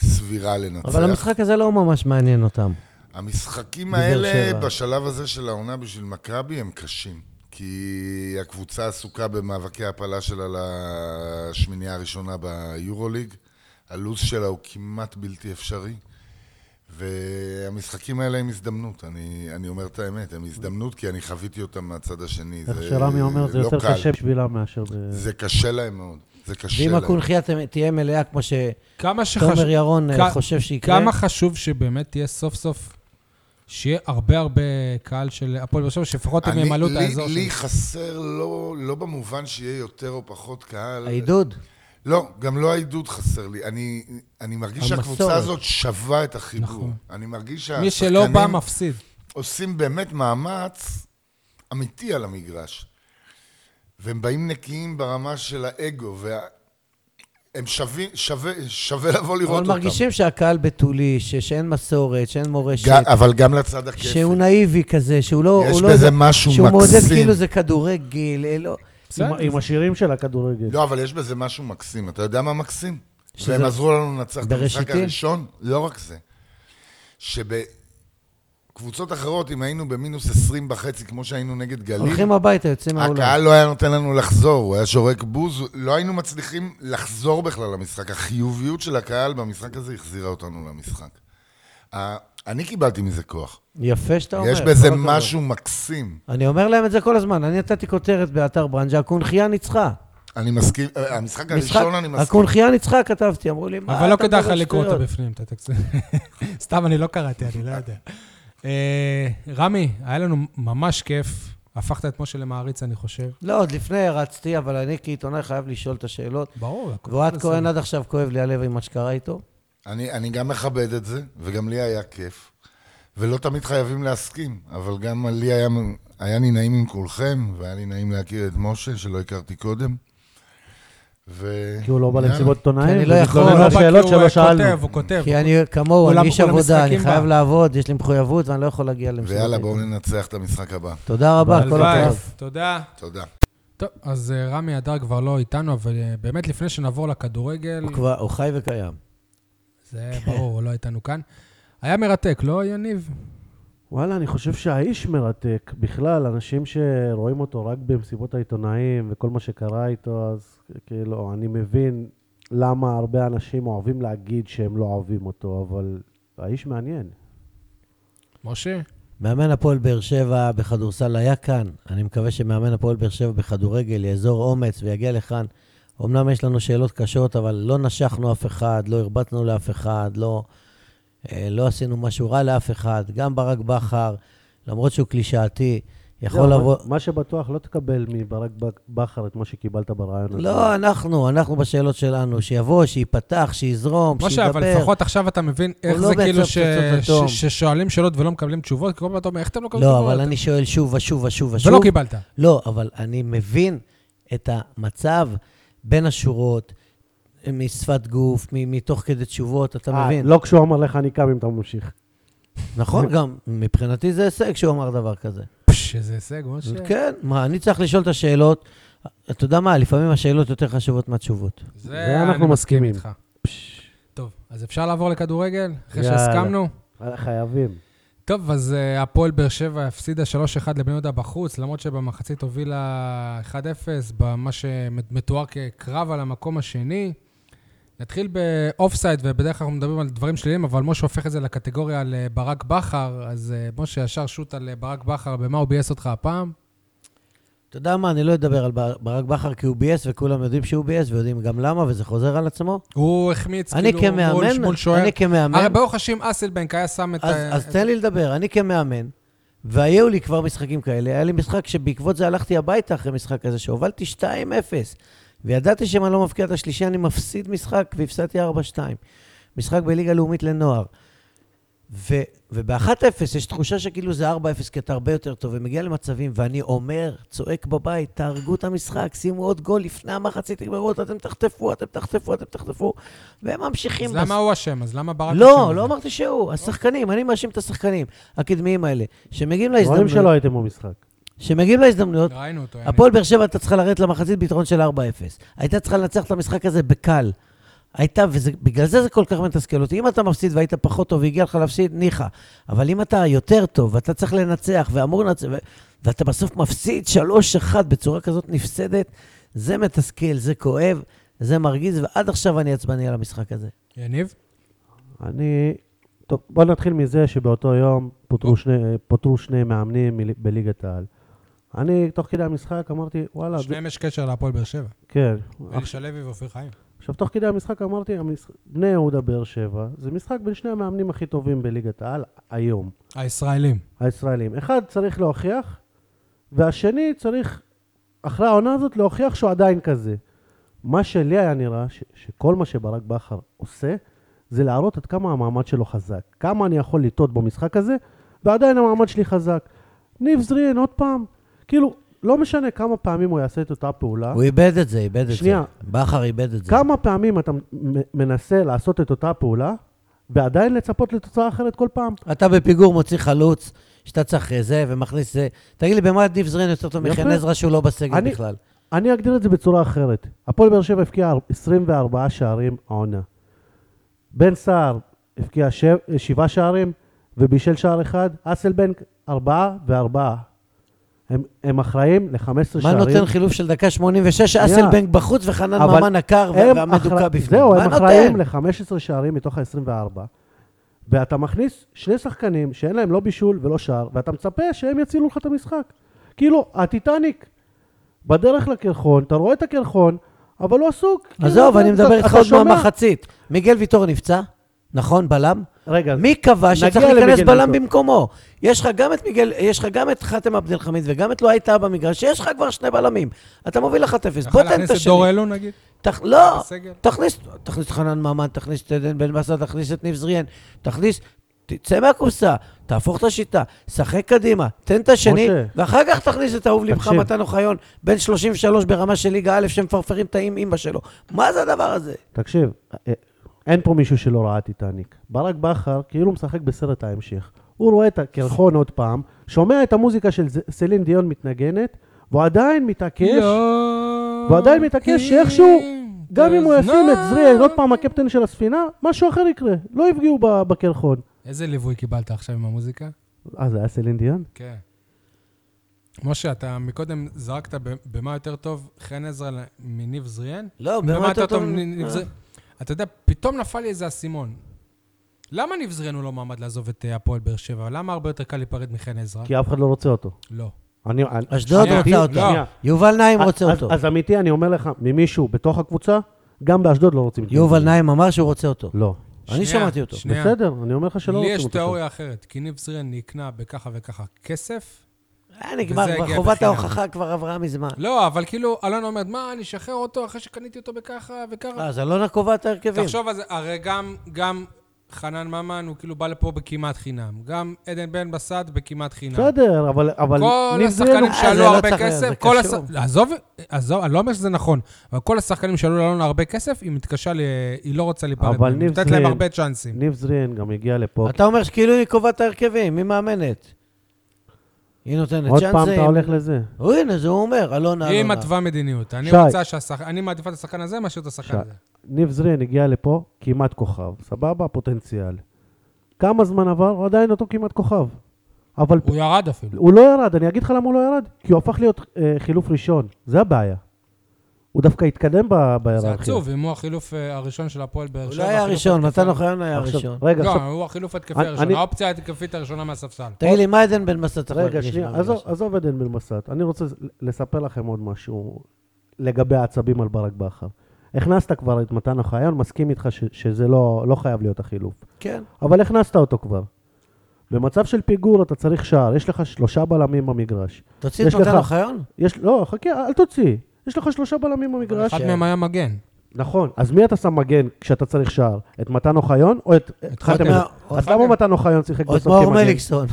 סבירה לנצח.
אבל המשחק הזה לא ממש מעניין אותם.
המשחקים
בבאר
האלה,
שבע.
בשלב הזה של העונה בשביל מכבי, הם קשים. כי הקבוצה עסוקה במאבקי ההפלה שלה לשמינייה הראשונה ביורוליג. הלו"ז שלה הוא כמעט בלתי אפשרי. והמשחקים האלה הם הזדמנות, אני, אני אומר את האמת, הם הזדמנות כי אני חוויתי אותם מהצד השני.
איך שרמי אומר, זה
לא
יותר
קל.
קשה בשבילם מאשר... ב-
זה קשה להם מאוד. זה קשה
ואם
להם.
הקונחייה ת- תהיה מלאה כמו ש...
כמה
תומר
שחשוב...
ירון אה,
כ-
חושב שיקרה.
כמה חשוב שבאמת תהיה סוף סוף, שיהיה הרבה הרבה קהל של הפועל באר שבע, שלפחות הם
אני-
ימלאו את
לי-
האזור
לי
שלהם.
חסר לא, לא במובן שיהיה יותר או פחות קהל.
העידוד.
לא, גם לא העידוד חסר לי. אני, אני מרגיש
המסורת.
שהקבוצה הזאת שווה את החיבור.
נכון.
נכון. אני מרגיש
מי שלא בא
שהשחקנים
מפסיד.
עושים באמת מאמץ אמיתי על המגרש. והם באים נקיים ברמה של האגו, והם שווים, שווה, שווה לבוא לראות
אבל
אותם.
מרגישים שהקהל בתולי, ש- שאין מסורת, שאין מורשת,
גם, אבל גם לצד הכיפי.
שהוא נאיבי כזה, שהוא לא...
יש
הוא לא
בזה
יודע-
משהו
שהוא מעודד
מקסים.
כאילו זה כדורגל, אה, לא...
בסדר.
עם- עם השירים של הכדורגל.
לא, אבל יש בזה משהו מקסים. אתה יודע מה מקסים?
שזה-
שהם עזרו לנו לנצח את המשחק
בראשיתי?
הראשון? לא רק זה. שבקבוצות אחרות, אם היינו במינוס 20 וחצי, כמו שהיינו נגד גליל,
הולכים הביתה, יוצאים מהאולם.
הקהל לא היה נותן לנו לחזור, הוא היה שורק בוז, לא היינו מצליחים לחזור בכלל למשחק. החיוביות של הקהל במשחק הזה החזירה אותנו למשחק. ה- אני קיבלתי מזה כוח.
יפה שאתה אומר. לא
יש
כל
בזה
הכבוד.
משהו מקסים.
אני אומר להם את זה כל הזמן, אני נתתי כותרת באתר ברנז'ה, הקונחייה ניצחה.
אני מסכים, אה, המשחק הראשון אני מסכים.
הקונכיין יצחק כתבתי, אמרו לי, מה
אבל לא
אתה
כדאי לך
מדבר
לקרוא אותו
שטויות?"
בפנים, את התקציב. סתם, אני לא קראתי, אני לא יודע. אה, רמי, היה לנו ממש כיף. הפכת את משה למעריץ, אני חושב.
לא, עוד לפני רצתי, אבל אני כעיתונאי חייב לשאול את השאלות.
ברור, הכל
ואוהד
בסדר.
כהן עד עכשיו כואב לי הלב עם מה שקרה איתו.
אני, אני גם מכבד את זה, וגם לי היה כיף. ולא תמיד חייבים להסכים, אבל גם לי היה, היה לי נעים עם כולכם, והיה לי נעים להכיר את משה, שלא הכרתי קודם. ו...
כי הוא לא בא
יאללה.
למסיבות
כי
עיתונאים,
אני לא יכול,
ומתלונן
לא
על
בא, כי
שאלות
הוא,
שלא
אה,
שאלנו.
כותב, הוא כותב.
כי אני כמוהו,
כן, כולם
אני איש
בכל
עבודה, אני
המשחקים
חייב
בא.
לעבוד, יש לי מחויבות ואני לא יכול להגיע למסיבות.
ויאללה, בואו ננצח את המשחק הבא.
תודה רבה, כל
הלוואי.
הכבוד.
תודה.
תודה.
טוב, אז אה, רמי אדר כבר לא איתנו, אבל אה, באמת לפני שנעבור לכדורגל,
הוא כבר- הוא חי וקיים.
זה ברור, הוא לא איתנו כאן. היה מרתק, לא, יניב?
וואלה, אני חושב שהאיש מרתק. בכלל, אנשים שרואים אותו רק במסיבות העיתונאים וכל מה שקרה איתו, אז כאילו, אני מבין למה הרבה אנשים אוהבים להגיד שהם לא אוהבים אותו, אבל האיש מעניין.
משה?
מאמן הפועל באר שבע בכדורסל היה כאן, אני מקווה שמאמן הפועל באר שבע בכדורגל יאזור אומץ ויגיע לכאן. אמנם יש לנו שאלות קשות, אבל לא נשכנו אף אחד, לא הרבטנו לאף אחד, לא, אה, לא עשינו משהו רע לאף אחד. גם ברק בכר, למרות שהוא קלישאתי,
לא,
יכול
זהו,
לבוא...
מה- מה שבטוח, לא תקבל מברק ב- בכר את מה שקיבלת ברעיון הזה.
לא, אנחנו, אנחנו בשאלות שלנו, שיבוא, שייפתח, שיזרום,
משה, אבל
שידבר.
לפחות עכשיו אתה מבין איך
לא
זה כאילו
בעצם
ש-
פצצות
ש-
אטום.
ששואלים שאלות ולא מקבלים תשובות, כי כל פעם אתה אומר, איך אתם לא מקבלים
לא,
תשובות?
אבל אני שואל שוב ושוב ושוב ושוב.
ולא קיבלת.
לא, אבל אני מבין את המצב בין השורות, משפת גוף, מ- מתוך כדי תשובות, אתה
אה,
מבין?
לא כשהוא אמר לך אני קם אם אתה ממשיך.
נכון, גם מבחינתי זה הישג שהוא אמר דבר כזה.
פש, איזה הישג, משה.
כן, מה, אני צריך לשאול את השאלות. אתה יודע מה, לפעמים השאלות יותר חשובות מהתשובות.
זה
זה
אני
אנחנו
מסכים
מסכימים.
איתך.
פש,
טוב, אז אפשר לעבור לכדורגל? אחרי
יאללה.
שהסכמנו?
חייבים.
טוב, אז אה, הפועל באר שבע הפסידה 3-1 לבני יהודה בחוץ, למרות שבמחצית הובילה 1-0, במה שמתואר כקרב על המקום השני. נתחיל באופסייד, ובדרך כלל אנחנו מדברים על דברים שליליים, אבל משה הופך את זה לקטגוריה על אה, ברק בכר, אז אה, משה ישר שוט על אה, ברק בכר, במה הוא ביאס אותך הפעם?
אתה יודע מה, אני לא אדבר על בר- ברק בכר כי הוא ביאס, וכולם יודעים שהוא ביאס, ויודעים גם למה, וזה חוזר על עצמו.
הוא החמיץ,
אני
כאילו, מול-
כמאמן,
מול שוער.
אני כמאמן...
הרי ברוך השם אסלבנק היה שם את...
אז,
ה-
אז תן לי לדבר. אני כמאמן, והיו לי כבר משחקים כאלה, היה לי משחק שבעקבות זה הלכתי הביתה אחרי משחק כזה, שהובלתי 2-0, וידעתי שאם אני לא מבקיע את השלישי, אני מפסיד משחק, והפסדתי 4-2. משחק בליגה לאומית לנוער. ו- וב-1-0 יש תחושה שכאילו זה 4-0, כי אתה הרבה יותר טוב, ומגיע למצבים, ואני אומר, צועק בבית, תהרגו את המשחק, שימו עוד גול לפני המחצית, תגמרו אותו, אתם תחטפו, אתם תחטפו, אתם תחטפו, והם ממשיכים.
אז
בס-
למה הוא אשם? אז למה ברק אשם?
לא,
בזה?
לא אמרתי שהוא. השחקנים, אני מאשים את השחקנים הקדמיים האלה, שמגיעים
רואים שלא
להזדמנויות,
הייתם במשחק.
שמגיעים להזדמנויות,
ראינו אותו. יניב.
הפועל באר שבע הייתה צריכה לרדת למחצית ביתרון של 4-0. הייתה צריכה לנצח את המשחק הזה בקל. הייתה, ובגלל זה זה כל כך מתסכל אותי. אם אתה מפסיד והיית פחות טוב והגיע לך להפסיד, ניחא. אבל אם אתה יותר טוב ואתה צריך לנצח ואמור לנצח, ו- ואתה בסוף מפסיד 3-1 בצורה כזאת נפסדת, זה מתסכל, זה כואב, זה מרגיז, ועד עכשיו אני עצבני על המשחק הזה.
יניב?
אני... טוב, בוא נתחיל מזה שבאותו יום פוטרו
טוב.
אוקיי.
שני, פוטרו שני מאמנים מל- בליגת העל. אני, תוך כדי המשחק, אמרתי, וואלה,
לא,
זה-
שניהם יש קשר להפועל באר שבע.
כן.
אלישע לוי ואופיר חיים.
עכשיו, תוך כדי המשחק אמרתי, המשח... בני יהודה באר שבע, זה משחק בין שני המאמנים הכי טובים בליגת העל היום,
הישראלים.
הישראלים. אחד צריך להוכיח, והשני צריך, אחרי העונה הזאת, להוכיח שהוא עדיין כזה. מה שלי היה נראה, ש... שכל מה שברק בכר עושה, זה להראות עד כמה המעמד שלו חזק. כמה אני יכול לטעות במשחק הזה, ועדיין המעמד שלי חזק. ניב זרין, עוד פעם, כאילו, לא משנה כמה פעמים הוא יעשה את אותה פעולה.
הוא איבד את זה, איבד את
אה? שנייה.
זה. בכר איבד את זה.
כמה פעמים אתה מ- מנסה לעשות את אותה פעולה, ועדיין לצפות לתוצאה אחרת כל פעם?
אתה בפיגור מוציא חלוץ, שאתה צריך אה, זה ומכניס זה. תגיד לי, במה עדיף זרין יותר טוב מחן
יפה.
עזרא שהוא לא בסגל
אני-
בכלל?
אני אגדיר את זה בצורה אחרת. הפועל באר שבע הבקיע 24 שערים העונה. בן סער הבקיע שב- שבעה שערים, ובישל שער אחד, אסלבנק ארבעה וארבעה. הם, הם אחראים ל-15
מה
שערים.
נותן חילוף של דקה 86,
שנייה.
אסלבנק בחוץ וחנן
אבל
ממן הקר ו-
הם
והמדוכא
אחרא-
בפנים?
זהו,
מה
הם
נותן?
אחראים ל-15 שערים מתוך ה-24. ואתה מכניס שני שחקנים שאין להם לא בישול ולא שער, ואתה מצפה שהם יצילו לך את המשחק. כאילו, הטיטניק. בדרך לקרחון, אתה רואה את הקרחון, אבל הוא עסוק. כאילו,
עזוב,
אתה-
אני מדבר
אתה-
איתך
אתה
עוד
שומע-
מהמחצית. מיגל ויטור נפצע, נכון, בלם?
רגע,
מי קבע שצריך
כן. נגיע
להיכנס
למיגל
בלם
ויטור.
במקומו? יש לך גם את מיגל, יש לך גם את חתם עבד אל חמיד וגם את לואי טאה במגרש, יש לך כבר שני בלמים. אתה מוביל 1-0, בוא
יכול
תן את
להכניס את
השני.
דור אלו נגיד?
תכ... לא,
בסגל?
תכניס, תכניס את חנן ממן, תכניס את עדן בן מסע, תכניס את ניב זריאן, תכניס, תצא מהקופסה, תהפוך את השיטה, שחק קדימה, תן את השני,
משה.
ואחר כך תכניס את אהוב לבך
תקשיב.
מתן אוחיון, בן 33 ברמה של ליגה א', שמפרפרים את האם אימא שלו. מה זה הדבר הזה?
תקשיב, אה, אין פה מישהו שלא ראה טיטניק. ברק בכר כאילו משחק בסרט ההמשך. הוא רואה את הקרחון עוד פעם, שומע את המוזיקה של ז- סלין דיון מתנגנת, והוא עדיין מתעקש, והוא עדיין מתעקש שאיכשהו, גם אם הוא ישים
לא.
את זריאן, עוד פעם הקפטן של הספינה, משהו אחר יקרה. לא יפגעו ב- בקרחון.
איזה ליווי קיבלת עכשיו עם המוזיקה?
אה, זה היה סלין דיון?
כן. משה, אתה מקודם זרקת ב- במה יותר טוב חן עזרא ל- מניב זריאן?
לא,
במה יותר טוב
אה.
מניב זריאן? אתה יודע, פתאום נפל לי איזה אסימון. למה ניב זריאן הוא לא מועמד לעזוב את אה, הפועל באר שבע? למה הרבה יותר קל להיפרד מחן עזרא?
כי אף אחד לא רוצה אותו.
לא.
אני... אני-
אשדוד
שנייה,
רוצה
לא.
אותו,
שנייה.
יובל נעים רוצה
אז-
אותו.
אז אמיתי, אני אומר לך, ממישהו בתוך הקבוצה, גם באשדוד לא רוצים את
יובל
ניב
נעים אמר שהוא רוצה אותו.
זריאן. לא.
אני
שנייה,
שמעתי אותו.
שנייה.
בסדר, אני אומר לך שלא
לי
רוצים
יש
אותו.
תיאוריה אחרת, כי ניב זריאן נקנה בככה וככה כסף.
היה נגמר,
וזה
כבר
הגיע
חובת
בחינם.
ההוכחה כבר עברה מזמן.
לא, אבל כאילו, אלונה אומרת, מה, אני אשחרר אותו אחרי שקניתי אותו בככה וככה.
אה, אז אלונה קובעת ההרכבים.
תחשוב על זה, הרי גם, גם חנן ממן, הוא כאילו בא לפה בכמעט חינם. גם עדן בן בסט בכמעט חינם.
בסדר, אבל... אבל
כל
ניב
השחקנים
זריאן הוא-
אה, זה
שעלו
לא
הרבה
צריך-
כסף,
זה
כל
קשור.
השחקנים... עזוב, עזוב, אני לא אומר שזה נכון, אבל כל השחקנים שעלו לאלונה הרבה כסף, היא מתקשה, ל... היא לא רוצה להיפרד.
אבל
מהם.
ניב
נותנת
זריאן-
להם הרבה צ'אנסים.
ניב זריאן גם הגיע לפה.
אתה אומר שכאילו היא קובעת את ההרכבים, היא מאמנת. היא נותנת
עוד
צ'אנסים.
פעם אתה הולך לזה.
הוא, הנה, זה הוא אומר, אלונה,
היא
אלונה.
מתווה מדיניות. אני
שי.
רוצה שהשחקן... אני מעדיפה את השחקן הזה מאשר את השחקן
שי.
הזה.
ניב זריאן הגיע לפה כמעט כוכב, סבבה? פוטנציאל. כמה זמן עבר? הוא עדיין אותו כמעט כוכב. אבל
הוא ירד אפילו.
הוא לא ירד, אני אגיד לך למה הוא לא ירד. כי הוא הפך להיות אה, חילוף ראשון, זה הבעיה. הוא דווקא התקדם ב-
זה
בהיררכיה.
עצוב, אם הוא החילוף אה, הראשון של הפועל באר
הוא
שבע.
לא היה
החילוף
הראשון,
התקפי.
מתן אוחיון היה
עכשיו-
הראשון.
רגע,
לא,
עכשיו-
הוא החילוף התקפי
אני-
הראשון,
אני-
האופציה ההתקפית הראשונה מהספסל.
תגיד לי, מה עדן בן מסע צריך
רגע,
להדגיש
שנייה,
במגרש?
עזוב- עזוב עדן בן מסת. אני רוצה לספר לכם עוד משהו לגבי העצבים על ברק בכר. הכנסת כבר את מתן אוחיון, מסכים איתך ש- שזה לא לא חייב להיות החילוף.
כן.
אבל הכנסת אותו כבר. במצב של פיגור אתה צריך שער, יש לך שלושה בלמים במגרש.
תוציא את
יש לך-
מתן אוחיון?
יש, לא, חכה, אל תוציא. יש לך שלושה בלמים במגרש.
אחד
ש-
מהם היה מגן.
נכון, אז מי אתה שם מגן כשאתה צריך שער? את מתן אוחיון או את את חתם?
עוד
אל-
מה- עוד
אז למה
חתם.
מתן אוחיון שיחק
עוד
בסוף
מאור
כמגן?
מליקסון.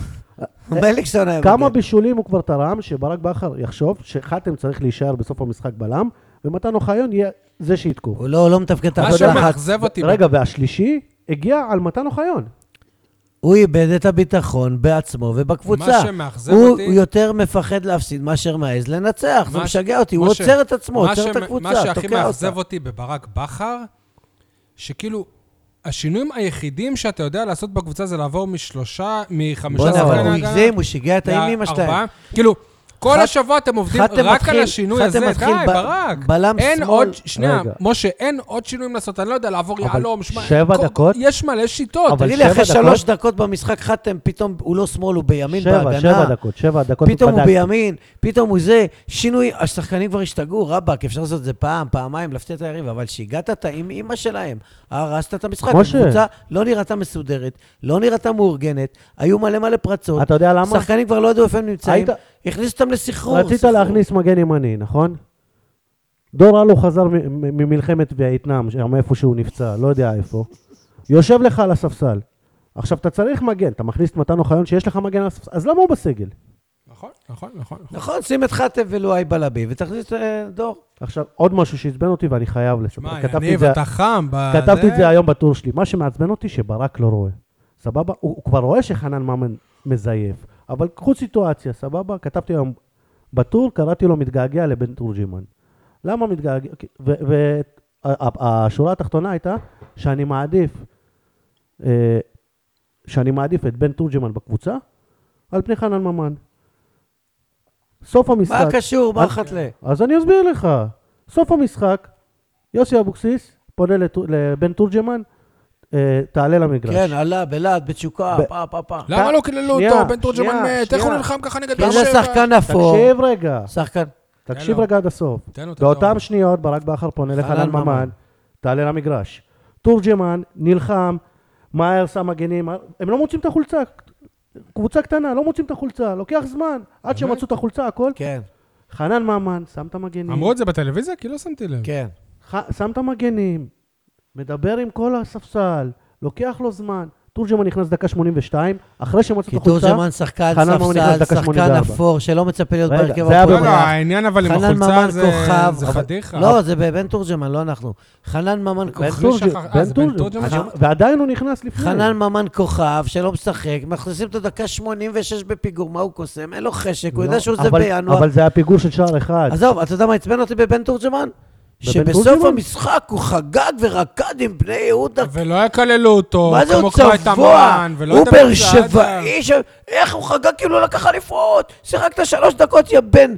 מליקסון היה
אה, כמה
מגן.
בישולים הוא כבר תרם שברק בכר יחשוב שחתם צריך להישאר בסוף המשחק בלם, ומתן אוחיון יהיה זה שיתקוף.
הוא לא לא מתפקד
מה
תחת לחץ.
שמאכזב אותי,
רגע, והשלישי הגיע על מתן אוחיון.
הוא איבד את הביטחון בעצמו ובקבוצה.
מה שמאכזב
הוא
אותי-
הוא יותר מפחד להפסיד מאשר מעז לנצח. זה
מה ש-
משגע אותי, הוא
משה,
עוצר את עצמו,
מה
עוצר את
שמ-
הקבוצה,
מה
תוקע אותה.
שהכי מאכזב אותי בברק בכר, שכאילו, השינויים היחידים שאתה יודע לעשות בקבוצה זה לעבור משלושה, מחמישה
בוא'נה, לא אבל
שחקני
הוא
הגנה
הגזים, הוא שיגע את האימא שלהם.
לארבעה. כאילו... כל
חת-
השבוע אתם עובדים
חתם
רק
מתחיל-
על השינוי
חתם
הזה, די,
מתחיל ב-
ברק.
בלם
אין
שמאל-
עוד, שנייה,
רגע.
משה, אין עוד שינויים לעשות, אני לא יודע, לעבור
אבל
יהלום, שמע,
שבע
כל-
דקות?
יש מלא שיטות.
אבל
תגיד לי, אחרי
שבע דקות-
שלוש דקות במשחק חתם, פתאום הוא לא שמאל, הוא בימין
שבע,
בהגנה.
שבע דקות, שבע דקות.
פתאום הוא
בדקתי.
בימין, פתאום הוא זה. שינוי, השחקנים כבר השתגעו, רבאק, אפשר לעשות את זה פעם, פעמיים, להפתיע את היריב, אבל שהגעת את האם אימא שלהם, הרסת את המשחק.
משה.
הקבוצה לא נראתה מסודרת, לא נראתה מאורגנת, היו מלא מלא פרצות.
אתה יודע למה?
שחקנים כבר לא ידעו איפה הם נמצאים,
היית-
הכניסו אותם לסחרור.
רצית
סחרור.
להכניס מגן ימני, נכון? דור אלו חזר מ- מ- ממלחמת וייטנאם, שם איפה שהוא נפצע, לא יודע איפה. יושב לך על הספסל. עכשיו, אתה צריך מגן, אתה מכניס את מתן אוחיון שיש לך מגן על הספסל, אז למה הוא בסגל?
נכון, נכון, נכון. נכון.
נכון, שים את חתם ולואי בלבי, ותכניס את אה, דור.
עכשיו, עוד משהו שעצבן אותי ואני חייב לספר.
מה,
כתבתי את
יניב,
זה-
אתה חם. ב-
כתבתי את
זה
זה היום בטור שלי. מה שמעצבן אותי, שברק לא רואה. סבבה? הוא הוא כבר רואה שחנן ממן מזייף. אבל קחו סיטואציה, סבבה? כתבתי היום בטור, קראתי לו מתגעגע לבן תורג'ימן. למה מתגעגע? והשורה התחתונה הייתה שאני מעדיף, אה, שאני מעדיף את בן תורג'מן בקבוצה על פני חנן ממן. סוף המשחק.
מה קשור, מה
אז-
אחת ל...
אז אני אסביר לך. סוף המשחק, יוסי אבוקסיס פונה לטו- לבן תורג'מן, אה, תעלה למגרש.
כן, עלה, בלהט, בתשוקה,
ב-
פה, פה, פה.
למה לא קיללו
שנייה,
אותו? בן תורג'מן
שנייה,
מת, איך הוא
שנייה.
נלחם ככה נגד
כי
באר
זה
שבע?
שחקן אפור.
תקשיב רגע.
שחקן.
תקשיב
לו.
רגע עד הסוף.
תן לו את
באותן
התואר.
שניות ברק בכר פונה
חנן
לחנן
ממן.
ממן, תעלה למגרש. תורג'מן נלחם, מהר שם מגנים, הם לא מוצאים את החולצה. קבוצה קטנה, לא מוצאים את החולצה, לוקח זמן, עד שהם
באמת?
מצאו את החולצה, הכל.
כן,
חנן ממן, שם את המגנים.
אמרו את זה בטלוויזיה? כי לא שמתי לב.
כן.
ח- שם את המגנים, מדבר עם כל הספסל, לוקח לו זמן. תורג'מן נכנס דקה 82, אחרי שמצאו את
כי
החולצה,
תורג'מן שחקן
חנן ממן נכנס
ספסל,
דקה
שחקן
84.
אפור, שלא מצפה להיות
רגע,
בהרכב
זה היה
לא, לא,
בבריאה.
העניין אבל עם
חנן
החולצה
ממן
זה
כוכב.
זה
אבל-
חדיכה.
לא, זה בבן תורג'מן, לא אנחנו. חנן ממן
בן
כוכב.
תור-
תורג'מן-
שחר- אה,
בן
זה בן
תורג'מן,
תורג'מן
אני-
שחר-
ועדיין הוא נכנס לפני.
חנן ממן כוכב, שלא משחק, מכניסים אותו דקה 86 בפיגור, מה הוא קוסם? אין לו חשק, הוא יודע שהוא זה
לא, אבל-
בינואר.
אבל זה היה פיגור של שער אחד.
עזוב, אתה יודע מה עצבן אותי בבן תורג'מן? שבסוף
תורג'מן?
המשחק הוא חגג ורקד עם בני יהודה.
ולא יקללו אותו,
מה זה הוא
כמו כבר את
צבוע?
המן, ולא
הוא
את
באר
המצעד.
שבעי, ש- איך הוא חגג כאילו לא לקח אליפות? שיחקת שלוש דקות, יא בן.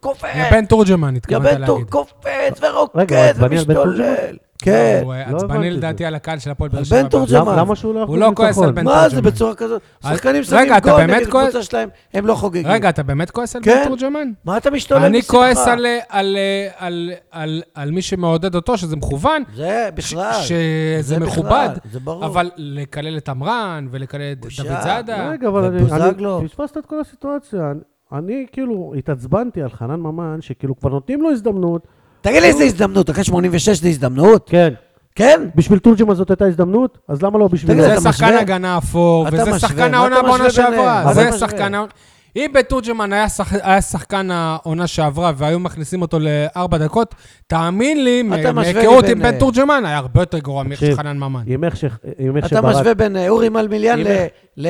קופץ,
יא בן תורג'מן,
יא
התכוונת
בן
להגיד.
תור- קופץ
רגע, הוא
ורוקד
עצבני על בן
ומשתולל. כן.
הוא אה,
לא
עצבני
הבנתי את
לדעתי
זה.
על הקהל של הפועל באר
על
שבע.
בן תורג'מן.
למה- למה שהוא לא
הוא
יכול
לא כועס על בן
מה זה
תורג'מן.
בצורה כזאת?
אז-
שחקנים
רגע,
שמים
אתה
גול
באמת
נגד
כועס?
קבוצה שלהם, הם לא חוגגים.
רגע, אתה באמת כועס על
כן.
בן תורג'מן?
מה אתה משתולל בשמחה?
אני כועס על, אה, על, אה, על, על, על מי שמעודד אותו, שזה מכוון,
זה בכלל.
שזה
זה בכלל,
מכובד,
זה ברור.
אבל לקלל את עמרן ולקלל את
בושה.
דוד זאדה,
רגע, אבל אני-
ובוזגלו.
אני... פספסת את כל הסיטואציה. אני כאילו התעצבנתי על חנן ממן, שכאילו כבר נותנים לו הזדמנות.
תגיד לי, איזה הזדמנות? אחרי 86 זה הזדמנות?
כן.
כן?
בשביל תורג'מן זאת הייתה הזדמנות? אז למה לא בשביל...
תגיד,
זה
אתה
שחקן
משווה?
הגנה אפור,
אתה
וזה
משווה,
שחקן
מה
העונה
אתה
בעונה
משווה
שעברה,
ביניהם?
זה
אבל אתה לא
שחקן
משווה.
העונה. אם בתורג'מן היה שח- היה שחקן העונה שעברה והיו מכניסים אותו לארבע דקות, תאמין לי,
אתה
מ-
משווה לי
מהיכרות עם
בין,
בן
אה,
תורג'מן, היה הרבה יותר גרוע
תקשיב,
מחנן ממן.
עם איך ש- עם איך
אתה
שברק...
משווה בין אה, אורי מלמיליאן
אם-
ל-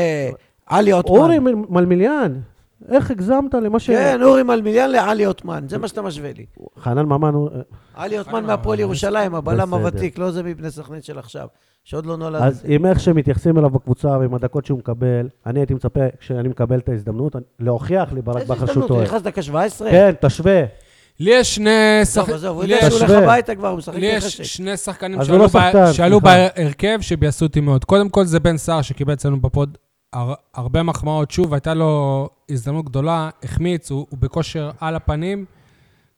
לעלי
אורי
עותמן.
מ- מלמיליאן, איך הגזמת למה ש...
כן, אורי מלמיליאן לעלי עותמן, זה מה שאתה משווה לי.
חנן ממן הוא...
עלי עותמן
מלמיליאן.
מהפועל ירושלים, הבלם
בסדר.
הוותיק, לא זה מבני סכנין של עכשיו, שעוד לא נולד.
אז עם איך שמתייחסים אליו בקבוצה ועם הדקות שהוא מקבל, אני הייתי מצפה, כשאני מקבל את ההזדמנות, אני- להוכיח לי ברק
איזה
בכר
הזדמנות,
שהוא
הוא
טועה.
נכנס דקה 17?
כן, תשווה.
לי יש שני
עזוב,
שחקנים...
עזוב, הוא יודע
לי-
שהוא הולך
תשווה.
הביתה כבר, הוא משחק
לי יש
בחשק.
שני שחקנים
אז הוא
שעלו,
לא
ב...
שחקן,
שעלו
סליחה.
בהרכב שביאסו אותי מאוד. קודם כל זה בן סער שקיבל אצלנו בפוד הר... הרבה מחמאות. שוב, הייתה לו הזדמנות גדולה, החמיץ, הוא, הוא בכושר על הפנים.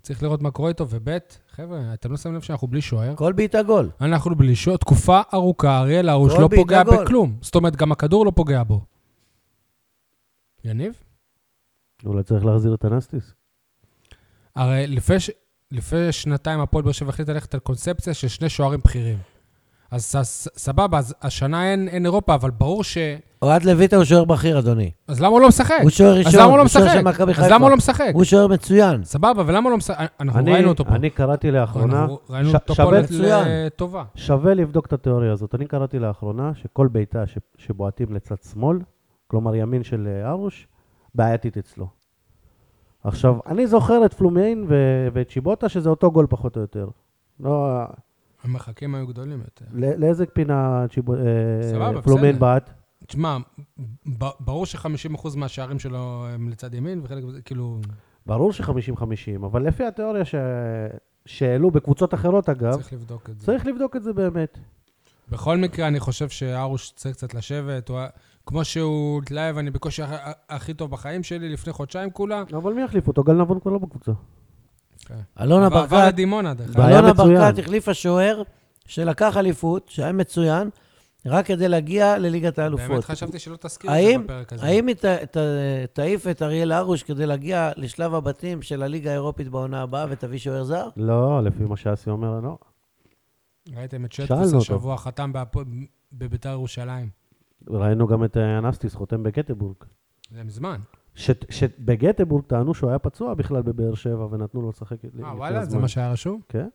צריך לראות מה קורה איתו. וב', חבר'ה, אתם לא שמים לב שאנחנו בלי שוער?
כל בעיטה גול.
אנחנו בלי שוער. תקופה ארוכה, אריאל הרוש
גול
לא
בעיטה
פוגע
גול.
בכלום. זאת אומרת, גם הכדור לא פוגע בו. יניב?
אולי צריך להחזיר את הנסטיס.
הרי לפני, ש... לפני שנתיים הפועל באר שבע החליטה ללכת על קונספציה של שני שוערים בכירים. אז ס- ס- סבבה, אז השנה אין, אין אירופה, אבל ברור ש...
אוהד לויטה הוא שוער בכיר, אדוני.
אז למה הוא לא משחק?
הוא שוער ראשון,
אז למה הוא לא
הוא שוער של
משחק?
מכבי
אז
חיפה.
למה הוא לא משחק?
הוא שוער מצוין.
סבבה, ולמה הוא לא משחק? אנחנו
אני-
ראינו אותו פה.
אני קראתי לאחרונה,
אנחנו ראינו
ש-
אותו פה
שווה-
לת- לטובה.
שווה לבדוק את התיאוריה הזאת. אני קראתי לאחרונה שכל בעיטה ש- שבועטים לצד שמאל, כלומר ימין של אה, ארוש, בעייתית אצלו. עכשיו, אני זוכר את פלומיין ו- ואת שיבוטה, שזה אותו גול פחות או יותר. לא,
המרחקים היו גדולים יותר.
לא- לאיזה פינה צ'יבו- אה,
סבבה,
פלומיין
בסדר.
בעט?
תשמע, ב- ברור ש-50% מהשערים שלו הם לצד ימין, וחלק מזה, כאילו,
ברור ש-50-50, אבל לפי התיאוריה ש- שהעלו בקבוצות אחרות, אגב,
צריך לבדוק את זה.
צריך לבדוק את זה באמת.
בכל מקרה, אני חושב שארוש צריך קצת לשבת. הוא... ה- כמו שהוא התלהב, אני בקושי הכ- הכי טוב בחיים שלי לפני חודשיים כולה.
אבל מי יחליף אותו? גל נבון כבר לא בקבוצה.
אלונה
עבר- עבר
ברקת,
לדימונה, דרך אגב.
בעיה
אלונה
מצוין.
ברקת החליפה שוער שלקח אליפות, שהיה מצוין, רק כדי להגיע לליגת
באמת
האלופות.
חשבתי שלא תזכיר את זה
האם,
בפרק הזה.
האם היא ת, ת, תעיף את אריאל הרוש כדי להגיע לשלב הבתים של הליגה האירופית בעונה הבאה ותביא שוער זר?
לא, לפי מה שאסי אומר, לא.
ראיתם את
שאלנו
שטקוס
אותו.
השבוע חתם בהפו- בביתר ירושלים.
ראינו גם את אה, אנסטיס חותם בגטבורג.
זה מזמן. אה,
ש- שבגטבורג טענו שהוא היה פצוע בכלל בבאר שבע ונתנו לו לשחק. לפני
אה, וואלה, זה
הזמן.
מה שהיה רשום?
כן.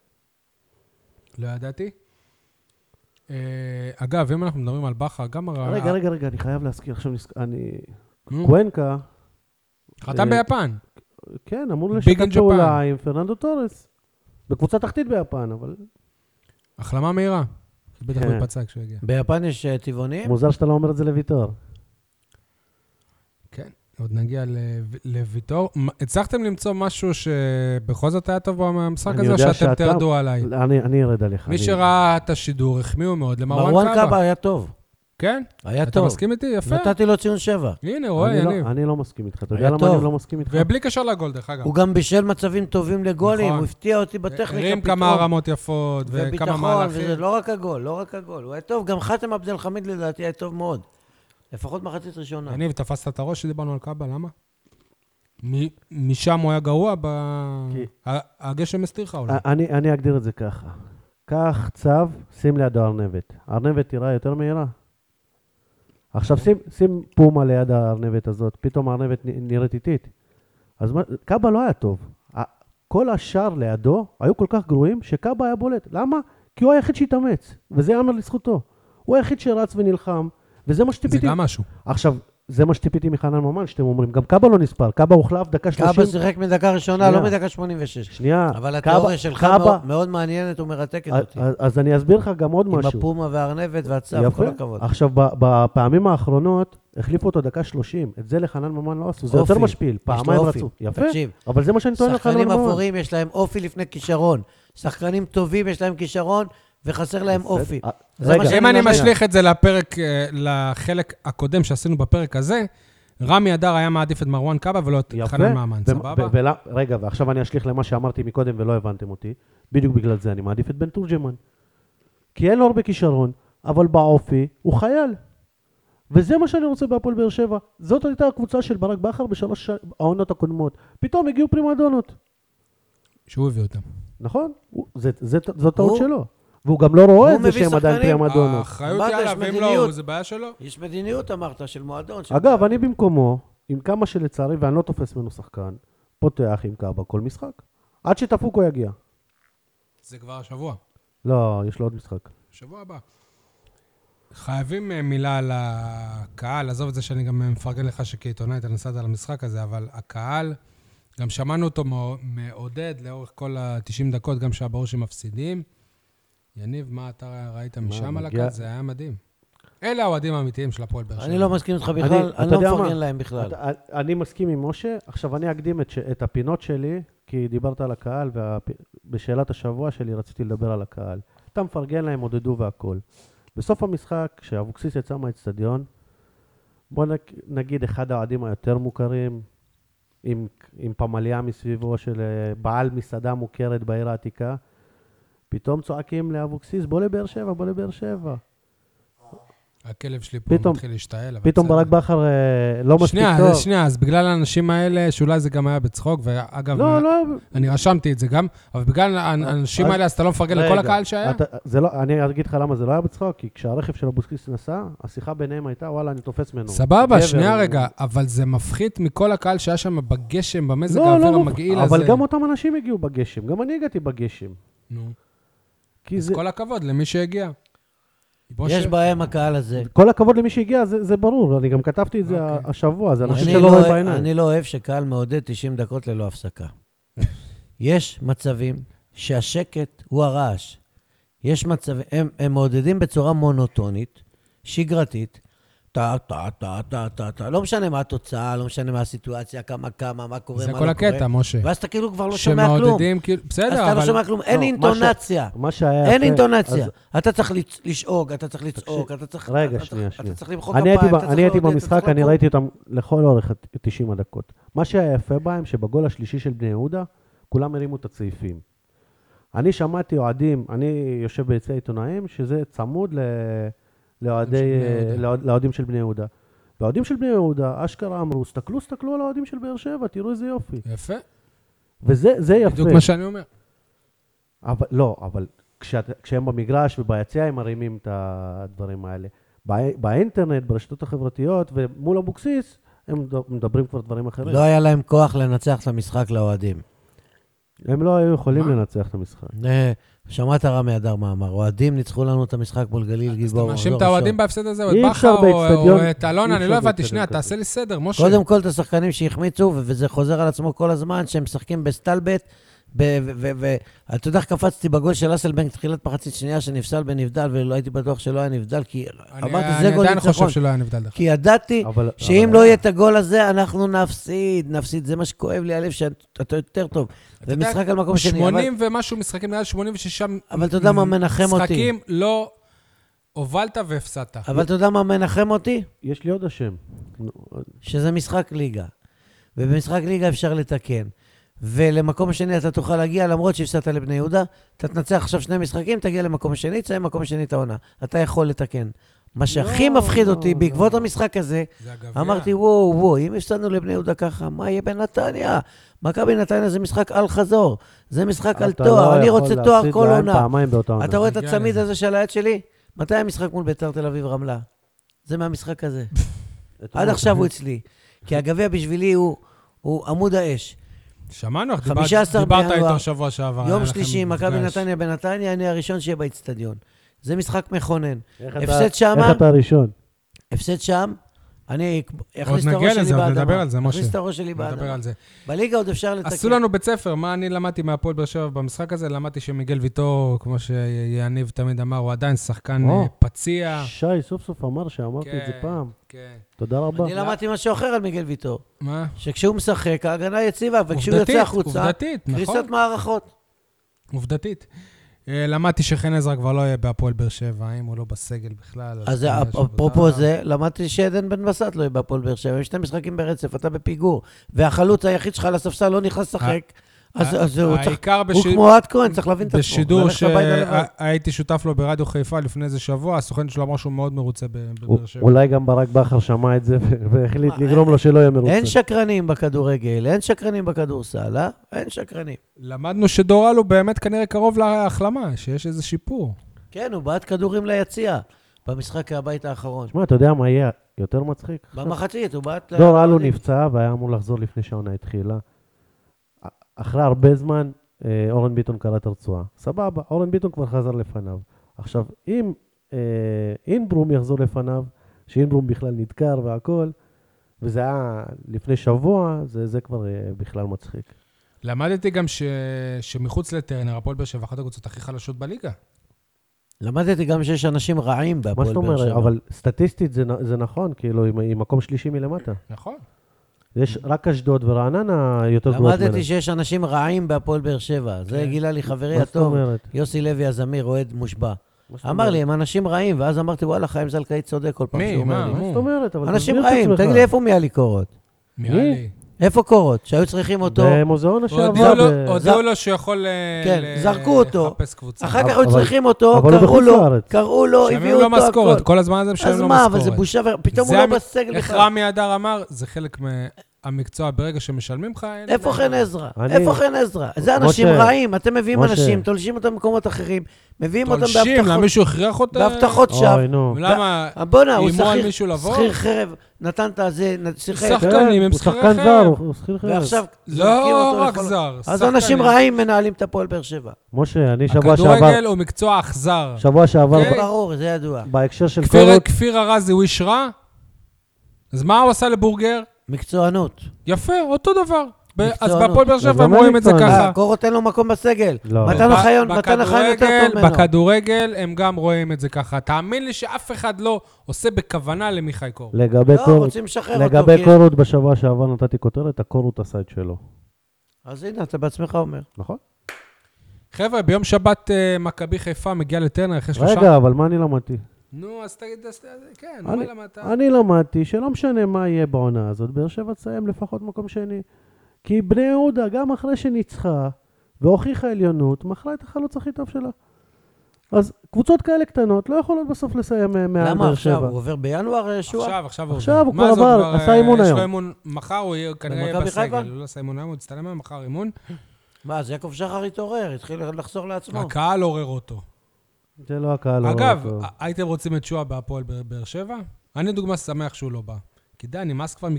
לא ידעתי. אה, אגב, אם אנחנו מדברים על בכר, גם... הר-
רגע, רגע, רגע, אני חייב להזכיר עכשיו, נזכ- אני...
נו,
קוונקה,
חתם
אה,
ביפן.
כן, אמור
Big in
לשתף
Japan.
פעולה עם פרננדו טורס. בקבוצה תחתית ביפן, אבל
החלמה מהירה. בטח הוא
כן.
ייפצע כשהוא יגיע.
ביפן יש אה, טבעונים?
מוזר שאתה לא אומר את זה לוויטור.
כן, עוד נגיע לב- לויטור. מ- הצלחתם למצוא משהו שבכל זאת היה טוב במשחק
אני
הזה, או
יודע
שאתם
שאתה- לא,
תרדו עליי?
אני אני ארד עליך.
מי
אני-
שראה את השידור החמיאו מאוד למרואן
מרואן
קאבה.
קאבה היה טוב.
כן?
היה
אתה
טוב.
מסכים איתי? יפה.
נתתי לו ציון שבע.
הנה, רואה,
אני לא-
יניב.
אני לא מסכים איתך. אתה
היה
יודע למה
טוב.
אני לא מסכים איתך?
ובלי קשר לגול, דרך אגב.
הוא גם בישל מצבים טובים לגולים,
נכון.
הוא הפתיע אותי בטכניקה פתאום.
הרים כמה הרמות יפות, וכמה
וביטחון, וזה
מהלכים.
לא רק הגול, לא רק הגול. הוא היה טוב, גם חתם עבד אל חמיד לדעתי היה טוב מאוד. לפחות מחצית
לא-
ראשונה.
יניב, תפסת את הראש שדיברנו על קאבה, למה? מ- משם הוא היה גרוע, ב...
כי- אה,
ה- הגשם הסתיר לך אולי.
אני, אני אגדיר את זה ככה. קח צו, שים לידו ארנבת. ארנבת תיראה יותר מהירה. עכשיו שים, שים פומה ליד הארנבת הזאת, פתאום הארנבת נ- נראית איטית. אז מה- קאבה לא היה טוב. ה- כל השאר לידו היו כל כך גרועים, שקאבה היה בולט. למה? כי הוא היחיד שהתאמץ, וזה ייאמר לזכותו. הוא היחיד שרץ ונלחם, וזה מה
זה
שציפיתי.
גם משהו.
עכשיו, זה מה שציפיתי מחנן ממן, שאתם אומרים. גם קאבה לא נספר, קאבה הוחלף דקה
קאבה
30.
שיחק מדקה ראשונה,
שנייה.
לא מדקה 86.
שנייה.
אבל
קאבה-
התיאוריה שלך
קאבה-
מאוד- מאוד מעניינת ומרתקת
אה,
אותי.
אז- אז אני אסביר לך גם עוד
עם
משהו.
הפומה והארנבת והצו,
יפה.
כל הכבוד.
עכשיו, ב- בפעמים האחרונות, החליפו אותו דקה 30. את זה לחנן ממן לא עשו, זה
אופי.
יותר משפיל.
לו
פעמיים
אופי.
רצו. יפה.
תקשיב,
אבל זה מה שאני טוען לחנן ממן.
שחקנים אפורים יש להם אופי לפני כישרון. שחקנים טובים יש להם כישרון, וחסר להם אופי.
אה,
זה
רגע.
מה שאני
אם אני
מאמין.
משליך את זה לפרק, אה, לחלק הקודם שעשינו בפרק הזה, רמי אדר היה מעדיף את מרואן קאבה ולא את
יפה.
חנן ממן,
ו-
סבבה?
ו- ולה- רגע, ועכשיו אני אשליך למה שאמרתי מקודם ולא הבנתם אותי. בדיוק בגלל זה אני מעדיף את בן תורג'מן. כי אין לו הרבה כישרון, אבל באופי הוא חייל. וזה מה שאני רוצה בהפועל באר שבע. זאת הייתה הקבוצה של ברק בכר בשלוש ש- העונות הקודמות. פתאום הגיעו פרימדונות.
שהוא הביא אותם.
נכון? הוא- זה- זה- זו טעות
הוא-
שלו. והוא גם לא רואה
הוא
את זה
מביא
שהם עדיין
שחקנים.
פרימדונות.
האחריות
מה
היא
זה, יש
עליו, ואם לא
מדיניות.
הוא, זה בעיה שלו.
יש מדיניות, אמרת, של מועדון. של-
אגב, אני במקומו, עם כמה שלצערי, ואני לא תופס ממנו שחקן, פותח עם קאבה כל משחק. עד שתפוקו יגיע.
זה כבר השבוע.
לא, יש לו עוד משחק.
שבוע הבא. חייבים אה, מילה על הקהל, עזוב את זה שאני גם מפרגן לך שכעיתונאי אתה נסעת למשחק הזה, אבל הקהל, גם שמענו אותו מאו- מעודד לאורך כל ה-90 דקות, גם שהברור מפסידים. יניב, מה אתה ראית משם על
מגיע-
הקהל? זה היה מדהים. אלה האוהדים האמיתיים של הפועל באר שבע.
אני לא מסכים איתך
אני-
בכלל,
אתה
אני לא
יודע מה?
מפרגן להם בכלל.
אתה- אה, אני מסכים עם משה, עכשיו אני אקדים את ש- את הפינות שלי, כי דיברת על הקהל, ובשאלת השבוע שלי רציתי לדבר על הקהל. אתה מפרגן להם, עודדו והכול. בסוף המשחק, כשאבוקסיס יצא מהאצטדיון, בוא נק- נגיד אחד האוהדים היותר מוכרים, עם, עם פמליה מסביבו של אה, בעל מסעדה מוכרת בעיר העתיקה, פתאום צועקים לאבוקסיס, בוא לבאר שבע, בוא לבאר שבע.
הכלב שלי פה
פתאום-
מתחיל להשתעל, אבל
פתאום
בסדר.
ברק בכר אה, לא מספיק
שנייה,
טוב.
אז שנייה, אז בגלל האנשים האלה, שאולי זה גם היה בצחוק, ואגב,
לא, לא,
אני רשמתי את זה גם, אבל בגלל האנשים
אז-
האלה, אז אתה לא מפרגן לכל
רגע,
הקהל שהיה?
אתה, זה לא, אני אגיד לך למה זה לא היה בצחוק, כי כשהרכב של אבוסקיס נסע, השיחה ביניהם הייתה, וואלה, אני תופס ממנו.
סבבה,
גבר,
שנייה
הוא-
רגע, אבל זה מפחית מכל הקהל שהיה שם בגשם, במזג
לא,
האוויר
לא, לא,
המגעיל הזה.
אבל גם אותם אנשים הגיעו בגשם, גם אני הגעתי בגשם.
נו,
כי
אז
זה, כל...
כל הכבוד למי שהגיע. משה-
יש בעיה עם הקהל הזה.
הכבוד למי שהגיע, זה, זה ברור, אני גם כתבתי את זה
אוקיי.
השבוע, זה אנשים
אני
שלא
לא-
רואים בעיניים.
אני לא אוהב שקהל מעודד 90 דקות ללא הפסקה. יש מצבים שהשקט הוא הרעש. יש מצבים, הם, הם מעודדים בצורה מונוטונית, שגרתית, טה, טה, טה, טה, טה, טה, לא משנה מה התוצאה, לא משנה מה הסיטואציה, כמה, כמה, מה קורה,
זה
מה
כל
לא
הקטע,
קורה.
משה.
ואז אתה כאילו כבר לא שומע כלום.
שמעודדים, כאילו,
אז
בסדר,
אתה לא
אבל...
שומע כלום, אין
לא, מה ש-
אינטונציה.
מה שהיה
אין
יפה,
אינטונציה.
אז-
אתה צריך לצ- לשאוג, אתה צריך לצעוק, אתה צריך...
רגע,
אתה-
שנייה,
אתה
שנייה.
צריך למחוא
אני
כפיים,
הייתי,
אתה
ב-
צריך
אני הייתי
לעודד, אתה צריך
במשחק, אני
לקום.
ראיתי אותם לכל אורך ה- 90 הדקות. מה שהיה יפה בהם, שבגול השלישי של בני יהודה, כולם הרימו את הצעיפים. אני שמעתי אוהדים, אני יושב ביציע עיתונאים, שזה צמוד ל-
של
לאוהדי-
בני יהודה.
לאוהד- לאוהדים של בני יהודה. והאוהדים של בני יהודה, אשכרה אמרו, סתכלו, סתכלו על האוהדים של באר שבע, תראו איזה יופי.
יפה,
וזה זה יפה.
בדיוק מה שאני אומר.
אבל, לא, אבל כשאת, כשהם במגרש וביציע הם מרימים את הדברים האלה. בא- באינטרנט, ברשתות החברתיות ומול אבוקסיס, הם ד- מדברים כבר דברים אחרים.
לא היה להם כוח לנצח את המשחק לאוהדים.
הם לא היו יכולים
מה?
לנצח את המשחק.
אה, שמעת רמי אדר מה אמר, אוהדים ניצחו לנו את המשחק מול גליל
אז אתה
גיבור.
מאשים את
מחזור
האוהדים
ראשון."
בהפסד הזה, או את
אי
בכר,
אפשר
או
באצטדיון-
או את אלונה,
אי
אני
אפשר
לא הבנתי.
באצטדיון
שנייה,
כזה.
תעשה לי סדר, משה.
קודם כל את השחקנים שהחמיצו, ו- וזה חוזר על עצמו כל הזמן, שהם משחקים בסטלבט. ואתה יודע איך קפצתי בגול של אסלבנק תחילת מחצית שנייה שנפסל בנבדל, ולא הייתי בטוח שלא היה נבדל, כי
אני-
אמרתי, זה
אני
גול
עדיין חושב
ניצחון.
שלא היה נבדל דרך.
כי ידעתי
אבל-
שאם
אבל-
לא יהיה את הגול הזה, אנחנו נפסיד, נפסיד. זה מה שכואב לי הלב, שאתה יותר טוב. זה
יודע,
משחק על מקום שני. אבל-
80 ומשהו משחקים, נראה לי 86
אבל אתה יודע מה מנחם אותי?
משחקים לא הובלת והפסדת.
אבל אתה יודע מה מנחם אותי?
יש לי עוד אשם.
שזה משחק ליגה. ובמשחק ליגה אפשר לתקן. ולמקום שני אתה תוכל להגיע, למרות שהפסדת לבני יהודה, אתה תנצח עכשיו שני משחקים, תגיע למקום שני, תסיים מקום שני את העונה. אתה יכול לתקן. מה שהכי
לא,
מפחיד
לא,
אותי,
לא.
בעקבות המשחק הזה,
זה הגביע.
אמרתי, וואו, וואו, אם הפסדנו לבני יהודה ככה, מה יהיה בנתניה? מכבי נתניה זה משחק על חזור, זה משחק על
אתה לא
תואר, אני
יכול
רוצה
להפסיד
תואר כל
להם
עונה.
פעמיים באותה עונה.
אתה רואה את
נגיע
הצמיד
לזה.
הזה של היד שלי? מתי המשחק מול ביתר תל אביב רמלה? זה מהמשחק הזה. עד עכשיו הוא אצלי. כי הגביע בשבילי הוא- הוא עמוד האש.
שמענו, איך
15
דיברת- דיברת
בינואר.
איתו שבוע שעבר. היה
יום
לכם
שלישי, מכבי
מפגש.
נתניה בנתניה, אני הראשון שיהיה באיצטדיון. זה משחק מכונן.
איך אתה-
הפסד שם-
איך אתה הראשון?
הפסד שם, אני אכניס את
נגיע
הראש
לזה,
שלי
עוד
באדמה.
נדבר על זה,
אכניס
משה.
את הראש שלי
נדבר
באדמה.
על זה.
בליגה עוד אפשר לתקן.
עשו לנו בית ספר, מה אני למדתי מהפועל באר שבע במשחק הזה? למדתי שמיגל ויטור, כמו שיניב תמיד אמר, הוא עדיין שחקן
או.
אה, פציע.
שי סוף סוף אמר שאמרתי את זה
כן,
פעם.
כן.
תודה רבה.
אני למדתי משהו אחר על מיגל ויטור,
מה?
שכשהוא משחק, ההגנה יציבה, וכשהוא
עובדתית,
יוצא החוצה,
עובדתית, נכון.
קריסת מערכות.
עובדתית. אה, למדתי שחן עזרא כבר לא יהיה בהפועל באר שבע, אם הוא לא בסגל בכלל.
אז
כנראה
אפ-
שהוא
אפרופו
בוטל.
זה, למדתי שעדן בן בסט לא יהיה בהפועל באר שבע, יש שני משחקים ברצף, אתה בפיגור, והחלוץ היחיד שלך על הספסל לא נכנס לשחק, אז אז הוא צריך...
העיקר
הוא
בש-
כמו עד כהן, צריך להבין את עצמו.
בשידור
ללכת הביתה לבד.
שהייתי שותף לו ברדיו חיפה לפני איזה שבוע, הסוכן שלו אמר שהוא מאוד מרוצה ב- בבאר שבע.
אולי גם ברק בכר שמע את זה והחליט
מה,
לגרום לו שלא יהיה מרוצה.
אין שקרנים בכדורגל, אין שקרנים בכדורסל, אה? אין שקרנים.
למדנו שדורל הוא באמת כנראה קרוב להחלמה, שיש איזה שיפור.
כן, הוא בעט כדורים ליציע, במשחק הבית האחרון.
שמע, אתה יודע מה יהיה יותר מצחיק?
במחצית, הוא בעט...
דור אלו נפצע והיה אמור לחזור לפני שהעונה התחילה. אחרי הרבה זמן, אה, אורן ביטון קרע את הרצועה. סבבה, אורן ביטון כבר חזר לפניו. עכשיו, אם אה, אינברום יחזור לפניו, שאינברום בכלל נדקר והכול, וזה היה לפני שבוע, זה, זה כבר אה, בכלל מצחיק.
למדתי גם ש... שמחוץ לטרנר, הפועל באר שבע, אחת הקבוצות הכי חלשות בליגה.
למדתי גם שיש אנשים רעים
מה
בהפועל
זאת
באר
אומרת?
שבע.
אבל סטטיסטית זה, נ- זה נכון, כאילו, עם, עם מקום שלישי מלמטה.
נכון.
Mm.
יש רק אשדוד ורעננה יותר גרועות
למדתי שיש אנשים רעים בהפועל באר שבע. זה גילה לי חברי
כן. מה זאת
הטוב,
אומרת?
יוסי לוי הזמיר, אוהד מושבע.
מה זאת
אמר לי,
אומרת?
הם אנשים רעים, ואז אמרתי, וואלה, חיים זלקאי צודק כל פעם
מי?
שהוא אומר
מה?
לי.
מה זאת אומרת? אבל
אנשים
תסביר את
רעים,
עצמך.
תגיד לי, איפה מיאלי קורות?
נראה לי.
איפה קורות? שהיו צריכים אותו,
במוזיאון
הודיעו
לשעבר.
לו-
ב-
הודיעו לו שהוא יכול אה,
כן,
ל-
זרקו אותו.
לחפש קבוצה.
אחר כך
אבל-
היו צריכים אותו,
אבל הוא
קראו
בחוץ
לו,
לארץ. לא
קראו לו,
משלמים
הביאו
לו
אותו,
משכורת,
הכל.
כל הזמן הזה משלמים
אז
לו
מה,
משכורת.
אבל זה בושה, ו- פתאום
זה
הוא לא
המ-
בסגל
איך
בכלל.
רמי אדר אמר, זה חלק מהמקצוע, ברגע שמשלמים לך... אין-
איפה כן, חן עזרא?
אני-
איפה חן עזרא? זה
משה,
אנשים רעים, אתם מביאים
משה.
אנשים, תולשים אותם במקומות אחרים, מביאים אותם
תולשים, למה
בהבטחות-
מישהו הכריח אה? אותם?
בהבטחות
אוי,
שווא.
נו.
למה?
אה, בואנה, הוא
איימו על
שכיר-
מישהו לבוא?
שכיר חרב, נתן את הזה, נ- שיחק,
שחקנים,
כן,
הם
הוא
שכירי
שחקן
חרב.
זר, הוא- הוא שכיר חרב.
ועכשיו זורקים
לא
אותו
רק
לכל-
זר,
אז
שחקנים. כן.
אנשים רעים מנהלים את הפועל באר שבע.
משה, אני שבוע שעבר,
הכדורגל לא- הוא מקצוע אכזר.
שבוע שעבר,
אוקיי.
ב-
ברור, זה ידוע.
בהקשר של
כפיר-
קורות,
כפיר ארז הוא איש רע? אז מה הוא עשה לבורגר?
מקצוענות.
יפה, אותו דבר. ב- אז
מקצוענות.
בהפועל באר
אז
שבע
למה
הם רואים את זה
לא מקצוענות?
ככה.
אה, קורות אין לו מקום בסגל.
לא.
מתן
ב-
אוחיון מתן אוחיון יותר
בכדורגל-
טוב ממנו.
בכדורגל הם גם רואים את זה ככה. תאמין לי שאף אחד לא עושה בכוונה למיכאי קור.
לגבי
לא,
קורות,
רוצים אוקיי. לשחרר אותו.
לגבי
כי-
קורות בשבוע שעבר נתתי כותרת, הקורות עשה את שלו,
אז הנה, אתה בעצמך אומר.
נכון?
חבר'ה, ביום שבת אה, מכבי חיפה מגיעה לטרנר אחרי שלושה...
רגע, אבל מה אני למדתי?
נו, אז תגיד, אז ת- כן, נו, מה
אני-
למדת?
אני למדתי שלא משנה מה יהיה בעונה הזאת, באר שבע תסיים לפחות מקום שני. כי בני יהודה, גם אחרי שניצחה והוכיחה עליונות, מכרה את החלוץ הכי טוב שלה. אז קבוצות כאלה קטנות לא יכולות בסוף לסיים אה, מעל
למה
באר
עכשיו?
שבע.
הוא עובר בינואר אה, ישועה?
עכשיו, עכשיו הוא
עכשיו
עובר.
הוא
מה
כבר
זה,
עבר,
כבר,
עשה
אה,
אימון
יש
היום.
לו אימון, מחר הוא יהיה כנראה יהיה
במכבי
בסגל.
חיפה?
הוא לא עשה אימון היום, הוא יצטלם היום, מחר אימון.
מה, אז יעקב שחר התעורר, התחיל לחזור לעצמו.
הקהל עורר אותו.
זה לא הקהל. לא
אגב, אה,
רואה אותו.
ה- הייתם רוצים את שועה בהפועל באר- באר שבע? אני דוגמה שמח שהוא לא בא. כי די, נמאס כבר מ-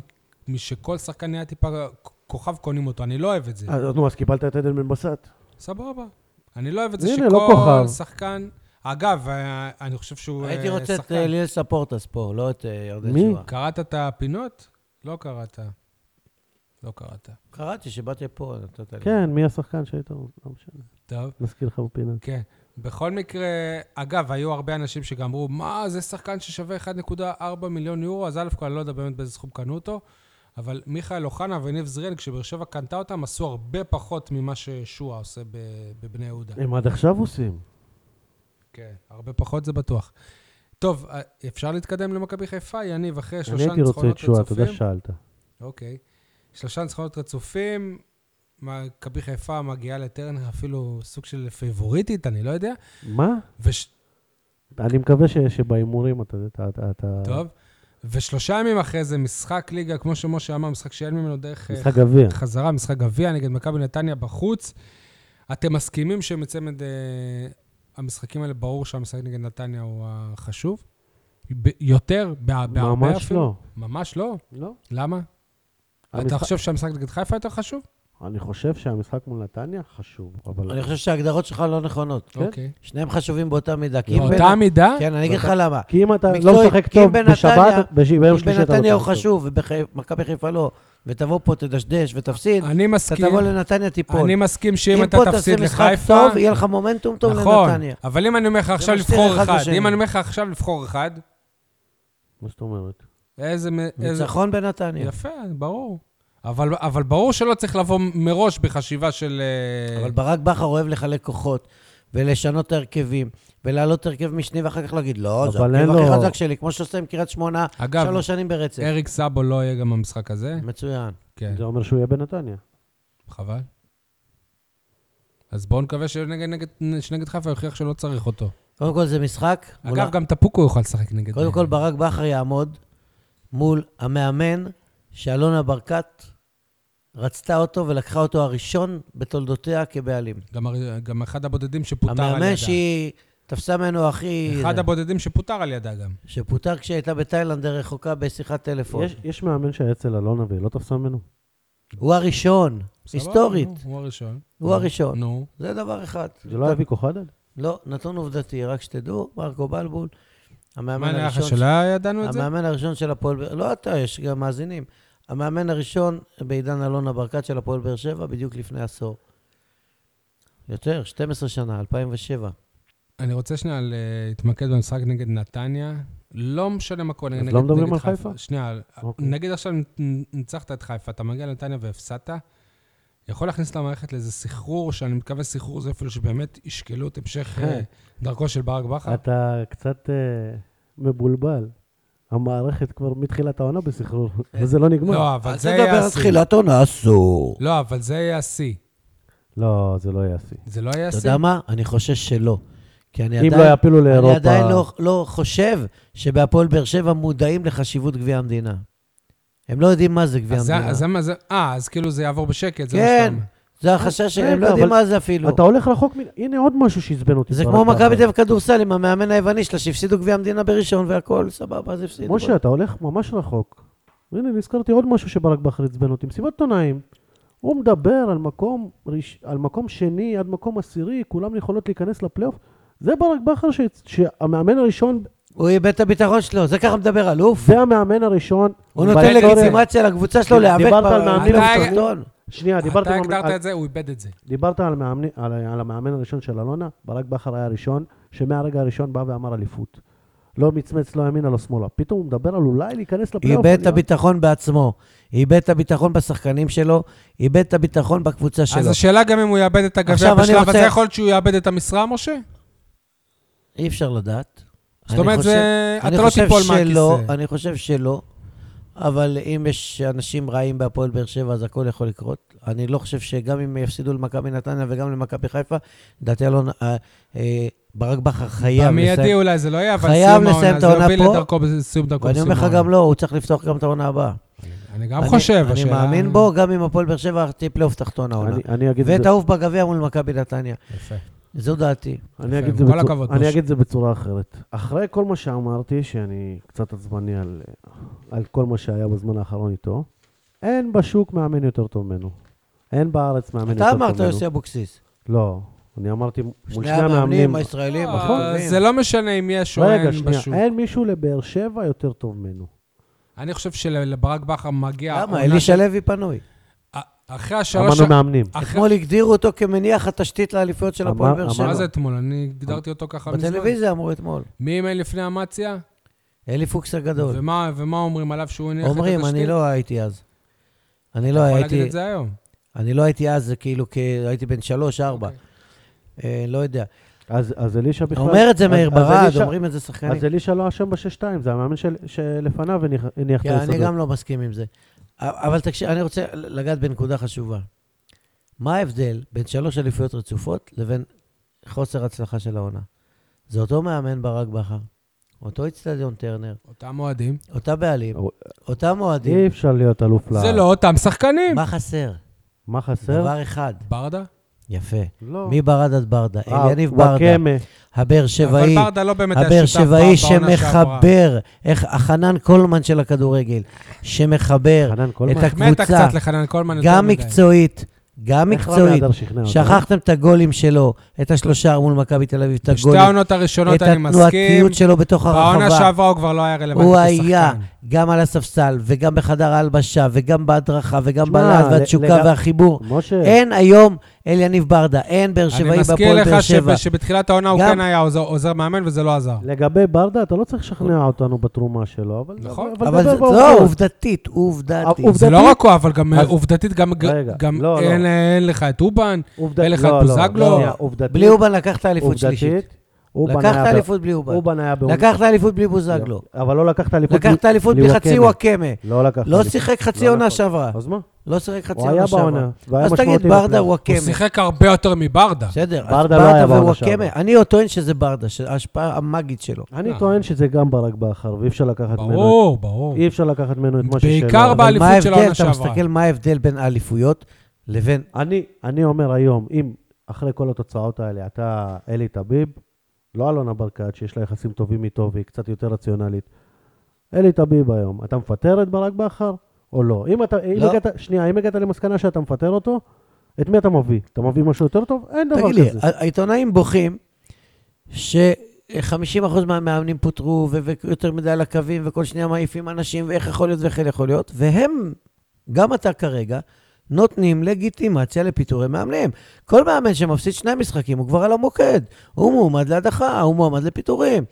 משכל שחקן נהיה טיפה כוכב קונים אותו, אני לא אוהב את זה.
אז אה, נו, אז קיבלת את עדן בן בסט.
כן. סבבה. אני לא אוהב את זה
הנה,
שכל
לא כוכב.
שחקן... אגב, אה, אני חושב שהוא אה,
הייתי רוצה את
שחקן.
אה, ליאל ספורטס פה, לא את אה, ירדן
מי?
שועה.
קראת את הפינות? לא קראת. לא קראת.
קראתי שבאתי פה, נתת לי.
כן, מי השחקן שהיית? לא משנה.
טוב.
נזכיר לך בפינה.
כן. בכל מקרה, אגב, היו הרבה אנשים שגם אמרו, מה, זה שחקן ששווה 1.4 מיליון יורו, אז א' כל אני לא יודע באמת באיזה סכום קנו אותו, אבל מיכאל אוחנה וניב זריאן, כשבאר שבע קנתה אותם, עשו הרבה פחות ממה ששועה עושה ב- בבני יהודה.
הם עד עכשיו עושים.
כן, הרבה פחות זה בטוח. טוב, אה, אפשר להתקדם למכבי חיפה, יניב, אחרי
אני
שלושה
הייתי רוצה את
ניצחונות
שואה, תודה
רצופים.
ששאלת.
אוקיי. שלושה ניצחונות רצופים, מכבי חיפה מגיעה לטרנר אפילו סוג של פייבוריטית, אני לא יודע.
מה?
וש...
אני מקווה ש- שבהימורים אתה... אתה- אתה- אתה-
אה.
טוב. ושלושה ימים אחרי זה משחק ליגה, כמו שמשה אמר, משחק שאין ממנו דרך אה,
משחק גביע.
חזרה, משחק גביע נגד מכבי נתניה בחוץ. אתם מסכימים שמצמד אה, המשחקים האלה, ברור שהמשחק נגד נתניה הוא החשוב? ב- יותר, בה- אה, בהרבה
ממש
אפילו?
לא.
ממש לא?
לא.
למה? אתה
המשחק-
חושב שהמשחק נגד חיפה יותר חשוב?
אני חושב שהמשחק מול נתניה חשוב, אבל...
אני חושב שההגדרות שלך לא נכונות.
כן.
אוקיי.
שניהם חשובים באותה מידה. כי אם
באותה
בנ-
מידה?
כן, אני אגיד לך למה.
כי אם אתה לא
מקצועית,
משחק
כי אם
טוב
בנתניה-
בשבת, בש- ביום
אם
שלישי אתה לא
בנתניה הוא
משחק טוב.
חשוב ובמכבי חיפה לא, ותבוא פה, תדשדש ותפסיד,
אני
אתה
מסכים,
תבוא לנתניה, תיפול.
אני מסכים שאם
אם
אתה
פה תעשה
תפסיד
משחק
לחיפה...
טוב, יהיה לך מומנטום טוב
נכון,
לנתניה.
אבל אם אני אומר לך עכשיו
משתיר
לבחור
אחד
אחד,
בשני.
אם אני אומר לך עכשיו לבחור אחד,
מה זאת אומרת?
איזה... מ- איזה...
ניצחון בנתניה.
יפה, ברור. אבל, אבל ברור שלא צריך לבוא מראש בחשיבה של... אה,
אבל ברק בכר אוהב לחלק כוחות, ולשנות את ההרכבים, ולהעלות הרכב משני ואחר כך להגיד, לא, זה
אבל
הרכב
אין
הכי
לו-
חזק שלי, כמו שעושה עם קריית שמונה,
אגב,
שלוש Mm-hmm. שנים ברצף.
אריק סאבו לא יהיה גם במשחק הזה.
מצוין.
כן,
זה אומר שהוא יהיה בנתניה. חבל.
חבל. אז בואו נקווה שנגד, נגד, שנגד חיפה יוכיח שלא צריך אותו.
קודם כל זה משחק. מול ה-
אגב, גם טפוקו יוכל לשחק נגד... אה,
קודם כל, ברק בכר יעמוד מול המאמן שאלונה ברקת רצתה אותו ולקחה אותו הראשון בתולדותיה כבעלים.
גם, הר- גם אחד הבודדים שפוטר על
המאמן
ידה.
שהיא תפסה ממנו הכי...
אחד
זה,
הבודדים שפוטר על ידה גם.
שפוטר כשהיא הייתה בתאילנד רחוקה בשיחת טלפון.
יש- יש מאמן שהיה אצל אלונה והיא לא תפסה ממנו?
הוא הראשון,
סבבה,
היסטורית.
נו, הוא הראשון.
הוא הראשון.
נו.
זה דבר אחד.
זה לא היה ויקו חדד?
לא, נתון עובדתי, רק שתדעו, מרקו בלבול,
מה
המאמן
נראה לך
הראשון
שלא ידענו את זה?
המאמן הראשון של הפועל באר שבע, לא אתה, יש גם מאזינים. המאמן הראשון בעידן אלונה ברקת של הפועל באר שבע, בדיוק לפני עשור. יותר, 12 שנה, 2007.
אני רוצה שנייה אה, להתמקד במשחק נגד נתניה. לא משנה מה קורה, נגד
אז
נגד
לא מדברים על
חיפה.
חיפה?
שנייה, אה,
אוקיי.
נגיד עכשיו נ- ניצחת את חיפה, אתה מגיע לנתניה והפסדת, יכול להכניס למערכת לאיזה סחרור, שאני מקווה סחרור זה אפילו שבאמת ישקלו את המשך
כן.
אה, דרכו של ברק בכר.
אתה קצת אה, מבולבל. המערכת כבר מתחילת העונה בסחרור,
כן.
וזה לא נגמר.
לא, אבל זה יהיה השיא.
עונה אסור.
לא, אבל זה יהיה השיא.
לא, זה לא יהיה השיא.
זה לא יהיה
אתה
השיא.
יודע מה? אני חושש שלא. כי אני
אם
עדיין,
לא יעפילו
אני עדיין
לאירופה...
לא, לא חושב שבהפועל באר שבע מודעים לחשיבות גביע המדינה. הם לא יודעים מה זה גביע
אז זה-
המדינה.
אז זה מה זה... אה, אז כאילו זה יעבור בשקט, זה מה שאתה
כן,
אומר.
זה החשש שלהם, הם לא
רגע,
יודעים
כן, אבל
מה זה אפילו.
אתה הולך רחוק מן... הנה עוד משהו שעצבן אותי.
זה
ברק
כמו
בכר.
מכבי תל אביב כדורסל עם המאמן היווני שלה, שהפסידו גביע המדינה בראשון והכול, סבבה, אז הפסידו.
משה, אתה הולך ממש רחוק. הנה, נזכרתי עוד משהו שברק בכר עצבן אותי. מסיבת עיתונאים, הוא מדבר על מקום, ראש... על מקום שני עד מקום עשירי, כולם יכולות להיכנס לפלייאוף. זה ברק בכר ש... שהמאמן הראשון,
הוא איבד את הביטחון שלו, זה ככה מדבר אלוף.
זה המאמן הראשון.
הוא נותן
בהיסטוריה-
לגיטימציה לקבוצה שלו להיאבק
דיברת על מאמנים
בפתחתון.
שנייה, דיברת,
אתה
עם-
הגדרת
אה, על...
את זה, הוא איבד את זה.
דיברת על, מאמני... על... על המאמן הראשון של אלונה, ברק בכר היה הראשון, שמהרגע הראשון בא ואמר אליפות. לא מצמץ, לא ימינה, לא שמאלה. פתאום הוא מדבר על אולי להיכנס לפלייאוף.
איבד
אני
את
לא-
הביטחון בעצמו, איבד את הביטחון בשחקנים שלו, איבד את הביטחון בקבוצה
אז
שלו.
השאלה גם אם הוא יאבד את הגביע
עכשיו אני
בשלב
רוצה-
הזה, יכול להיות שהוא יאבד את המשרה, משה?
אי אפשר לדעת.
זאת
אני
אומרת,
חושב-
זה...
אני
אתה לא
חושב
תיפול
שלא,
מהכיסא.
אני חושב שלא, אבל אם יש אנשים רעים בהפועל באר שבע, אז הכל יכול לקרות. אני לא חושב שגם אם יפסידו למכבי נתניה וגם למכבי חיפה, לדעתי אלון, אה, אה, ברק בכר חייב
במיידי
לסיים.
אולי זה לא יהיה, אבל
חייב
סיום
לסיים
העונה,
את
זה
העונה
יוביל
פה.
לדרכו בסיום דרכו.
ואני אומר לך
בסיום
גם לא, הוא צריך לפתוח גם את העונה הבאה.
העונה. אני גם
אני-
חושב,
אני
השאלה-
מאמין בו, גם אם הפועל באר שבע תהיה פלייאוף תחתון העונה.
אני, אני אגיד את זה.
ותעוף בגביע מול מכבי נתניה.
יפה.
זו דעתי.
אני
יפה,
אגיד את זה
כל
בצורה-
הכבוד,
אני
משה.
אגיד את זה בצורה אחרת. אחרי כל מה שאמרתי, שאני קצת עצבני על, על כל מה שהיה בזמן האחרון איתו, אין בשוק מאמן יותר טוב ממנו. אין בארץ מאמן יותר
אתה
טוב ממנו.
אמרת יוסי אבוקסיס.
לא, אני אמרתי מול
שני המאמנים הישראלים.
אה,
הטובים.
זה לא משנה אם יש או
רגע,
אין בשוק.
שנייה, אין מישהו לבאר שבע יותר טוב ממנו.
אני חושב שלברק בכר מגיע...
למה?
העונה
אלישע
של-
לוי פנוי.
אה, אחרי השלוש...
אמרנו מאמנים.
אחרי-
אתמול הגדירו אותו כמניח התשתית לאליפויות של
אמר-
הפועל באר
אמר-
שבע.
מה זה אתמול? אני הגדרתי אותו ככה מזמן.
בטלוויזיה אמרו אתמול.
מי אימן לפני אמציה?
אלי פוקס הגדול.
ומה ומה אומרים עליו שהוא הניח את התשתית?
אומרים, אני לא הייתי אז. אני לא
אתה יכול להגיד
הייתי,
את זה היום.
אני לא הייתי אז, כאילו, כ- הייתי בן שלוש, ארבע.
אוקיי.
אה, לא יודע.
אז, אז אלישע בכלל...
אומר את זה
אז-
מאיר
אז
ברד,
אלישע-
אומרים כן. את זה שחקנים.
אז אלישע לא אשם בשש-שתיים, זה המאמן של, שלפניו הניח, הניח את
כן,
היסודות.
אני גם לא מסכים עם זה. אבל תקשיב, אני רוצה לגעת בנקודה חשובה. מה ההבדל בין שלוש אליפויות רצופות לבין חוסר הצלחה של העונה? זה אותו מאמן ברק בכר, אותו איצטדיון טרנר,
אותם אוהדים.
אותה בעלים,
או-
אותם
אי
אוהדים.
אפשר להיות אלוף לעד.
זה לא אותם
אה.
שחקנים.
מה חסר?
מה חסר?
דבר אחד.
ברדה?
יפה.
לא.
מברד עד ברדה,
אה,
אליניב ברדה,
וואקמה.
הבאר
אבל
שבעי,
ברדה לא באמת היה שותף
הבאר שבעי
פעם בעונה שעברה.
שמחבר, איך החנן קולמן של הכדורגל, שמחבר
חנן קולמן.
אה, את
החמאת
הקבוצה,
קצת לחנן קולמן יותר
גם
מדי.
מקצועית, גם
איך לא רמי
מקצועית.
אדר שכנע אותנו?
שכחתם את הגולים שלו, את השלושה מול מכבי תל אביב, את
בשתי
הגולים,
העונות הראשונות
את
אני מסכים.
התנועתיות שלו בתוך
בעונה
הרחבה.
שעברה הוא כבר לא היה רלוונטי
הוא
כשחקן.
היה גם על הספסל, וגם בחדר ההלבשה, וגם בהדרכה, וגם
שמע,
בלהט
ל- כן.
והתשוקה
לגב-
והחיבור.
משה,
אין היום אליניב ברדה, אין באר
אני
שבעי
מזכיר
בפועל
לך
באר שבע.
שב- שבתחילת העונה הוא
גם-
כן היה עוזר- עוזר מאמן וזה לא עזר.
לגבי ברדה, אתה לא צריך לשכנע אותנו בתרומה שלו, אבל...
נכון.
אבל זה
דבר
לא,
בעובדות.
עובדתית, עובדתית.
העובדה-
זה
עובדתית-
לא רק הוא, אבל גם
אז-
עובדתית גם-
רגע,
גם
לא, לא.
אין- אין לך את אובן.
עובדה-
אין לך
לא,
את
לא,
בוזגלו?
שנייה, עובדתית-
בלי אובן לקחת אליפות
עובדתית,
שלישית.
אובן היה
לקחת
ב-
אליפות בלי אובן.
אובן היה באום-
לקחת אליפות בלי בוזגלו.
אבל לא לקחת אליפות...
לקחת אליפות בלי חצי וואקמה.
לא לקחת
לא
אליפות.
שיחק חצי
לא
עונה
נכון.
שעברה.
אז מה?
לא שיחק חצי
הוא היה
עונה שעברה.
בעונה, והיה
אז תגיד,
משמעותי
ברדה
בפלייאוף.
הוא
וואקמה.
שיחק הרבה יותר מברדה.
כן. בסדר, אז
ברדה לא היה בעונה
ווואקמה.
שעברה.
אני עוד טוען שזה ברדה, שההשפעה המאגית שלו.
אני
אה.
טוען שזה גם ברק בכר, ואי אפשר לקחת ממנו...
ברור, ברור.
אי אפשר לקחת ממנו את מה ששלו.
בעיקר
אבל-
באליפות
מה
של
ההבדל,
העונה
אתה
שעברה.
מסתכל מה ההבדל בין האליפויות לבין...
אני, אני אומר היום, אם אחרי כל התוצאות האלה, אתה אלי טביב, לא אלונה ברקת, שיש לה יחסים טובים איתו והיא קצת יותר רציונלית, אלי טביב היום, אתה מפטר את ברק בכר או לא? אם אתה, אם
לא.
הגעת, שנייה, אם הגעת למסקנה שאתה מפטר אותו, את מי אתה מביא? אתה מביא משהו יותר טוב? אין דבר
תגיד
כזה.
לי, העיתונאים בוכים ש-50% מהמאמנים פוטרו, ו- ויותר מדי על הקווים, וכל שנייה מעיפים אנשים, ואיך יכול להיות וכן יכול להיות, והם, גם אתה כרגע, נותנים לגיטימציה לפיטורי מאמנים. כל מאמן שמפסיד שני משחקים הוא כבר על המוקד. הוא מועמד להדחה, הוא מועמד לפיטורים.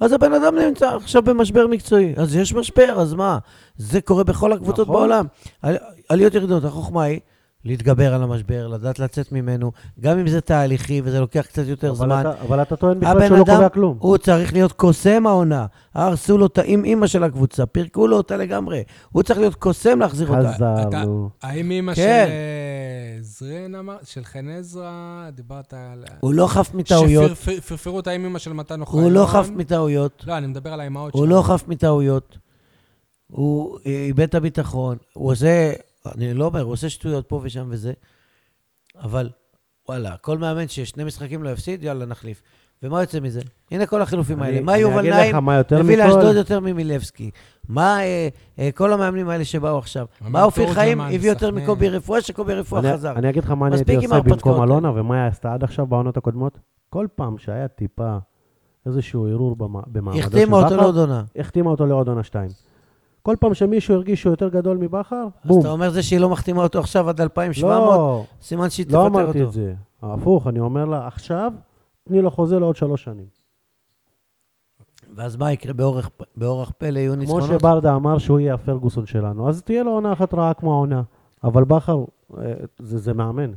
אז הבן אדם נמצא עכשיו במשבר מקצועי. אז יש משבר, אז מה? זה קורה בכל הקבוצות
נכון.
נכון. בעולם. על- עליות ירידות, החוכמה היא להתגבר על המשבר, לדעת לצאת ממנו, גם אם זה תהליכי וזה לוקח קצת יותר
אבל,
זמן.
אתה, אבל אתה טוען בכלל
הבן
שהוא לא
אדם,
קובע כלום.
הוא צריך להיות קוסם העונה. הרסו לו את האימא של הקבוצה, פירקו לו אותה לגמרי. הוא צריך להיות קוסם להחזיר אותה.
אתה-
חזרנו.
האם אימא של
לא. כן.
אה, זרין אמר? של חן עזרא? דיברת על...
הוא לא חף מטעויות,
שפרפרו את האימא של מתן אוחיון.
הוא לא חף מטעויות.
לא, אני מדבר על האימהות
הוא לא חף מטעויות, הוא אה, איבד את הביטחון, הוא עושה, אני לא אומר, הוא עושה שטויות פה ושם וזה, אבל וואלה, כל מאמן ששני משחקים לא יפסיד, יאללה, נחליף. ומה יוצא מזה? הנה כל החילופים
אני-
האלה. מה
אני
יובל
אגיד
נעים
לך מה יותר
הביא
מכל.
לאשדוד יותר ממילבסקי? מה אה, אה, כל המאמנים האלה שבאו עכשיו?
אמיר
מה אופיר
תורג'מן,
חיים הביא יותר
סכנין.
מקובי רפואה, שקובי רפואה
אני-
חזר?
אני אגיד לך מה אני הייתי
מספיק עם כן.
עושה במקום
ההרפתקאות.
אלונה ומה היא עשתה עד עכשיו בעונות הקודמות. כל פעם שהיה טיפה איזשהו ערעור במע- במעמדו של בכר,
החתימה אותו לעוד עונה.
החתימה אותו לעוד עונה שתיים. כל פעם שמישהו הרגיש שהוא יותר גדול מבכר,
אז
בום.
אתה אומר זה שהיא לא מחתימה אותו עכשיו עד 2,700?
לא,
סימן שהיא תפטר
לא
אותו.
אמרתי את זה. הפוך, אני אומר לה, עכשיו, תני לו חוזה לעוד שלוש שנים.
ואז מה יקרה באורח, באורח פלא יהיו
כמו
ניצחונות?
שברדה אמר שהוא יהיה הפרגוסון שלנו, אז תהיה לו עונה אחת רעה כמו העונה. אבל בכר, אה, זה זה מאמן,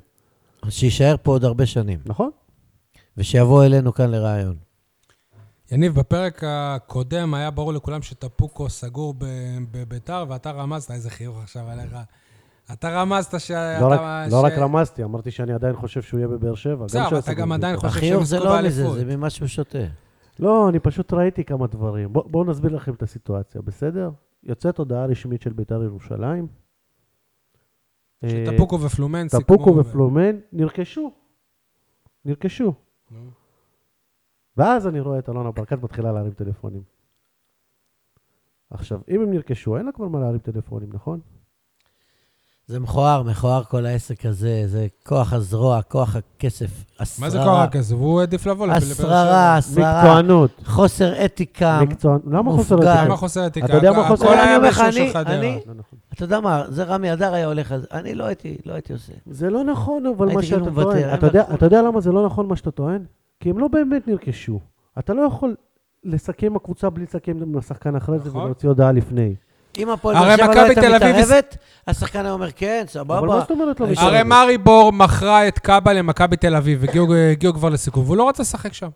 אז שיישאר פה עוד הרבה שנים,
נכון?
ושיבוא אלינו כאן לראיון.
יניב, בפרק הקודם היה ברור לכולם שטפוקו סגור ב- בביתר, ואתה רמזת, איזה חיוך עכשיו עליך. אתה רמזת שאתה...
לא רק- לא
ש-
רק רמזתי, אמרתי שאני עדיין חושב שהוא יהיה בבאר שבע. גם
בסדר, אבל אתה
שהסגל
גם
יהיה
עדיין
טוב.
חושב
החיוך
שהם
זה
יזכו
לא מזה,
באליפות.
זה ממה שהוא שותה.
לא, אני פשוט ראיתי כמה דברים. בוא- בואו נסביר לכם את הסיטואציה, בסדר? יוצאת הודעה רשמית של בית"ר ירושלים. אה,
שטפוקו ופלומן סיכמו...
טפוקו ופלומן נרכשו. נרכשו.
נו.
ואז אני רואה את אלונה ברקת מתחילה להרים טלפונים. עכשיו, אם הם נרכשו, אין לה כבר מה להרים טלפונים, נכון?
זה מכוער, מכוער כל העסק הזה, זה כוח הזרוע, כוח הכסף, השררה.
מה זה קורה כזה? הוא העדיף לבוא לבאר שבע.
השררה, השררה,
מקצוענות.
חוסר אתיקה.
מקצוענות. למה חוסר
מופגן.
אתיקה?
למה חוסר עתיקה?
אתה יודע מה חוסר-
הכל
אני
היה
אומר לך,
מישהו של
אני-
חדרה.
אני-
לא נכון.
אתה יודע מה, זה רמי אדר היה הולך על זה. אני לא הייתי, לא הייתי עושה.
זה לא נכון, אבל מה
הייתי
שאתה
כאילו מוותר,
טוען.
אין
אתה יודע-
לקחו.
אתה יודע למה זה לא נכון מה שאתה טוען? כי הם לא באמת נרכשו. אתה לא יכול לסכם הקבוצה בלי לסכם עם השחקן אחרי זה
נכון.
ולהוציא הודעה לפני.
אם הפועל
הרי
באר שבע לא
מכבי
הייתה
תל אביב-
מתערבת, השחקן היה אומר, כן, סבבה. אה,
אבל מה זאת אומרת לא
אני-
מתערבת?
הרי מארי בור מכרה את קאבה למכבי תל אביב, והגיעו הגיעו כבר לסיכום, והוא לא רצה לשחק שם.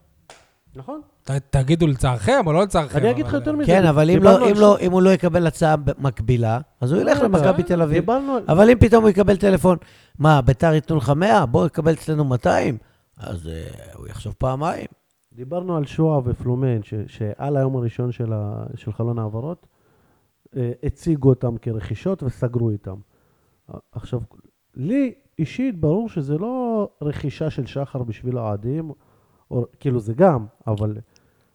נכון.
ת- תגידו לצערכם או לא לצערכם.
אני אגיד לך
אבל-
יותר מזה.
כן, אבל אם
דיברנו
לא-
על
אם
ש-
לא- אם הוא לא יקבל הצעה ב- מקבילה, אז הוא ילך למכבי תל אביב.
דיברנו על...
אבל אם פתאום הוא יקבל טלפון, מה, ביתר ייתנו לך 100? בוא, יקבל אצלנו 200? אז אה, הוא יחשוב פעמיים.
דיברנו על שואה ופלומן, ש, שעל היום הראשון של, ה, של חלון ההעברות, אה, הציגו אותם כרכישות וסגרו איתם. אה, עכשיו, לי אישית ברור שזה לא רכישה של שחר בשביל האוהדים, או- כאילו זה גם, אבל,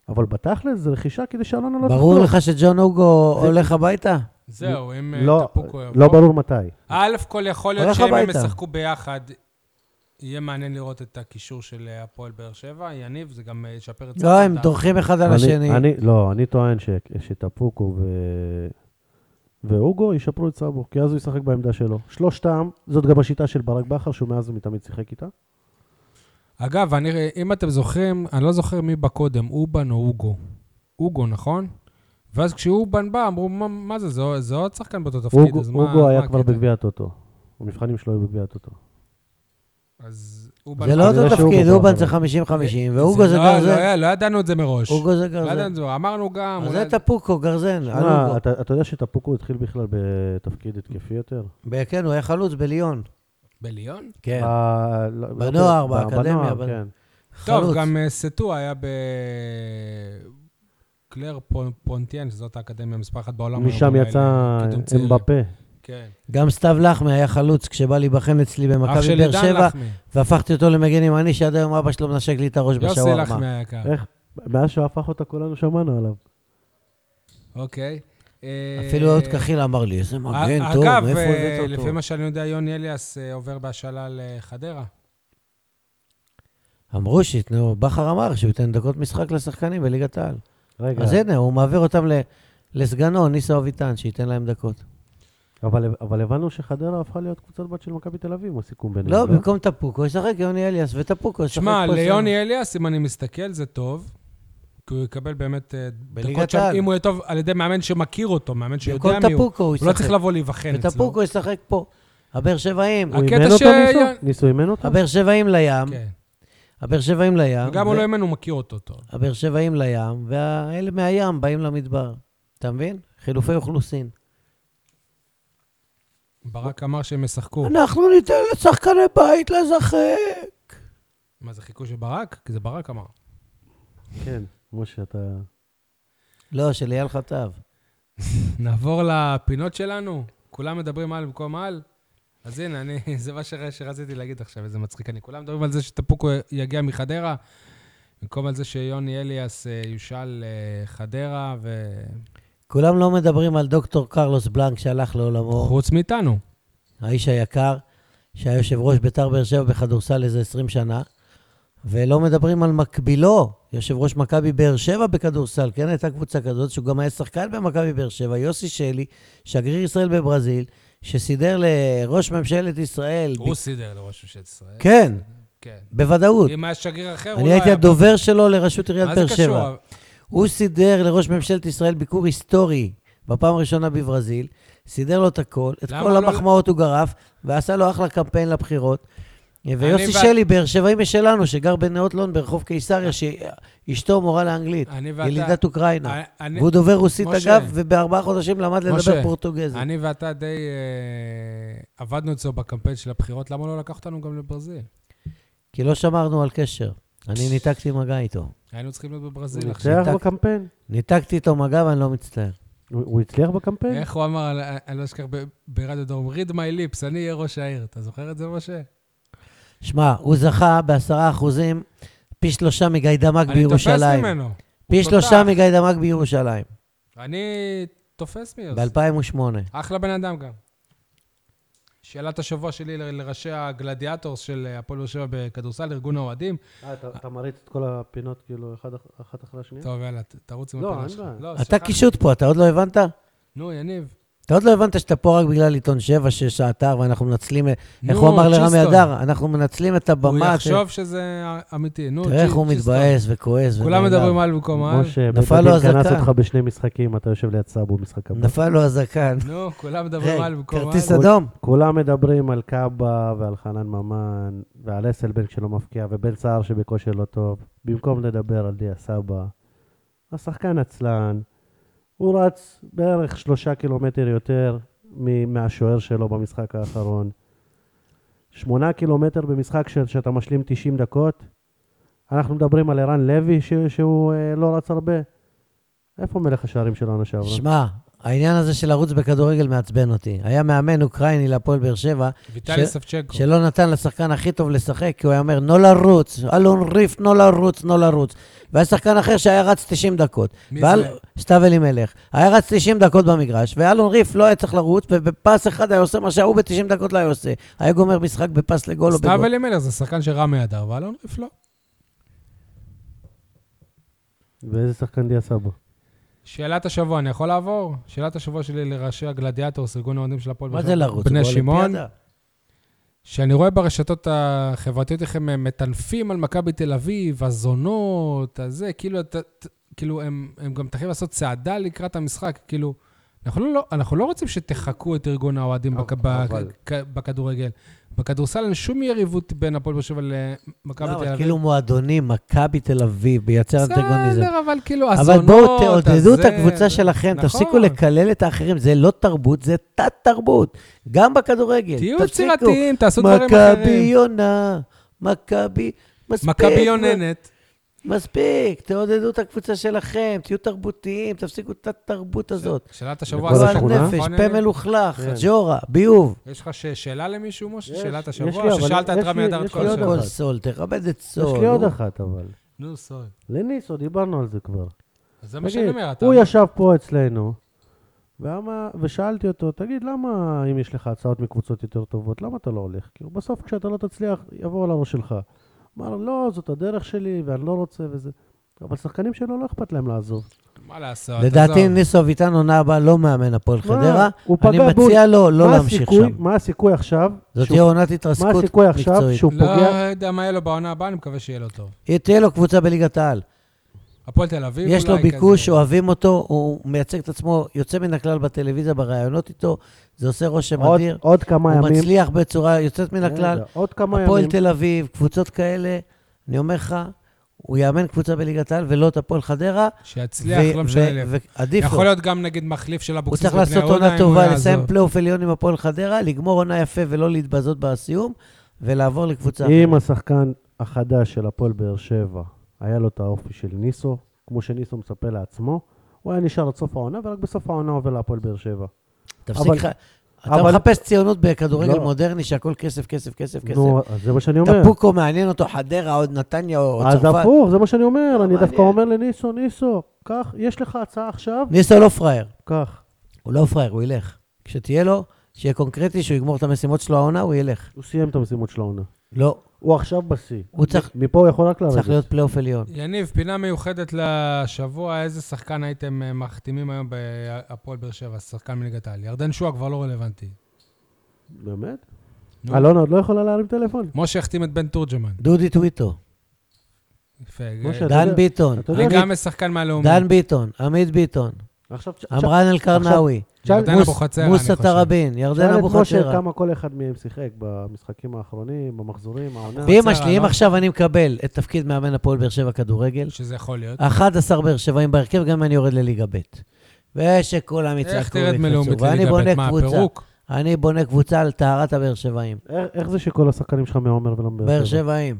אבל בתכל'ס זה רכישה כדי שאלונה לא
ברור
תחתום.
לך שג'ון הוגו הולך הביתה?
זהו, אם אה,
לא,
טפוקו יבוא.
לא ברור מתי.
א' כל יכול להיות
הולך
שאם הם
הביתה.
ישחקו ביחד, יהיה מעניין לראות את הקישור של אה, הפועל באר שבע. יניב, זה גם אה, ישפר את
לא, הם
סרטן.
דורכים אחד על
אני-
השני.
אני, לא, אני טוען ש, שטפוקו ו... והוגו ישפרו את סאבו, כי אז הוא ישחק בעמדה שלו. שלושתם, זאת גם השיטה של ברק בכר, שהוא מאז ומתמיד שיחק איתה.
אגב, אני, אם אתם זוכרים, אני לא זוכר מי בא קודם, אובן או אוגו. אוגו, נכון? ואז כשאובן בא, אמרו, מה, מה זה, זה, זה עוד שחקן באותו תפקיד,
אוגו
אז מה
אוגו
מה
היה כבר
הקטע?
בגביע הטוטו. המבחנים שלו היו בגביע הטוטו.
אז אובן...
זה לא
כנראה
אותו
שהוגו
תפקיד,
פה,
אובן
אבל-
זה 50-50, והוגו
לא-
זה
לא,
גרזן.
לא, לא ידענו את זה מראש.
הוגו זה
לא
גרזן.
ידענו את זה, אמרנו גם...
אז
אולי-
זה טפוקו, גרזן, על
שמע,
הוגו.
אתה אתה יודע שטפוקו התחיל בכלל בתפקיד התקפי יותר?
ב- כן, הוא היה חלוץ בליון.
בליון?
כן.
ב- לא- לא-
בנוער,
ב-
באקדמיה,
בנוער,
ב-
כן.
טוב,
חלוץ.
גם אה, סטו היה ב... קלר פו- פונטיאן, שזאת האקדמיה מספר אחת בעולם. היום
משם
במילא,
יצא
קידום צעירים.
אמבפה.
כן.
גם סתיו לחמי היה חלוץ כשבא להיבחן אצלי
אח
במכבי
של
באר
עידן
שבע,
לחמי.
והפכתי אותו למגן ימני, שעד היום אבא שלו מנשק לי את הראש
יוסי
בשווארמה.
לחמי היקר.
איך? מאז שהוא הפך אותה כולנו שמענו עליו.
אוקיי. אה,
אפילו אהוד קחיל אמר לי, איזה מגן טוב,
אגב,
מאיפה
אה,
הבאת
לפי
אותו?
מה שאני יודע, יוני אליאס אה, עובר בהשאלה לחדרה.
אמרו שייתנו, בכר אמר שהוא ייתן דקות משחק לשחקנים בליגת העל.
רגע,
אז הנה, הוא מעביר אותם ל- לסגנו, ניסו אביטן, שייתן להם דקות. לא,
אבל- אבל הבנו שחדרה הפכה להיות קבוצת בת של מכבי תל אביב, הסיכום ביניהם.
לא, במקום טפוקו, ישחק יוני אליאס וטפוקו, ישחק פה
שמע,
אצלנו.
ליוני אליאס, אם אני מסתכל, זה טוב. כי הוא יקבל באמת אה, דקות
בליגת
שם,
העל.
אם הוא יהיה טוב על ידי מאמן שמכיר אותו, מאמן
במקום
שיודע מי הוא.
טפוקו הוא
הוא לא צריך
ישחק.
לבוא להיבחן אצלו.
וטפוקו ישחק פה. הבאר שבעים,
הוא
הקטע
אימן אותו
ש-
ניסו? ניסו אימן אותו?
הבאר שבעים לים,
כן.
הבאר שבעים לים,
גם הוא
ו-
לא יאמן, הוא מכיר אותו טוב.
הבאר שבעים לים, והאלה מהים באים למדבר. אתה מבין? חילופי אוכלוסין.
ברק אמר שהם ישחקו.
אנחנו ניתן לשחקני בית לשחק.
מה, זה חיכוי של ברק? כי זה ברק אמר.
כן, משה, אתה...
לא, של אייל חטב.
נעבור לפינות שלנו. כולם מדברים על במקום על. אז הנה, אני, זה מה ש- שרציתי להגיד עכשיו, איזה מצחיק אני. כולם מדברים על זה שטפוקו יגיע מחדרה, במקום על זה שיוני אליאס אה, יושאל אה, חדרה, וחוץ
כולם לא מדברים על דוקטור קרלוס בלנק שהלך
נכון.
לעולמו,
מאיתנו.
האיש היקר, שהיה יושב ראש בית"ר באר שבע בכדורסל איזה 20 שנה, ולא מדברים על מקבילו, יושב ראש מכבי באר שבע בכדורסל, כן הייתה קבוצה כזאת, שהוא גם היה שחקן במכבי באר שבע, יוסי שלי, שגריר ישראל בברזיל, שסידר לראש ממשלת ישראל,
הוא סידר לראש ממשלת ישראל.
כן,
כן.
בוודאות.
אם היה שגריר אחר, הוא לא
אני
היה...
הייתי הדובר שלו לראשות עיריית
מה זה
באר
קשור?
שבע. הוא סידר לראש ממשלת ישראל ביקור היסטורי בפעם הראשונה בברזיל, סידר לו את הכל, את
למה
כל
לא-
המחמאות הוא גרף, ועשה לו אחלה קמפיין לבחירות. ויוסי
ואת-
שלי, באר שבעי משלנו, שגר בנאות לון ברחוב קיסריה, שאשתו מורה לאנגלית,
אני ואתה-
ילידת אוקראינה.
אני-
כן. והוא דובר רוסית,
משה.
אגב, ובארבעה חודשים למד
משה,
לדבר פורטוגזית.
אני ואתה די אה, עבדנו אצלו בקמפיין של הבחירות, למה לא לקח אותנו גם לברזיל?
כי לא שמרנו על קשר. אני ניתקתי מגע איתו.
היינו צריכים להיות בברזיל
הוא
עכשיו.
הצליח
שיתק-
בקמפיין?
ניתקתי איתו מגע ואני לא מצטער.
הוא- הוא הצליח בקמפיין?
איך הוא אמר, על- אני לא אשכח ב- ברדיו דרום, read my lips, אני אהיה ראש העיר. אתה זוכר את זה, משה?
שמע, הוא זכה בעשרה אחוזים, פי שלושה מגיידמק
אני
בירושלים.
תופס ממנו. הוא
פי
תותח.
שלושה מגיידמק בירושלים,
אני תופס מיוסי.
ב-2008.
אחלה בן אדם גם. שאלת השבוע שלי ל- לראשי הגלדיאטורס של הפועל באר שבע בכדורסל, ארגון האוהדים.
אה, אתה אתה מריץ את כל הפינות כאילו אחד אח- אחת אחרי השנייה?
טוב, יאללה, ת- תרוץ עם
לא,
הפינה
אין
שלך.
בעיה.
לא,
אתה
שלך.
קישוט פה, אתה עוד לא הבנת?
נו, יניב.
אתה עוד לא הבנת שאתה פה רק בגלל עיתון 7, 6 האתר, ואנחנו מנצלים... איך
נו,
הוא אמר לרמי
צ'יסטון.
אדר? אנחנו מנצלים את
הוא
הבמה.
יחשוב שזה אמיתי. נו,
תראה איך הוא
צ'יסטון.
מתבאס וכועס.
כולם
ונעלב.
מדברים על במקום על.
משה, בית
נפל לו
הדין קנס
הזקן.
אותך בשני משחקים, אתה יושב ליד סאבו משחק הבא.
נפל לו הזקן.
נו, כולם מדברים על
רגע,
במקום
אה, כרטיס
על.
אדום.
כולם מדברים על קאבה ועל חנן ממן ועל אסלבנק שלא מפקיע ובן סער שבכושר לא טוב. במקום לדבר על דיה סבא, השחקן עצלן, הוא רץ בערך שלושה קילומטר יותר מ- מהשוער שלו במשחק האחרון. שמונה קילומטר במשחק ש- שאתה משלים 90 דקות. אנחנו מדברים על ערן לוי ש- שהוא אה, לא רץ הרבה. איפה מלך השערים שלנו שעברה?
שמע, העניין הזה של לרוץ בכדורגל מעצבן אותי. היה מאמן אוקראיני להפועל באר שבע,
ויטלי
ש-
ספצ'נקו.
שלא נתן לשחקן הכי טוב לשחק, כי הוא היה אומר, נו לרוץ, אלון ריף, נו לרוץ, נו לרוץ. והיה שחקן אחר שהיה רץ 90 דקות.
מי
ועל-
זה?
סתיו אלימלך. היה רץ 90 דקות במגרש, ואלון ריף לא היה צריך לרוץ, ובפס אחד היה עושה מה שההוא ב-90 דקות לא היה עושה. היה גומר משחק בפס לגול או
סתיו
בגול.
אלימלך זה שחקן של רמי אדר, ואלון ריף לא.
ואיזה שחקן דיה סבא?
שאלת השבוע, אני יכול לעבור? שאלת השבוע שלי לראשי הגלדיאטורס, ארגון האוהדים של הפועל
מה
באר
זה
שבע.
לרוץ?
בני שמעון,
באולימפיאדה.
שאני רואה ברשתות החברתיות איך הם מטנפים על מכבי תל אביב, הזונות, הזה, כאילו, אתה- ת- כאילו הם, הם גם צריכים לעשות צעדה לקראת המשחק, כאילו, אנחנו לא, אנחנו לא רוצים שתחקו את ארגון האוהדים בכ,
אבל-
בכ, בכדורגל. בכדורסל אין שום יריבות בין הפועל באר שבע למכבי
לא,
תל
אבל
אביב.
כאילו מועדונים, מכבי תל אביב, בייצר אנטגוניזם.
בסדר, אבל כאילו, הזונות,
אבל בואו תעודדו את
הזה,
הקבוצה שלכם,
נכון.
תפסיקו לקלל את האחרים, זה לא תרבות, זה תת-תרבות, גם בכדורגל.
תהיו
תפסיקו.
יצירתיים, תעשו דברים אחרים.
מכבי יונה, מכבי, מספיק.
מכבי יוננת.
מספיק, תעודדו את הקבוצה שלכם, תהיו תרבותיים, תפסיקו את התרבות הזאת.
שאלת השבוע,
לכל
אז
גועל
אנחנו-
השכונה?
נפש,
נכון,
פה
יניב?
מלוכלך,
כן.
ג'ורה, ביוב.
יש לך ש- שאלה למישהו, משה?
יש,
שאלת
יש
השבוע?
לי, אבל
ששאלת את
יש
רמי
לי-
אדר את
יש
כל
לי עוד
השאלות.
כל
אחת.
סול, תכבד את
יש
סול.
לי עוד
נו.
אחת אבל.
נו, סול.
לניסו, דיברנו על זה כבר.
אז זה מה
תגיד,
שאני אומר, אתה...
הוא ישב פה אצלנו, ואמה, ושאלתי אותו, תגיד, למה אם יש לך הצעות מקבוצות יותר טובות, למה אתה לא הולך? כאילו, בסוף כשאתה לא תצליח, יבואו על הראש שלך. אמר, לא, זאת הדרך שלי, ואני לא רוצה וזה. אבל שחקנים שלו לא אכפת להם לעזוב.
מה לעשות?
לדעתי
עזוב.
ניסו אביטן עונה הבאה לא מאמן הפועל
מה?
חדרה.
הוא
אני
פגע בול.
מציע לו לא
מה
להמשיך
הסיכוי-
שם.
מה הסיכוי עכשיו?
זאת
שהוא-
תהיה עונת
מה
התרסקות
הסיכוי עכשיו
מקצועית.
שהוא פוגע?
לא יודע מה יהיה לו בעונה הבאה, אני מקווה שיהיה לו טוב.
תהיה לו קבוצה בליגת העל.
הפועל תל אביב אולי
יש
כזה.
לו ביקוש, אוהבים אותו, הוא מייצג את עצמו, יוצא מן הכלל בטלוויזיה, בראיונות איתו, זה עושה רושם
עוד-
אדיר.
עוד כמה
הוא
ימים. כן.
מצליח בצורה יוצאת מן הכלל.
רגע, עוד כמה
הפועל
ימים.
תל אביב, קבוצות כאלה, אני אומר לך, הוא יאמן קבוצה בליגת העל ולא את הפועל חדרה.
שיצליח,
ו-
לא
ו-
משנה. לי.
ועדיף לו.
יכול להיות גם נגיד מחליף של
הוא
אבוקסיס.
צריך
בבני
לעשות
יהודה,
עונה
אם הוא
טובה,
יעזוב.
לסיים פלייאוף עליון עם הפועל חדרה, לגמור עונה יפה ולא להתבזות בסיום, ולעבור לקבוצה
אם
אחרת.
השחקן החדש של הפועל באר שבע, היה לו את האופי של ניסו, כמו שניסו מספר לעצמו, הוא היה נשאר עד סוף העונה, ורק בסוף העונה עובר להפועל באר שבע.
תפסיק
אבל-
לך. אתה
אבל-
מחפש ציונות בכדורגל
לא.
מודרני שהכל כסף, כסף, כסף, כסף.
נו, אז זה מה שאני אומר.
טפוקו מעניין אותו, חדרה, עוד נתניה או
אז
צרפת.
הפוך, זה מה שאני אומר, אני
מעניין.
דווקא אומר לניסו, ניסו, קח, יש לך הצעה עכשיו,
ניסו לא פראייר.
קח.
הוא לא פראייר, הוא ילך. כשתהיה לו, שיהיה קונקרטי, שהוא יגמור את המשימות שלו העונה, הוא ילך.
הוא סיים את המשימות של העונה.
לא.
הוא עכשיו בשיא.
הוא צריך-
מפה הוא יכול רק
צריך
לרדת.
להיות פלייאוף עליון.
יניב, פינה מיוחדת לשבוע, איזה שחקן הייתם אה, מחתימים היום בהפועל באר שבע, שחקן מליגת העל? ירדן שועה כבר לא רלוונטי.
באמת?
נו.
אלונה עוד לא יכולה להרים טלפון?
משה החתים את בן תורג'מן.
דודי טוויטו,
יפה.
משה,
אה,
אתה יודע-
דן ביטון,
אתה יודע-
אני
עמית-
גם שחקן מהלאומי.
דן ביטון, עמית ביטון,
עכשיו... עכשיו-
עמרן אלקרנאווי,
תשאל-
ירדן
מוס-
אבוחצירא, אני
מוסא
חושב.
תראבין, ירדן
שאל את משה
אבוחצירא.
כמה כל אחד מהם שיחק במשחקים האחרונים, במחזורים, העונה.
ואמא
אבוחצירא,
שלי, אם
לא?
עכשיו אני מקבל את תפקיד מאמן הפועל באר שבע כדורגל,
שזה יכול
אה,
להיות.
11 באר שבעים בהרכב, גם אם אני יורד לליגה ב'. ושכולם יצעקו
איך תרד
ויקפצו.
מלאומית
ואני
לליגה
בונה
ב'? מה,
קבוצה.
פירוק?
אני בונה קבוצה על טהרת הבאר שבעים.
איך, איך זה שכל השחקנים שלך מעומר ולא מבאר
באר
שבע?
שבעים.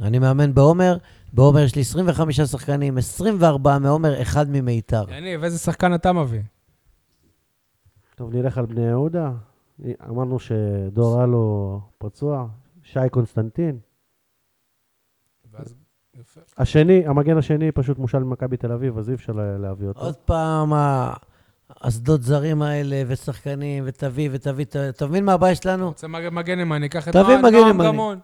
אני מאמן בעומר, בעומר יש לי 25 שחקנים, 24 מעומר, אחד ממיתר.
יניב, איזה שחקן אתה מביא?
טוב, נלך על בני יהודה. אה, אמרנו שדור אלו פצוע, שי קונסטנטין.
ואז- יפה.
השני, המגן השני פשוט מושל ממכבי תל אביב, אז אי אפשר לה- להביא אותו.
עוד פעם, ה- השדות זרים האלה, ושחקנים, ותביא, ותביא, ת- אתה מבין מה הבעיה שלנו?
רוצה מג- מגן ימני, קח את
תביא
נועם
מגן
נועם
ימני.
גמון.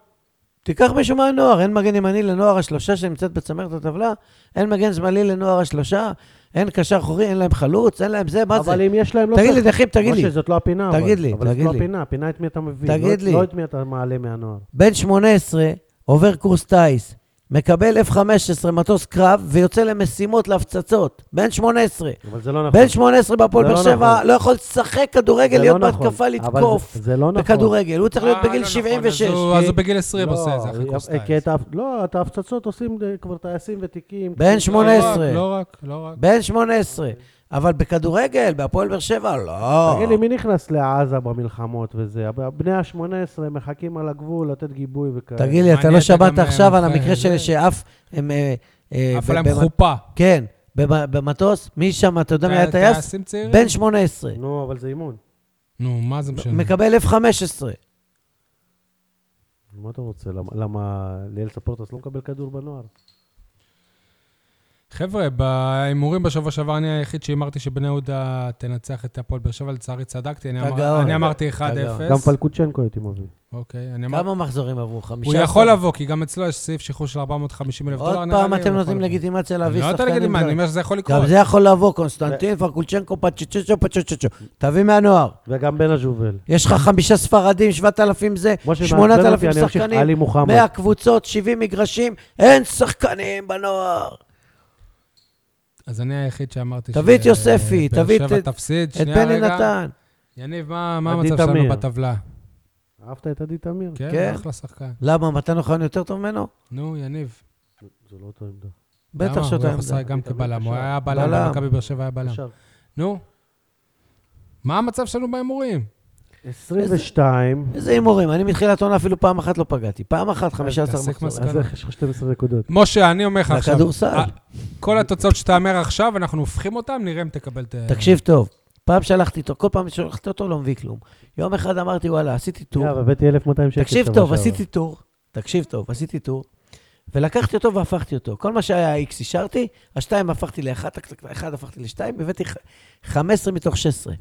תיקח מישהו מהנוער, אין מגן ימני לנוער השלושה שנמצאת בצמרת הטבלה, אין מגן שמאלי לנוער השלושה, אין קשר אחורי, אין להם חלוץ, אין להם זה, מה זה?
אבל אם יש להם... לא
תגיד
צריך-
לי, אחי, תגיד לי.
משה, זאת לא הפינה. אבל-
תגיד לי,
אבל זאת
תגיד
לא
לי.
הפינה, הפינה את מי אתה מביא.
תגיד
לא-
לי.
לא את מי אתה מעלה מהנוער.
בן 18 עובר קורס טיס, מקבל F-15 מטוס קרב ויוצא למשימות, להפצצות. בן 18.
אבל זה לא נכון.
בן 18 בהפועל
זה
באר
לא
שבע
נכון.
לא יכול לשחק כדורגל,
זה
להיות
לא נכון,
בהתקפה,
אבל
לתקוף.
זה- זה לא נכון.
בכדורגל, הוא צריך להיות
אה, לא
בגיל
נכון,
76.
אז הוא- אז הוא בגיל 20
לא,
עושה את זה אחרי
אה,
כוס
כן,
אה, כי
טיס.
את ה- לא, את ההפצצות עושים אה, כבר טייסים ותיקים.
בן
לא רק,
18.
לא רק, לא רק.
בן 18. אבל בכדורגל, בהפועל באר שבע, לא.
תגיד לי, מי נכנס לעזה במלחמות וזה? הב- בני ה-18 מחכים על הגבול לתת גיבוי וכאלה.
תגיד לי, אתה
מעניין
לא
אתה
שמעת
גם,
עכשיו
אה,
על
זה-
המקרה של שאף... הם, אה, אה,
עף
ב-
עליהם
במ-
חופה. אה,
כן, במ- במטוס, מי שם, אתה יודע מי היה טייס?
טייסים צעירים.
בן 18.
נו, אבל זה אימון.
נו, מה זה לא משנה?
מקבל F-15.
מה אתה רוצה? למה- למה ליאל ספורטס לא מקבל כדור בנוער?
חבר'ה, בהימורים בשבוע שעבר אני היחיד שהימרתי שבני יהודה תנצח את הפועל באר שבע, לצערי צדקתי, אני
אתה
אמר-
גאון.
אני אמרתי
אתה גאון.
1-0.
גם פלקוצ'נקו הייתי מביא.
אוקיי, אני אמרתי...
כמה מחזורים עברו? חמישה?
הוא יכול לבוא, כי גם אצלו יש סעיף שחרור של 450 אלף דולר.
עוד
נראה
פעם
לי,
אתם
הוא
נותנים
יכול לבוא.
לגיטימציה
אני
להביא
לא נותן
שחקנים.
להגיד מה, אני
זרים.
אומר שזה יכול לקרות.
גם זה יכול לבוא, קונסטנטין, פרקולצ'נקו, פצ'צ'צ'ו, פצ'צ'צ'ו. תביא מהנוער.
וגם בן הז'ובל.
יש לך חמישה ספרדים, 7,000 זה,
משה, מעצבן
8,000
אותי, אני אמשיך.
שחקנים,
עלי מוחמד.
100 קבוצות, 70 מגרשים, אין שחקנים בנוער.
אז אני היחיד שאמרתי
תביא את
ש-
יוספי,
באר
תביא
שבע
את-
תפסיד,
את
שנייה
בני
רגע.
נתן.
יניב, מה מה
עדי
המצב שלנו
תמיר.
בטבלה?
אהבת את עדי תמיר?
כן,
כן.
אחלה שחקן.
למה, מתן אוחיון יותר טוב ממנו?
נו, יניב.
זה לא אותו עמדה.
בטח
למה?
שאתה
הוא יכול לשחק גם כבלם, הוא היה בלם
בלם.
במכבי באר שבע היה בלם.
עכשיו,
נו. מה המצב שלנו בהימורים?
22,
איזה הימורים, אני מתחילת עונה אפילו פעם אחת לא פגעתי. פעם אחת,
אה,
15
תסיק
מחזורים.
מסקנה.
אז איך יש לך 12 נקודות?
משה, אני אומר לך עכשיו.
לכדורסל.
אה, כל התוצאות שתאמר עכשיו, אנחנו הופכים אותן, נראה אם תקבל את... ה-
תקשיב טוב, פעם שלחתי אותו, כל פעם שלחתי אותו לא מביא כלום. יום אחד אמרתי, וואלה, עשיתי טור.
יאללה, הבאתי 1,200 שקל.
תקשיב
שבוע
טוב,
שעבר.
עשיתי טור. תקשיב טוב, עשיתי טור. ולקחתי אותו והפכתי אותו. כל מה שהיה X השארתי, השתיים הפכתי לאחד, טק, טק, טק, אחד הפכתי לשתיים, הבאתי ח- 15 מתוך 16.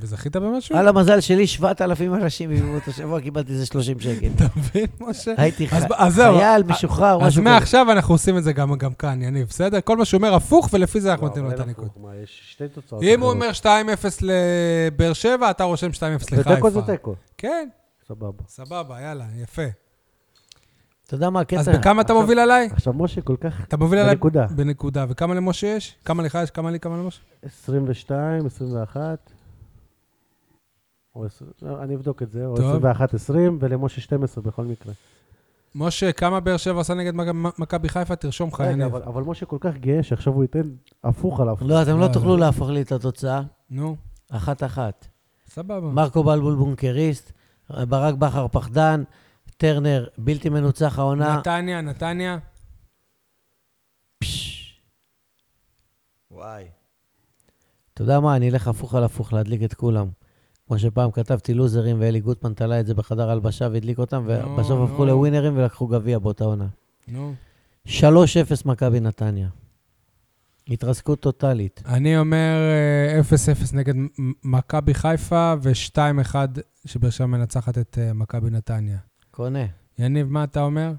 וזכית במשהו?
על המזל שלי, 7,000 אנשים הביאו אותו שבוע, קיבלתי איזה 30 שקל.
אתה מבין, משה?
הייתי
אז-
ח-
אז זהו.
חייל משוחרר,
אז
משהו כזה.
מעכשיו אנחנו עושים את זה גם גם כאן, יניב, בסדר? כל מה שהוא אומר הפוך, ולפי זה אנחנו
לא,
נותנים לו
אבל
את
אין
הניקוד.
הפוך, אוקיי, מה, יש שתי תוצאות.
אם הוא
אחרות.
אומר 2-0 לבאר שבע, אתה רושם 2-0 לחיפה.
ותיקו זה תיקו.
כן,
סבבה.
סבבה, יאללה, יפה.
אתה יודע מה הקטע?
אז בכמה אתה
עכשיו-
מוביל עליי?
עכשיו, משה כל כך...
אתה מוביל עליי...
בנקודה.
בנקודה. וכמה למשה יש? כמה לך יש? כמה לי? כמה למשה?
22, 21. או 20, אני אבדוק את זה, או
טוב.
21, 20, ולמשה 12 בכל מקרה.
משה, כמה באר שבע עושה נגד מכ- מכבי חיפה? תרשום לך,
רגע,
יניב.
אבל אבל משה כל כך גאה שעכשיו הוא ייתן הפוך על הפוך.
לא, אתם לא
לא,
תוכלו להפוך לי את התוצאה.
נו,
אחת-אחת.
סבבה.
מרקו בלבול בונקריסט, ברק בכר פחדן, טרנר בלתי מנוצח העונה.
נתניה, נתניה.
פש. וואי. אתה יודע מה, אני אלך הפוך על הפוך להדליק את כולם. כמו שפעם כתבתי לוזרים ואלי גוטמן תלה את זה בחדר הלבשה והדליק אותם,
נו,
ובסוף
נו.
הפכו לווינרים ולקחו גביע באותה עונה.
נו.
3-0 מכבי נתניה. התרסקות טוטאלית.
אני אומר אה, 0-0 נגד מ- מכבי חיפה, ו-2-1 שבאר שבע מנצחת את אה, מכבי נתניה.
קונה.
יניב, מה אתה אומר?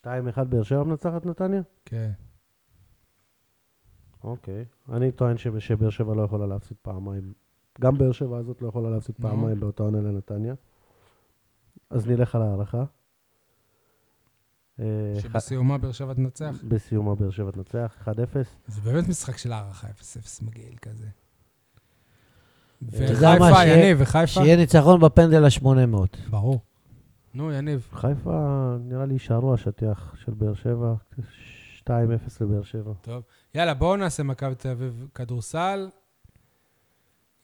2-1 באר שבע מנצחת נתניה?
כן.
אוקיי. אני טוען ש- שבאר שבע לא יכולה להפסיד פעמיים. גם באר שבע הזאת לא יכולה להפסיד
נו.
פעמיים באותה עונה לנתניה. אז נלך על ההערכה. אה,
שבסיומה באר שבע תנצח?
בסיום הבאר שבע תנצח, 1-0.
זה באמת משחק של הערכה 0-0 מגעיל כזה.
אה, אתה יודע מה,
וחיפה,
שיהיה-
יניב, וחיפה?
שיהיה ניצחון בפנדל ה-800.
ברור. נו, יניב.
חיפה, נראה לי יישארו השטיח של באר שבע, 2-0 לבאר שבע.
יאללה, בואו נעשה מכבי תל אביב כדורסל.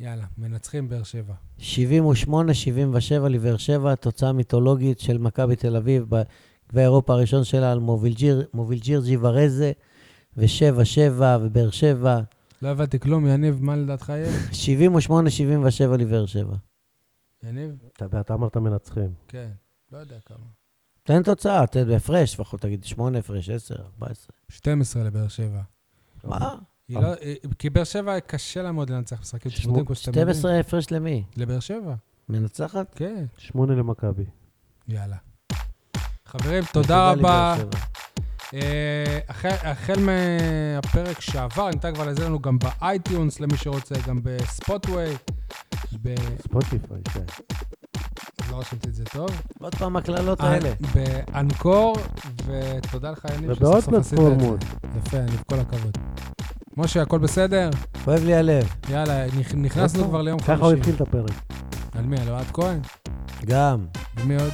יאללה, מנצחים באר שבע.
78-77 לבאר שבע, תוצאה מיתולוגית של מכבי תל אביב בגביע אירופה הראשון שלה על מובילג'יר- מובילג'ירג'י ורזה, ו-7-7 ובאר שבע,
לא הבנתי כלום, יניב, מה לדעתך יהיה?
78-77 לבאר שבע.
יניב?
אתה ואתה אמרת מנצחים.
כן. לא יודע כמה.
תן תוצאה, תן בהפרש, לפחות תגיד 8 הפרש, 10, 14.
12 לבאר שבע.
מה?
היא לא- היא- כי באר שבע קשה לה מאוד לנצח משחקים צמודים, כמו שאתם יודעים.
12 הפרש למי?
לבאר שבע,
מנצחת?
כן.
שמונה למכבי.
יאללה. חברים, תודה רבה.
לבאר שבע.
אה, החל- החל מהפרק שעבר, ניתן כבר לזה לנו גם באייטיונס, למי שרוצה, גם בספוטווי. ב...
ספוטיפיי, כן.
לא רשמתי את זה טוב.
עוד פעם
אה,
הקללות האלה.
באנקור, ותודה לך, יניב,
ובעוד
עשית את
פלטפורמות.
זה. יפה, יניב, כל הכבוד. משה, הכל בסדר?
כואב לי הלב.
יאללה, נכ- נכנסנו כבר ליום
ככה הוא
חמישי.
התחיל את הפרק.
על מי? על אוהד כהן?
גם.
ומי עוד?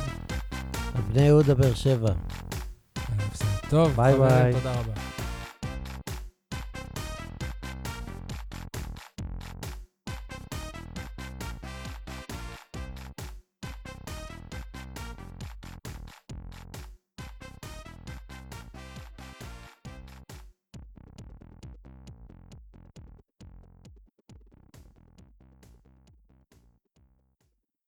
בני יהודה באר שבע.
על הפסד. טוב,
ביי
חברים,
ביי.
תודה רבה.